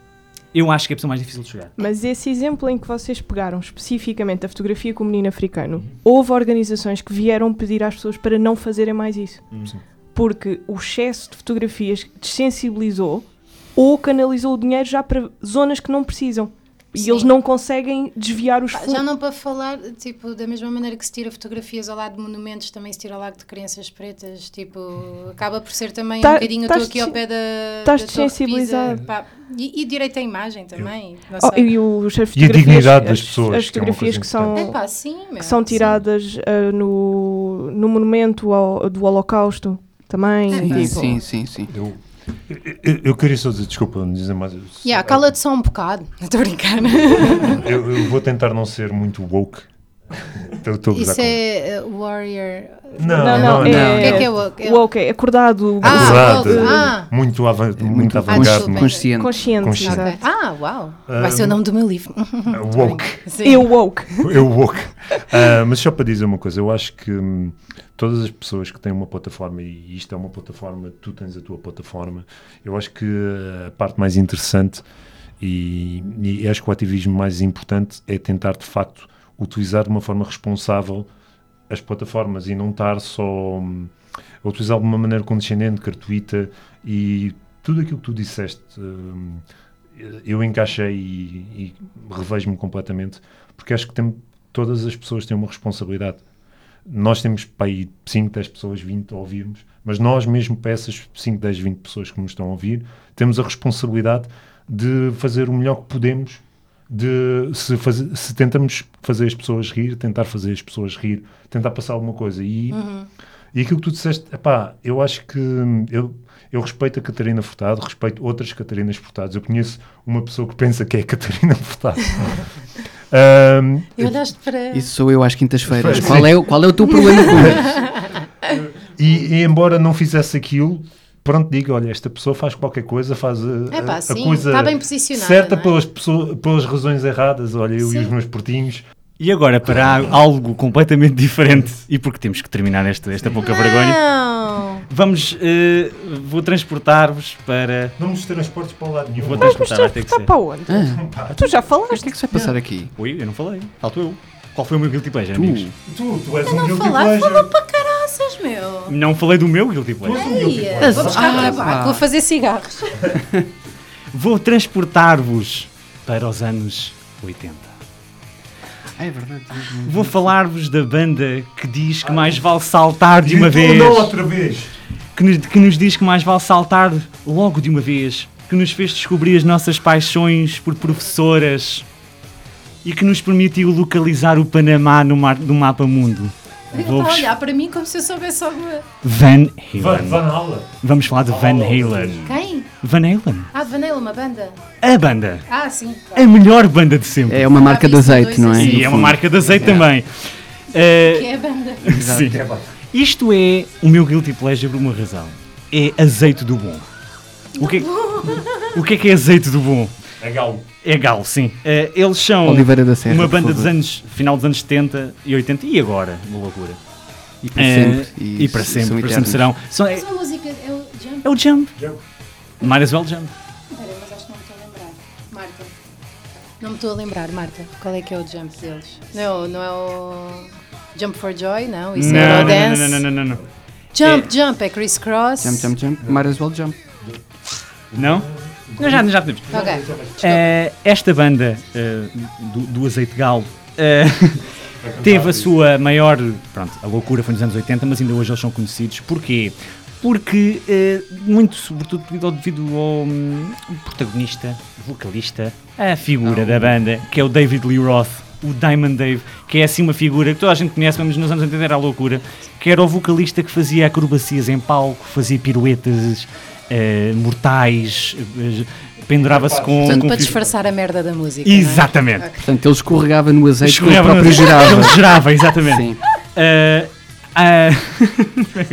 Eu acho que é a pessoa mais difícil de chegar.
Mas esse exemplo em que vocês pegaram especificamente a fotografia com o menino africano, houve organizações que vieram pedir às pessoas para não fazerem mais isso.
Sim.
Porque o excesso de fotografias desensibilizou ou canalizou o dinheiro já para zonas que não precisam. E
Sim.
eles não conseguem desviar os
Pá,
fundos.
Já não para falar, tipo, da mesma maneira que se tira fotografias ao lado de monumentos, também se tira ao lado de crianças pretas, tipo, acaba por ser também
Tá-
um bocadinho, eu estou
estás
aqui ao
de-
pé da
estás
da
de
Torre Pisa,
sensibilizado.
pá, e, e direito à imagem também, não
Oh,
sei.
e, os, as
E a
fotografias-
dignidade das
as-
pessoas,
As
que é uma coisa
fotografias que, são,
É pá, sim, meu,
Oh, que são tiradas ah, no, no monumento ao- do Holocausto também.
É,
tipo,
Sim, sim, sim, sim.
Eu, eu, eu queria só dizer, desculpa, não dizer mais.
Sim. Yeah, cala-te só um bocado, (laughs) estou a brincar.
Eu, eu vou tentar não ser muito woke. (laughs) Estou estou a gozar
Isso
com
é uh, Warrior.
Não,
Não, não,
não,
é-
O que é que é woke? É-
O ok, acordado,
Ah,
Acordado,
woke, ah.
muito, avan muito,
Muito
avangado,
desculpa.
mas
consciente.
consciente.
Consciente.
Ok.
exato.
Ah, uau! Vai
Um,
ser o nome do meu livro.
uh, woke.
Sim. Então
Eu woke.
Eu woke. Ah, mas só para dizer uma coisa, eu acho que hum, todas as pessoas que têm uma plataforma, e isto é uma plataforma, tu tens a tua plataforma, eu acho que a parte mais interessante e, e acho que o ativismo mais importante é tentar de facto utilizar de uma forma responsável as plataformas e não estar só hum, a utilizar de uma maneira condescendente, gratuita e tudo aquilo que tu disseste. hum, eu encaixei e, e revejo-me completamente, porque acho que tem, todas as pessoas têm uma responsabilidade. Nós temos para aí 5, 10 pessoas, 20 a ouvirmos, mas nós mesmo para essas 5, 10, 20 pessoas que nos estão a ouvir, temos a responsabilidade de fazer o melhor que podemos, de se, faze- se tentamos fazer as pessoas rir, tentar fazer as pessoas rir, tentar passar alguma coisa. E, e aquilo que tu disseste, epá, eu acho que hum, eu, eu respeito a Catarina Furtado, respeito outras Catarinas Furtadas. Eu conheço uma pessoa que pensa que é Catarina (laughs) Furtado. Hum,
(laughs) E olhaste para.
Isso sou eu às quintas-feiras.
Sim.
Qual é, o- qual é o teu problema com isso?
e, e embora não fizesse aquilo, pronto, diga, olha, esta pessoa faz qualquer coisa, faz a,
É pá,
a
sim,
coisa
está bem posicionada,
certa
não é?
pelas, pessoas, pelas razões erradas, olha, eu
Sim.
e os meus portinhos.
E agora para algo completamente diferente, e porque temos que terminar esta, esta pouca vergonha,
Não!
vamos, eh, vou transportar-vos para...
Não nos transportes para o lado nenhum.
Vou
Olha,
Mas
transportar, vai ter que
está
ser.
para onde?
Ah,
Tu já
mas o
falaste.
que é que se vai passar aqui?
Oi, eu não falei. Falto eu. Qual foi o meu guilty pleasure,
Tu,
amigos?
Tu, tu és um
Não
guilty
falar,
pleasure.
Ah, falou para caraças, meu.
Não falei do meu guilty
Tu
pleasure.
és um guilty
Ei,
pleasure.
vou buscar
Ah,
trabalho,
pá.
vou fazer cigarros.
Vou transportar-vos para os anos 80.
Ah, é verdade.
Vou falar-vos da banda que diz que mais vale saltar de uma
Gritou
vez.
Não outra vez.
que nos, que nos diz que mais vale saltar logo de uma vez, que nos fez descobrir as nossas paixões por professoras e que nos permitiu localizar o Panamá no, mar, no mapa mundo.
Ele está a
Vou-vos-
olhar Então, para mim como se eu soubesse alguma.
Van
Van,
Halen.
Van Halen.
Vamos falar de Van
Oh,
Halen.
Quem?
Van Halen,
Ah, Vanilla, uma banda.
a banda,
Ah, sim.
a melhor banda de sempre.
É uma marca de
Ah, isso,
azeite,
dois
não é?
assim.
E
No
é uma
fundo.
marca de azeite também. Eh,
Que é a banda.
sim.
É, pá.
Isto é o meu guilty pleasure por uma razão. É azeite do bom. O que é, o que, é que é azeite do bom?
É galo.
É galo, sim. Eh, eles são
Oliveira da Serra.
uma
por
banda dos
favor.
anos, final dos anos 70 e 80 e agora, uma loucura.
E para
Eh,
sempre.
E, para
s-
sempre,
são
para sempre
eternos.
serão. São- é,
Mas a música é o Jump.
é o Jump.
Jump.
Might as well Jump.
Espera, mas acho que não me estou a lembrar. Marta. Não me estou a lembrar, Marta. Qual é que é o jump deles? Não, não é o. Jump for Joy, não. Isso é
Não, não, não,
Eurodance.
não, não, não, não, não.
Jump, jump, é Chris Cross.
Jump, jump, jump. Might as well jump.
Não? Não, já, já podemos.
Ok.
Eh, esta banda eh, do, do Azeite Galo eh, (laughs) teve a sua maior. Pronto, a loucura foi nos anos 80, mas ainda hoje eles são conhecidos. Porquê? Porque, eh, muito sobretudo devido ao, devido ao, hum, protagonista, vocalista, a figura da banda, que é o David Lee Roth, o Diamond Dave, que é assim uma figura que toda a gente conhece, mas nos anos 80 era a loucura, que era o vocalista que fazia acrobacias em palco, fazia piruetas eh, mortais, eh, pendurava-se com,
Portanto,
com
Para
fio-
disfarçar né? a merda da música. é?
Exatamente.
Ok.
Portanto, ele escorregava no azeite
Escorregava
que ele próprio
no-
girava.
(laughs) Ele girava, exatamente.
Sim.
Ah, ah, (laughs)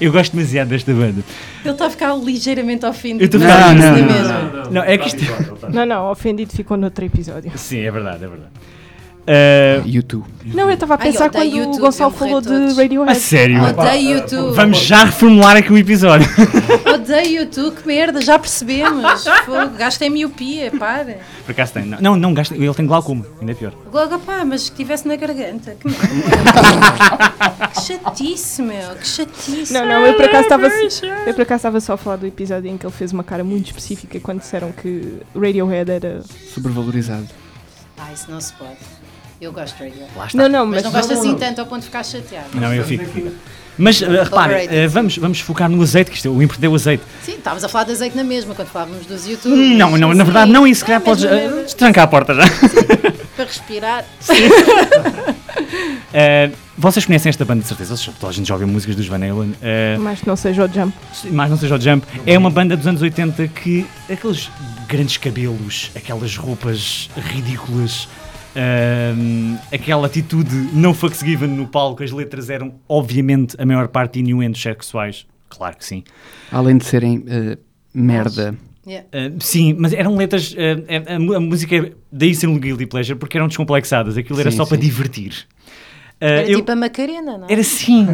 eu gosto demasiado desta banda.
Ele está a ficar ligeiramente ofendido.
Eu estou a
Não,
ficar-
não, não,
mesmo.
Não, é que isto-
Não, não, ofendido ficou no outro episódio.
(laughs) Sim, é verdade, é verdade. Ah,
YouTube.
Não, eu estava a
Ai,
pensar
odeio
quando o
YouTube,
Gonçalo
eu
falou
morri todos.
de Radiohead.
a sério.
Odeio tu.
Vamos já reformular aqui o episódio. (laughs)
Odeio tu, que merda, já percebemos. Fogo, gasto em miopia, para.
Por acaso tem. Não, não, não gasta. Ele tem glaucoma, ainda é pior.
Logo, pá, mas que tivesse na garganta. Que merda. que chatice, meu, que chatice.
Não, não, eu por acaso estava eu por acaso estava só a falar do episódio em que ele fez uma cara muito específica quando disseram que Radiohead era.
Sobrevalorizado.
Ah, isso não se pode. Eu gosto de Radiohead.
Lá está.
Não, não,
Mas
mas
não gosto assim tanto ao ponto de ficar chateado.
Não, eu fico. fico. Mas ah, reparem,
Overrated.
ah, vamos, vamos focar no azeite, que isto é o importante é o azeite.
Sim, estávamos a falar de azeite na mesma quando falávamos dos youtubers.
Não, não, na verdade,
Sim.
não, isso se calhar
Ah,
podes
mesmo,
ah,
mesmo.
trancar a porta já. (laughs)
Para respirar.
Uh, vocês conhecem esta banda de certeza, vocês- toda a gente já ouviu músicas dos Van Halen, uh,
Mas que não seja o Jump.
mais não seja o Jump. É uma banda dos anos 80 que aqueles grandes cabelos, aquelas roupas ridículas, um, aquela atitude não fucks given no palco, as letras eram obviamente a maior parte inuendos sexuais, claro que sim.
Além de serem eh, merda.
Yeah.
Uh, sim, mas eram letras, uh, a, a mu- a música daí ser um guilty pleasure porque eram descomplexadas, aquilo era
Sim,
só para
sim.
divertir. Uh,
Era
eu-
tipo a Macarena, não?
era
(laughs)
assim,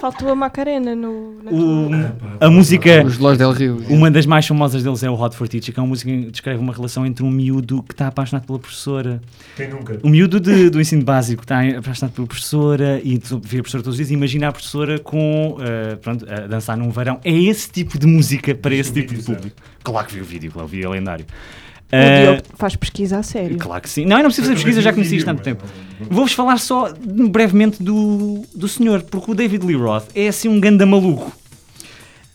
Faltou a Macarena no. na tua-
o- a música
Os Los Del Rio.
Uma das mais famosas deles é o Hot for Teacher, que é uma música que descreve uma relação entre um miúdo que está apaixonado pela professora.
Quem nunca?
O miúdo de- do ensino básico que está apaixonado pela professora e vê a professora todos os dias e imagina a professora com, eh, pronto, a dançar num verão. É esse tipo de música para esse
Viste o
tipo de
vídeo,
público. Claro que vi o vídeo, claro, vi, é lendário.
O
Eh,
Diogo faz pesquisa a sério.
claro que sim. Não, eu não preciso fazer pesquisa, já conheci isto há muito tempo. Vou-vos falar só brevemente do, do senhor, porque o David Lee Roth é assim um ganda maluco.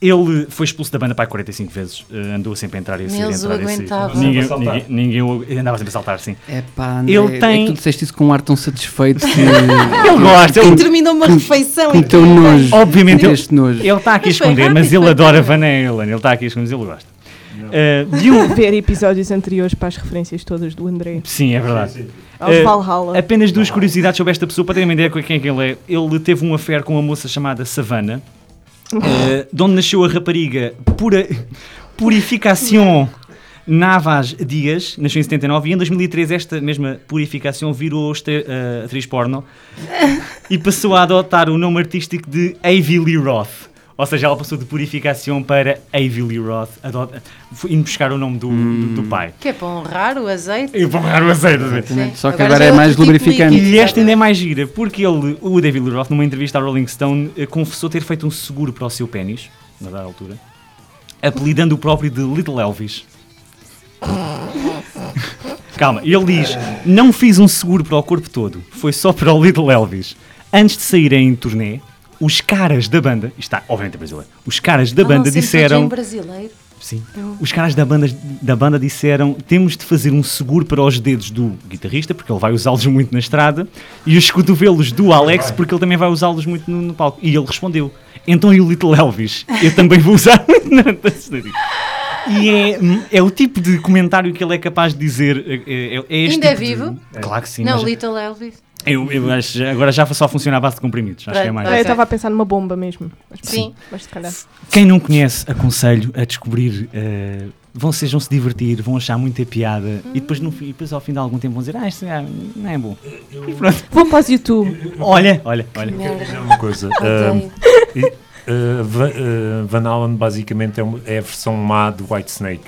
Ele foi expulso da banda para 45 vezes, eh, andou sempre a entrar e a sair,
Eles o
entrar e a sair.
aguentavam.
Ninguém,
Andava a
ninguém,
saltar.
ninguém o- ele andava sempre a saltar, sim.
É pá,
Ele
André, é que
tem-
tu disseste isso com um ar tão satisfeito
(laughs)
que...
Ele gosta,
E
ele,
terminou uma refeição
com teu
incrível.
nojo.
obviamente ele,
Este nojo.
ele está aqui a
Mas foi
esconder,
rápido,
mas ele
foi
adora
rápido.
Van Halen, ele está aqui a esconder, mas ele gosta. Eh,
(laughs)
viu?
Ver episódios anteriores para as referências todas do André.
Sim, é verdade.
Ao
Eh,
Valhalla.
Apenas duas é. curiosidades sobre esta pessoa, para terem uma ideia de quem é que ele é. Ele teve um affair com uma moça chamada Savannah, eh, de onde nasceu a rapariga Pura, Purificação Navas Dias, nasceu em 79, e em 2003 esta mesma Purificação virou este, eh, atriz porno e passou a adotar o nome artístico de Avi Lee Roth. Ou seja, ela passou de Purificação para Avi Lee Roth, adota, foi indo buscar o nome do, do- do pai.
Que é para honrar o azeite.
E vão raro a sério,
Sim.
Só que
Agora
agora
já
é
é
mais
outro tipo de
lubrificante.
líquido.
E esta ainda é mais gira, porque ele, o David Lee Roth, numa entrevista à Rolling Stone, eh, confessou ter feito um seguro para o seu pênis, na dada altura, apelidando o próprio de Little Elvis. (laughs) Calma, ele diz: Não fiz um seguro para o corpo todo, foi só para o Little Elvis. Antes de saírem em turnê, os caras da banda, isto está obviamente brasileiro, os caras da
Ah, não,
banda
sempre
disseram.
em brasileiro.
Sim. Os caras da banda, da banda disseram temos de fazer um seguro para os dedos do guitarrista, porque ele vai usá-los muito na estrada, e os cotovelos do Alex, porque ele também vai usá-los muito no, no palco. E ele respondeu, então e o Little Elvis? Eu também vou usar (laughs) muito na na cenaria." E é, é o tipo de comentário que ele é capaz de dizer. É, é- é este
Ainda é
tipo de-
vivo?
Claro que sim.
não,
mas
Little Elvis.
eu, eu acho- agora já só funciona à base de comprimidos. Acho que é mais.
Ah, eu
Ok.
estava a pensar numa bomba mesmo. Mas, pronto,
Sim.
Mas se calhar.
Quem não conhece, aconselho a descobrir. eh, vão, vocês vão se divertir, vão achar muita piada e, depois no, fim- e depois ao fim de algum tempo vão dizer: Ah, isto ah, não é bom. E pronto.
Vou para os YouTube.
Olha, olha, olha.
Não,
É uma
(laughs)
coisa.
odeio.
ah, e, ah, Va- ah, Van Halen basicamente é, uma- é a versão má de White Snake.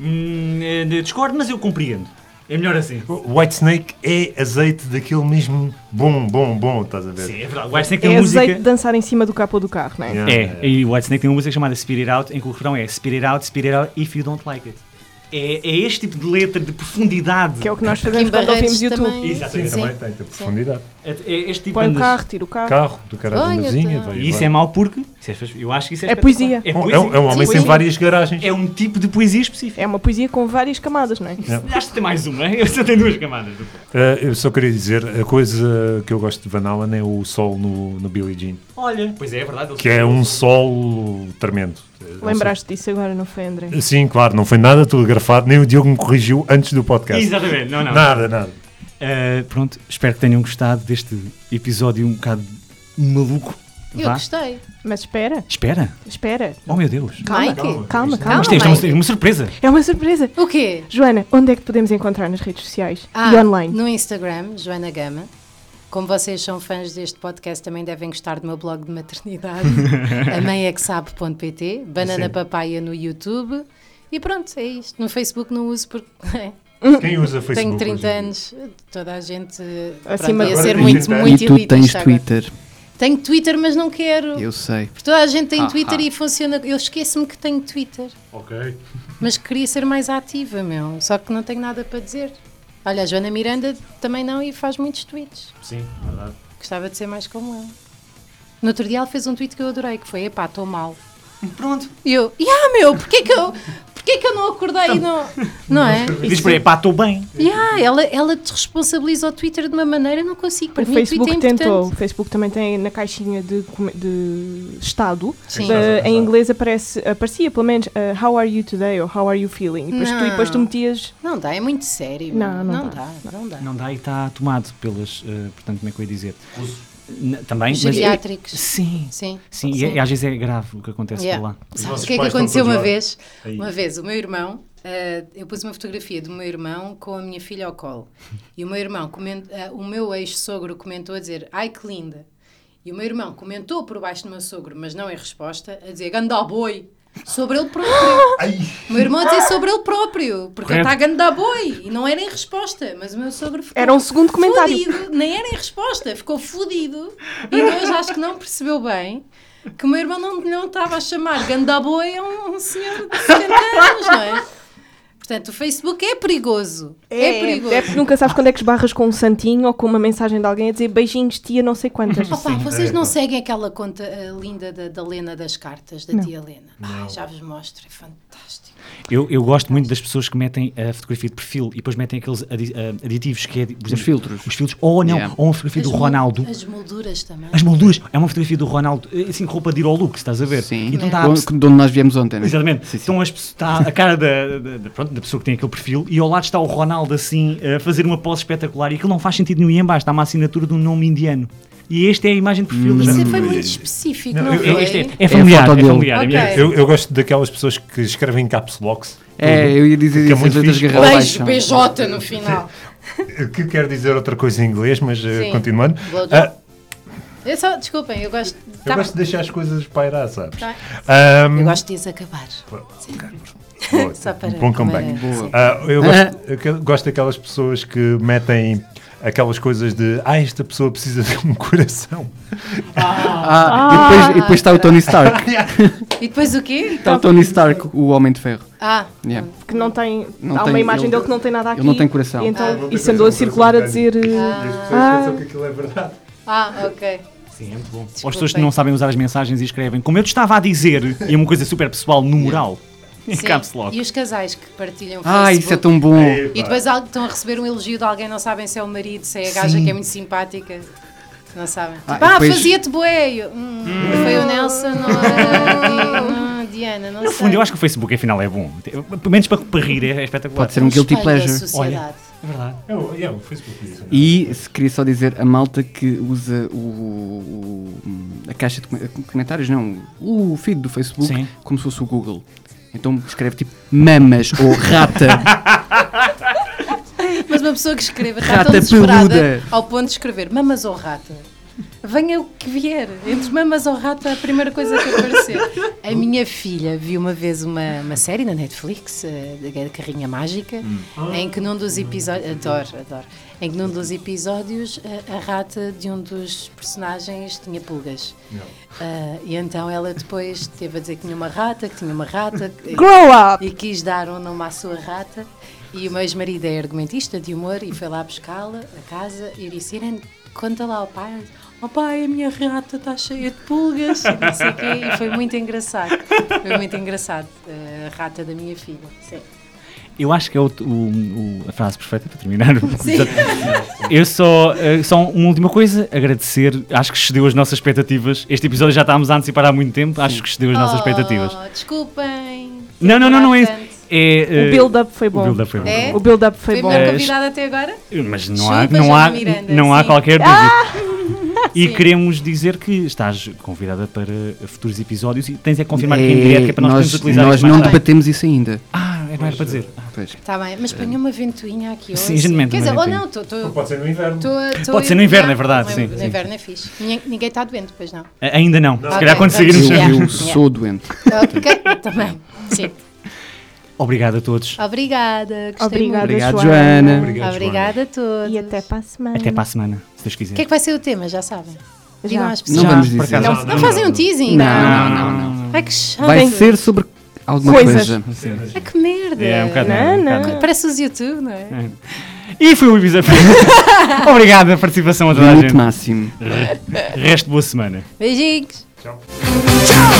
Hum, eh, discordo, mas eu compreendo. É melhor assim.
White Snake é azeite daquele mesmo bom, bom, bom, estás a ver?
Sim, é verdade. O Whitesnake tem
É
uma
azeite de
música.
dançar em cima do capô do carro, não é?
Yeah.
É, e o Whitesnake tem uma música chamada Spit It Out, em que o refrão é Spit It Out, Spit It Out, if you don't like it. É, é este tipo de letra, de profundidade.
Que é o que nós
Kim
fazemos quando
Barreiros
ouvimos YouTube.
também.
Exatamente,
Sim.
Também tem, tem profundidade.
É, é este tipo
Põe o
de-
carro, tira o carro.
Carro, do cara da
Olha,
mozinha.
tá.
vai,
E isso
vai.
é mau porque. isso é- eu acho que isso é
É
espetacular.
poesia.
É
Bom,
poesia.
é um, é um homem
Sim,
sem
sim.
várias garagens.
É um tipo de poesia específica.
É uma poesia com várias camadas, não é?
Acho que tem mais uma, eu só tenho duas camadas.
Ah, eu só queria dizer, a coisa que eu gosto de Van Halen é o sol no, no Billie Jean,
Olha, pois é, é verdade.
que é um sol tremendo.
Lembraste disso agora, não foi, André?
Sim, claro, não foi nada telegrafado, nem o Diogo me corrigiu antes do podcast.
Exatamente, não, não.
Nada, nada.
Uh, pronto, espero que tenham gostado deste episódio um bocado maluco.
Eu gostei.
Mas espera,
Espera,
espera.
oh meu Deus.
Mike?
Calma, calma.
Mas tem, isto é
mãe.
uma, é uma surpresa.
É uma surpresa.
O quê?
Joana, onde é que te podemos encontrar nas redes sociais
Ah,
e online?
No Instagram, Joana Gama. Como vocês são fãs deste podcast, também devem gostar do meu blog de maternidade, amanhexabe.pt, Banana
Sim.
Papaya no YouTube. E pronto, é isto. No Facebook não uso porque (laughs) né,
Quem usa Facebook?
tenho 30
hoje em dia?
anos, toda a gente
Acima
pronto, ia
de-
ser
Agora
muito,
é
30
muito
e tu
elitista
tens
agora.
Twitter,
Tenho Twitter, mas não quero.
eu sei.
Porque toda a gente tem
Ah,
Twitter
ah.
e funciona. Eu esqueço-me que tenho Twitter,
Ok.
mas queria ser mais ativa, meu. Só que não tenho nada para dizer. Olha, a Joana Miranda também não e faz muitos tweets.
Sim, verdade.
Gostava de ser mais como ela. No outro dia ela fez um tweet que eu adorei, que foi, epá, estou mal.
Pronto.
E eu, yeah, meu, porquê que eu, porquê que eu não acordei e não... Não é?
Diz para aí, pá, estou bem.
Yeah, ela, ela desresponsabiliza o Twitter de uma maneira, eu não consigo. Para
O
mim o
Facebook
Twitter é
tentou. O
importante.
Facebook também tem na caixinha de, com- de estado.
Sim.
da-
Exato,
em
exato.
inglês aparece, aparecia pelo menos uh, How are you today ou How are you feeling? E depois, tu, e depois tu
Não.
metias.
Não dá, é muito sério.
Não, não
dá.
dá.
Não dá.
Não dá e está tomado pelas. eh, portanto, como é que eu ia dizer? N- Também. mas-
Geriátricos.
Sim.
Sim.
Sim, e- E, às vezes é grave o que acontece
Yeah.
por lá.
Sabes
vossos
o que é que
pais estão
aconteceu
todos
uma
lá?
vez?
Aí.
Uma vez, o meu irmão, eh, eu pus uma fotografia do meu irmão com a minha filha ao colo. E o meu irmão, comen- eh, o meu ex-sogro comentou a dizer, ai que linda. E o meu irmão comentou por baixo do meu sogro, mas não em resposta, a dizer, ganda boi. Sobre ele
(gasps)
próprio. o meu irmão a dizer sobre ele próprio, porque ele
Correto.
está ganda boi. E não era em resposta, mas o meu sogro ficou
Era um segundo comentário.
fudido, nem era em resposta, ficou fudido. E hoje acho que não percebeu bem que o meu irmão não, não estava a chamar Gandaboi a um, um senhor de 70 anos, não é? Portanto, o Facebook é perigoso. É, perigoso.
é porque nunca sabes quando é que esbarras com um santinho ou com uma mensagem de alguém a dizer beijinhos, tia, não sei
(laughs)
quantas.
Opa, vocês não seguem aquela conta eh, linda da, da Lena das cartas, da tia Lena. Ai, já vos mostro, é fantástico.
Eu, eu gosto muito das pessoas que metem a fotografia de perfil e depois metem aqueles adi- ah, aditivos que é, por exemplo,
filtros.
Os filtros. Ou não,
Yeah.
ou uma fotografia
As
do
mol-
Ronaldo.
As molduras também.
As molduras. É uma fotografia do Ronaldo, eh, assim, roupa de ir ao look, estás a ver?
Sim,
Então está a
Com- de onde nós viemos ontem. né?
Exatamente.
Sim, sim.
Então as pessoas- está a cara da, da- da- pronto, da pessoa que tem aquele perfil e ao lado está o Ronaldo assim a fazer uma pose espetacular e aquilo não faz sentido nenhum e em baixo está uma assinatura de um nome indiano. E este é a imagem de perfil da
Isso
Jana
foi
Ferreira.
muito específico,
Não,
não,
eu-
foi?
eu-
Este é,
Hum. É
é
a
familiar,
foto
é
dele.
familiar. a minha-
Ok.
Eu, eu gosto daquelas pessoas que escrevem caps locks.
É, eu ia dizer
Porque é
isso,
muito
é das
fixe.
garrafas
Beijo,
baixas.
PJ no final.
Que quer dizer outra coisa em inglês, mas eh,
Sim.
continuando.
Blowjob.
Ah,
Eu É só, desculpem, eu gosto.
eu gosto de deixar as coisas pairar, sabes?
Tá.
Ahm,
Eu gosto de as acabar.
Boa,
Só para
Bom comeback.
para-
Boa.
Ah, eu, gosto, eu que- gosto daquelas pessoas que metem aquelas coisas de ah, esta pessoa precisa de um coração.
Ah, e depois, e depois está o Tony Stark.
(laughs)
E depois o quê?
Está o Tony Stark, o Homem de Ferro.
Ah,
Yeah.
Que não tem.
Não
há
tem-
uma imagem
ele-
dele que não tem nada
ele
aqui.
não tem coração.
E, então,
Ah.
isso andou a circular a dizer.
E as pessoas
Ah.
pensam que aquilo é verdade.
ah, ok.
Sim, é muito bom. Ou as pessoas que não sabem usar as mensagens e escrevem, como eu te estava a dizer, e é uma coisa super pessoal no mural. (laughs) Em
Sim.
caps lock.
E os casais que partilham
Ah,
Facebook.
isso é tão bom.
E depois al- estão a receber um elogio de alguém, não sabem se é o marido, se é a gaja que é muito simpática. Não sabem.
Ah,
Ah,
e depois-
fazia-te bué. Eu, Hum, Foi o Nelson, não era? Di- hum, Diana, não
No
sei.
fundo, eu acho que o Facebook, afinal, é bom. Te- Pelo menos para, para rir, é, é espetacular.
Pode ser um guilty
Espelho da
pleasure.
sociedade.
É verdade.
É o, é o Facebook. isso, não é?
E se queria só dizer a malta que usa o, o- a caixa de come- comentários, não, o feed do Facebook
Sim.
como se fosse o Google. Então escreve tipo mamas ou
(laughs)
rata.
Mas uma pessoa que escreva está
Rata
tão desesperada
peluda.
ao ponto de escrever mamas ou rata. Venha o que vier. Entre mamas ou rata, a primeira coisa que aparecer. A minha filha viu uma vez uma, uma série na Netflix, eh, da Carrinha Mágica, em que num dos episódios. Adoro, adoro. Em que num dos episódios eh, a, rata de um dos personagens tinha pulgas. Ah, e então ela depois teve a dizer que tinha uma rata, que tinha uma rata. que-
eh, Grow up!
e quis dar um nome à sua rata. E o meu ex-marido é argumentista de humor e foi lá buscá-la a casa e disse: Irene, conta lá ao pai. Oh pai, a minha rata está cheia de pulgas e não sei o quê. E foi muito engraçado. Foi muito engraçado. eh, A rata da minha filha. Sim.
Eu acho que é o, o- o- a frase perfeita para terminar. (laughs) Eu só, eh, só uma última coisa, agradecer. Acho que excedeu as nossas expectativas. Este episódio já estávamos a antecipar há muito tempo. Acho que excedeu as nossas expectativas.
Oh, desculpem.
Não, não, não, não é isso.
Bastante.
É,
O
eh,
build-up foi
o
bom.
build-up foi bom.
É?
O build-up
Foi
foi
o
bom.
meu
Eh,
convidado até agora?
Mas não há,
Chupa,
não há,
Joana Miranda,
não há
sim. Ah!
qualquer dúvida. (laughs) E
Sim.
queremos dizer que estás convidada para futuros episódios e tens é que confirmar aqui em
É,
direto que é para nós, podermos utilizar
nós
isto
não
mais tarde.
debatemos isso ainda.
Ah, é, não era para dizer. Ah,
Pois.
Está Tá bem, mas ponha uma ventoinha aqui hoje.
Sim, gentilmente,
Quer
uma
dizer, ou
ventoinha.
não, estou.
Pode ser no inverno.
Pode ser no inverno, é verdade, sim,
No
sim.
inverno é fixe. Ninguém ninguém está doente, pois não.
Ainda não. Se calhar
Ok,
quando
vamos
sairmos.
Eu,
Yeah.
eu sou doente.
Ok, também. Sim.
Obrigado a todos.
Obrigada. Gostei
Obrigada,
muito.
Obrigado,
Joana.
Joana.
Obrigado, Joana.
Obrigada a todos.
E até para a semana.
Até para a semana, se Deus
O
quiser.
que é que vai ser o tema? Já sabem. Digam
Já.
às
Não
pessoas.
vamos
por
dizer.
acaso,
Não, não fazem um teasing.
Não, não, não.
Ai que chato.
Vai ser sobre alguma
Coisas.
coisa.
Ai que merda.
É um bocado.
Não,
é um
não.
bocado.
Parece os YouTube, não é?
E foi o
(laughs)
episódio. Obrigado a participação a toda a
Limite
gente.
máximo.
Resto de boa semana.
Beijinhos.
Tchau.
Tchau!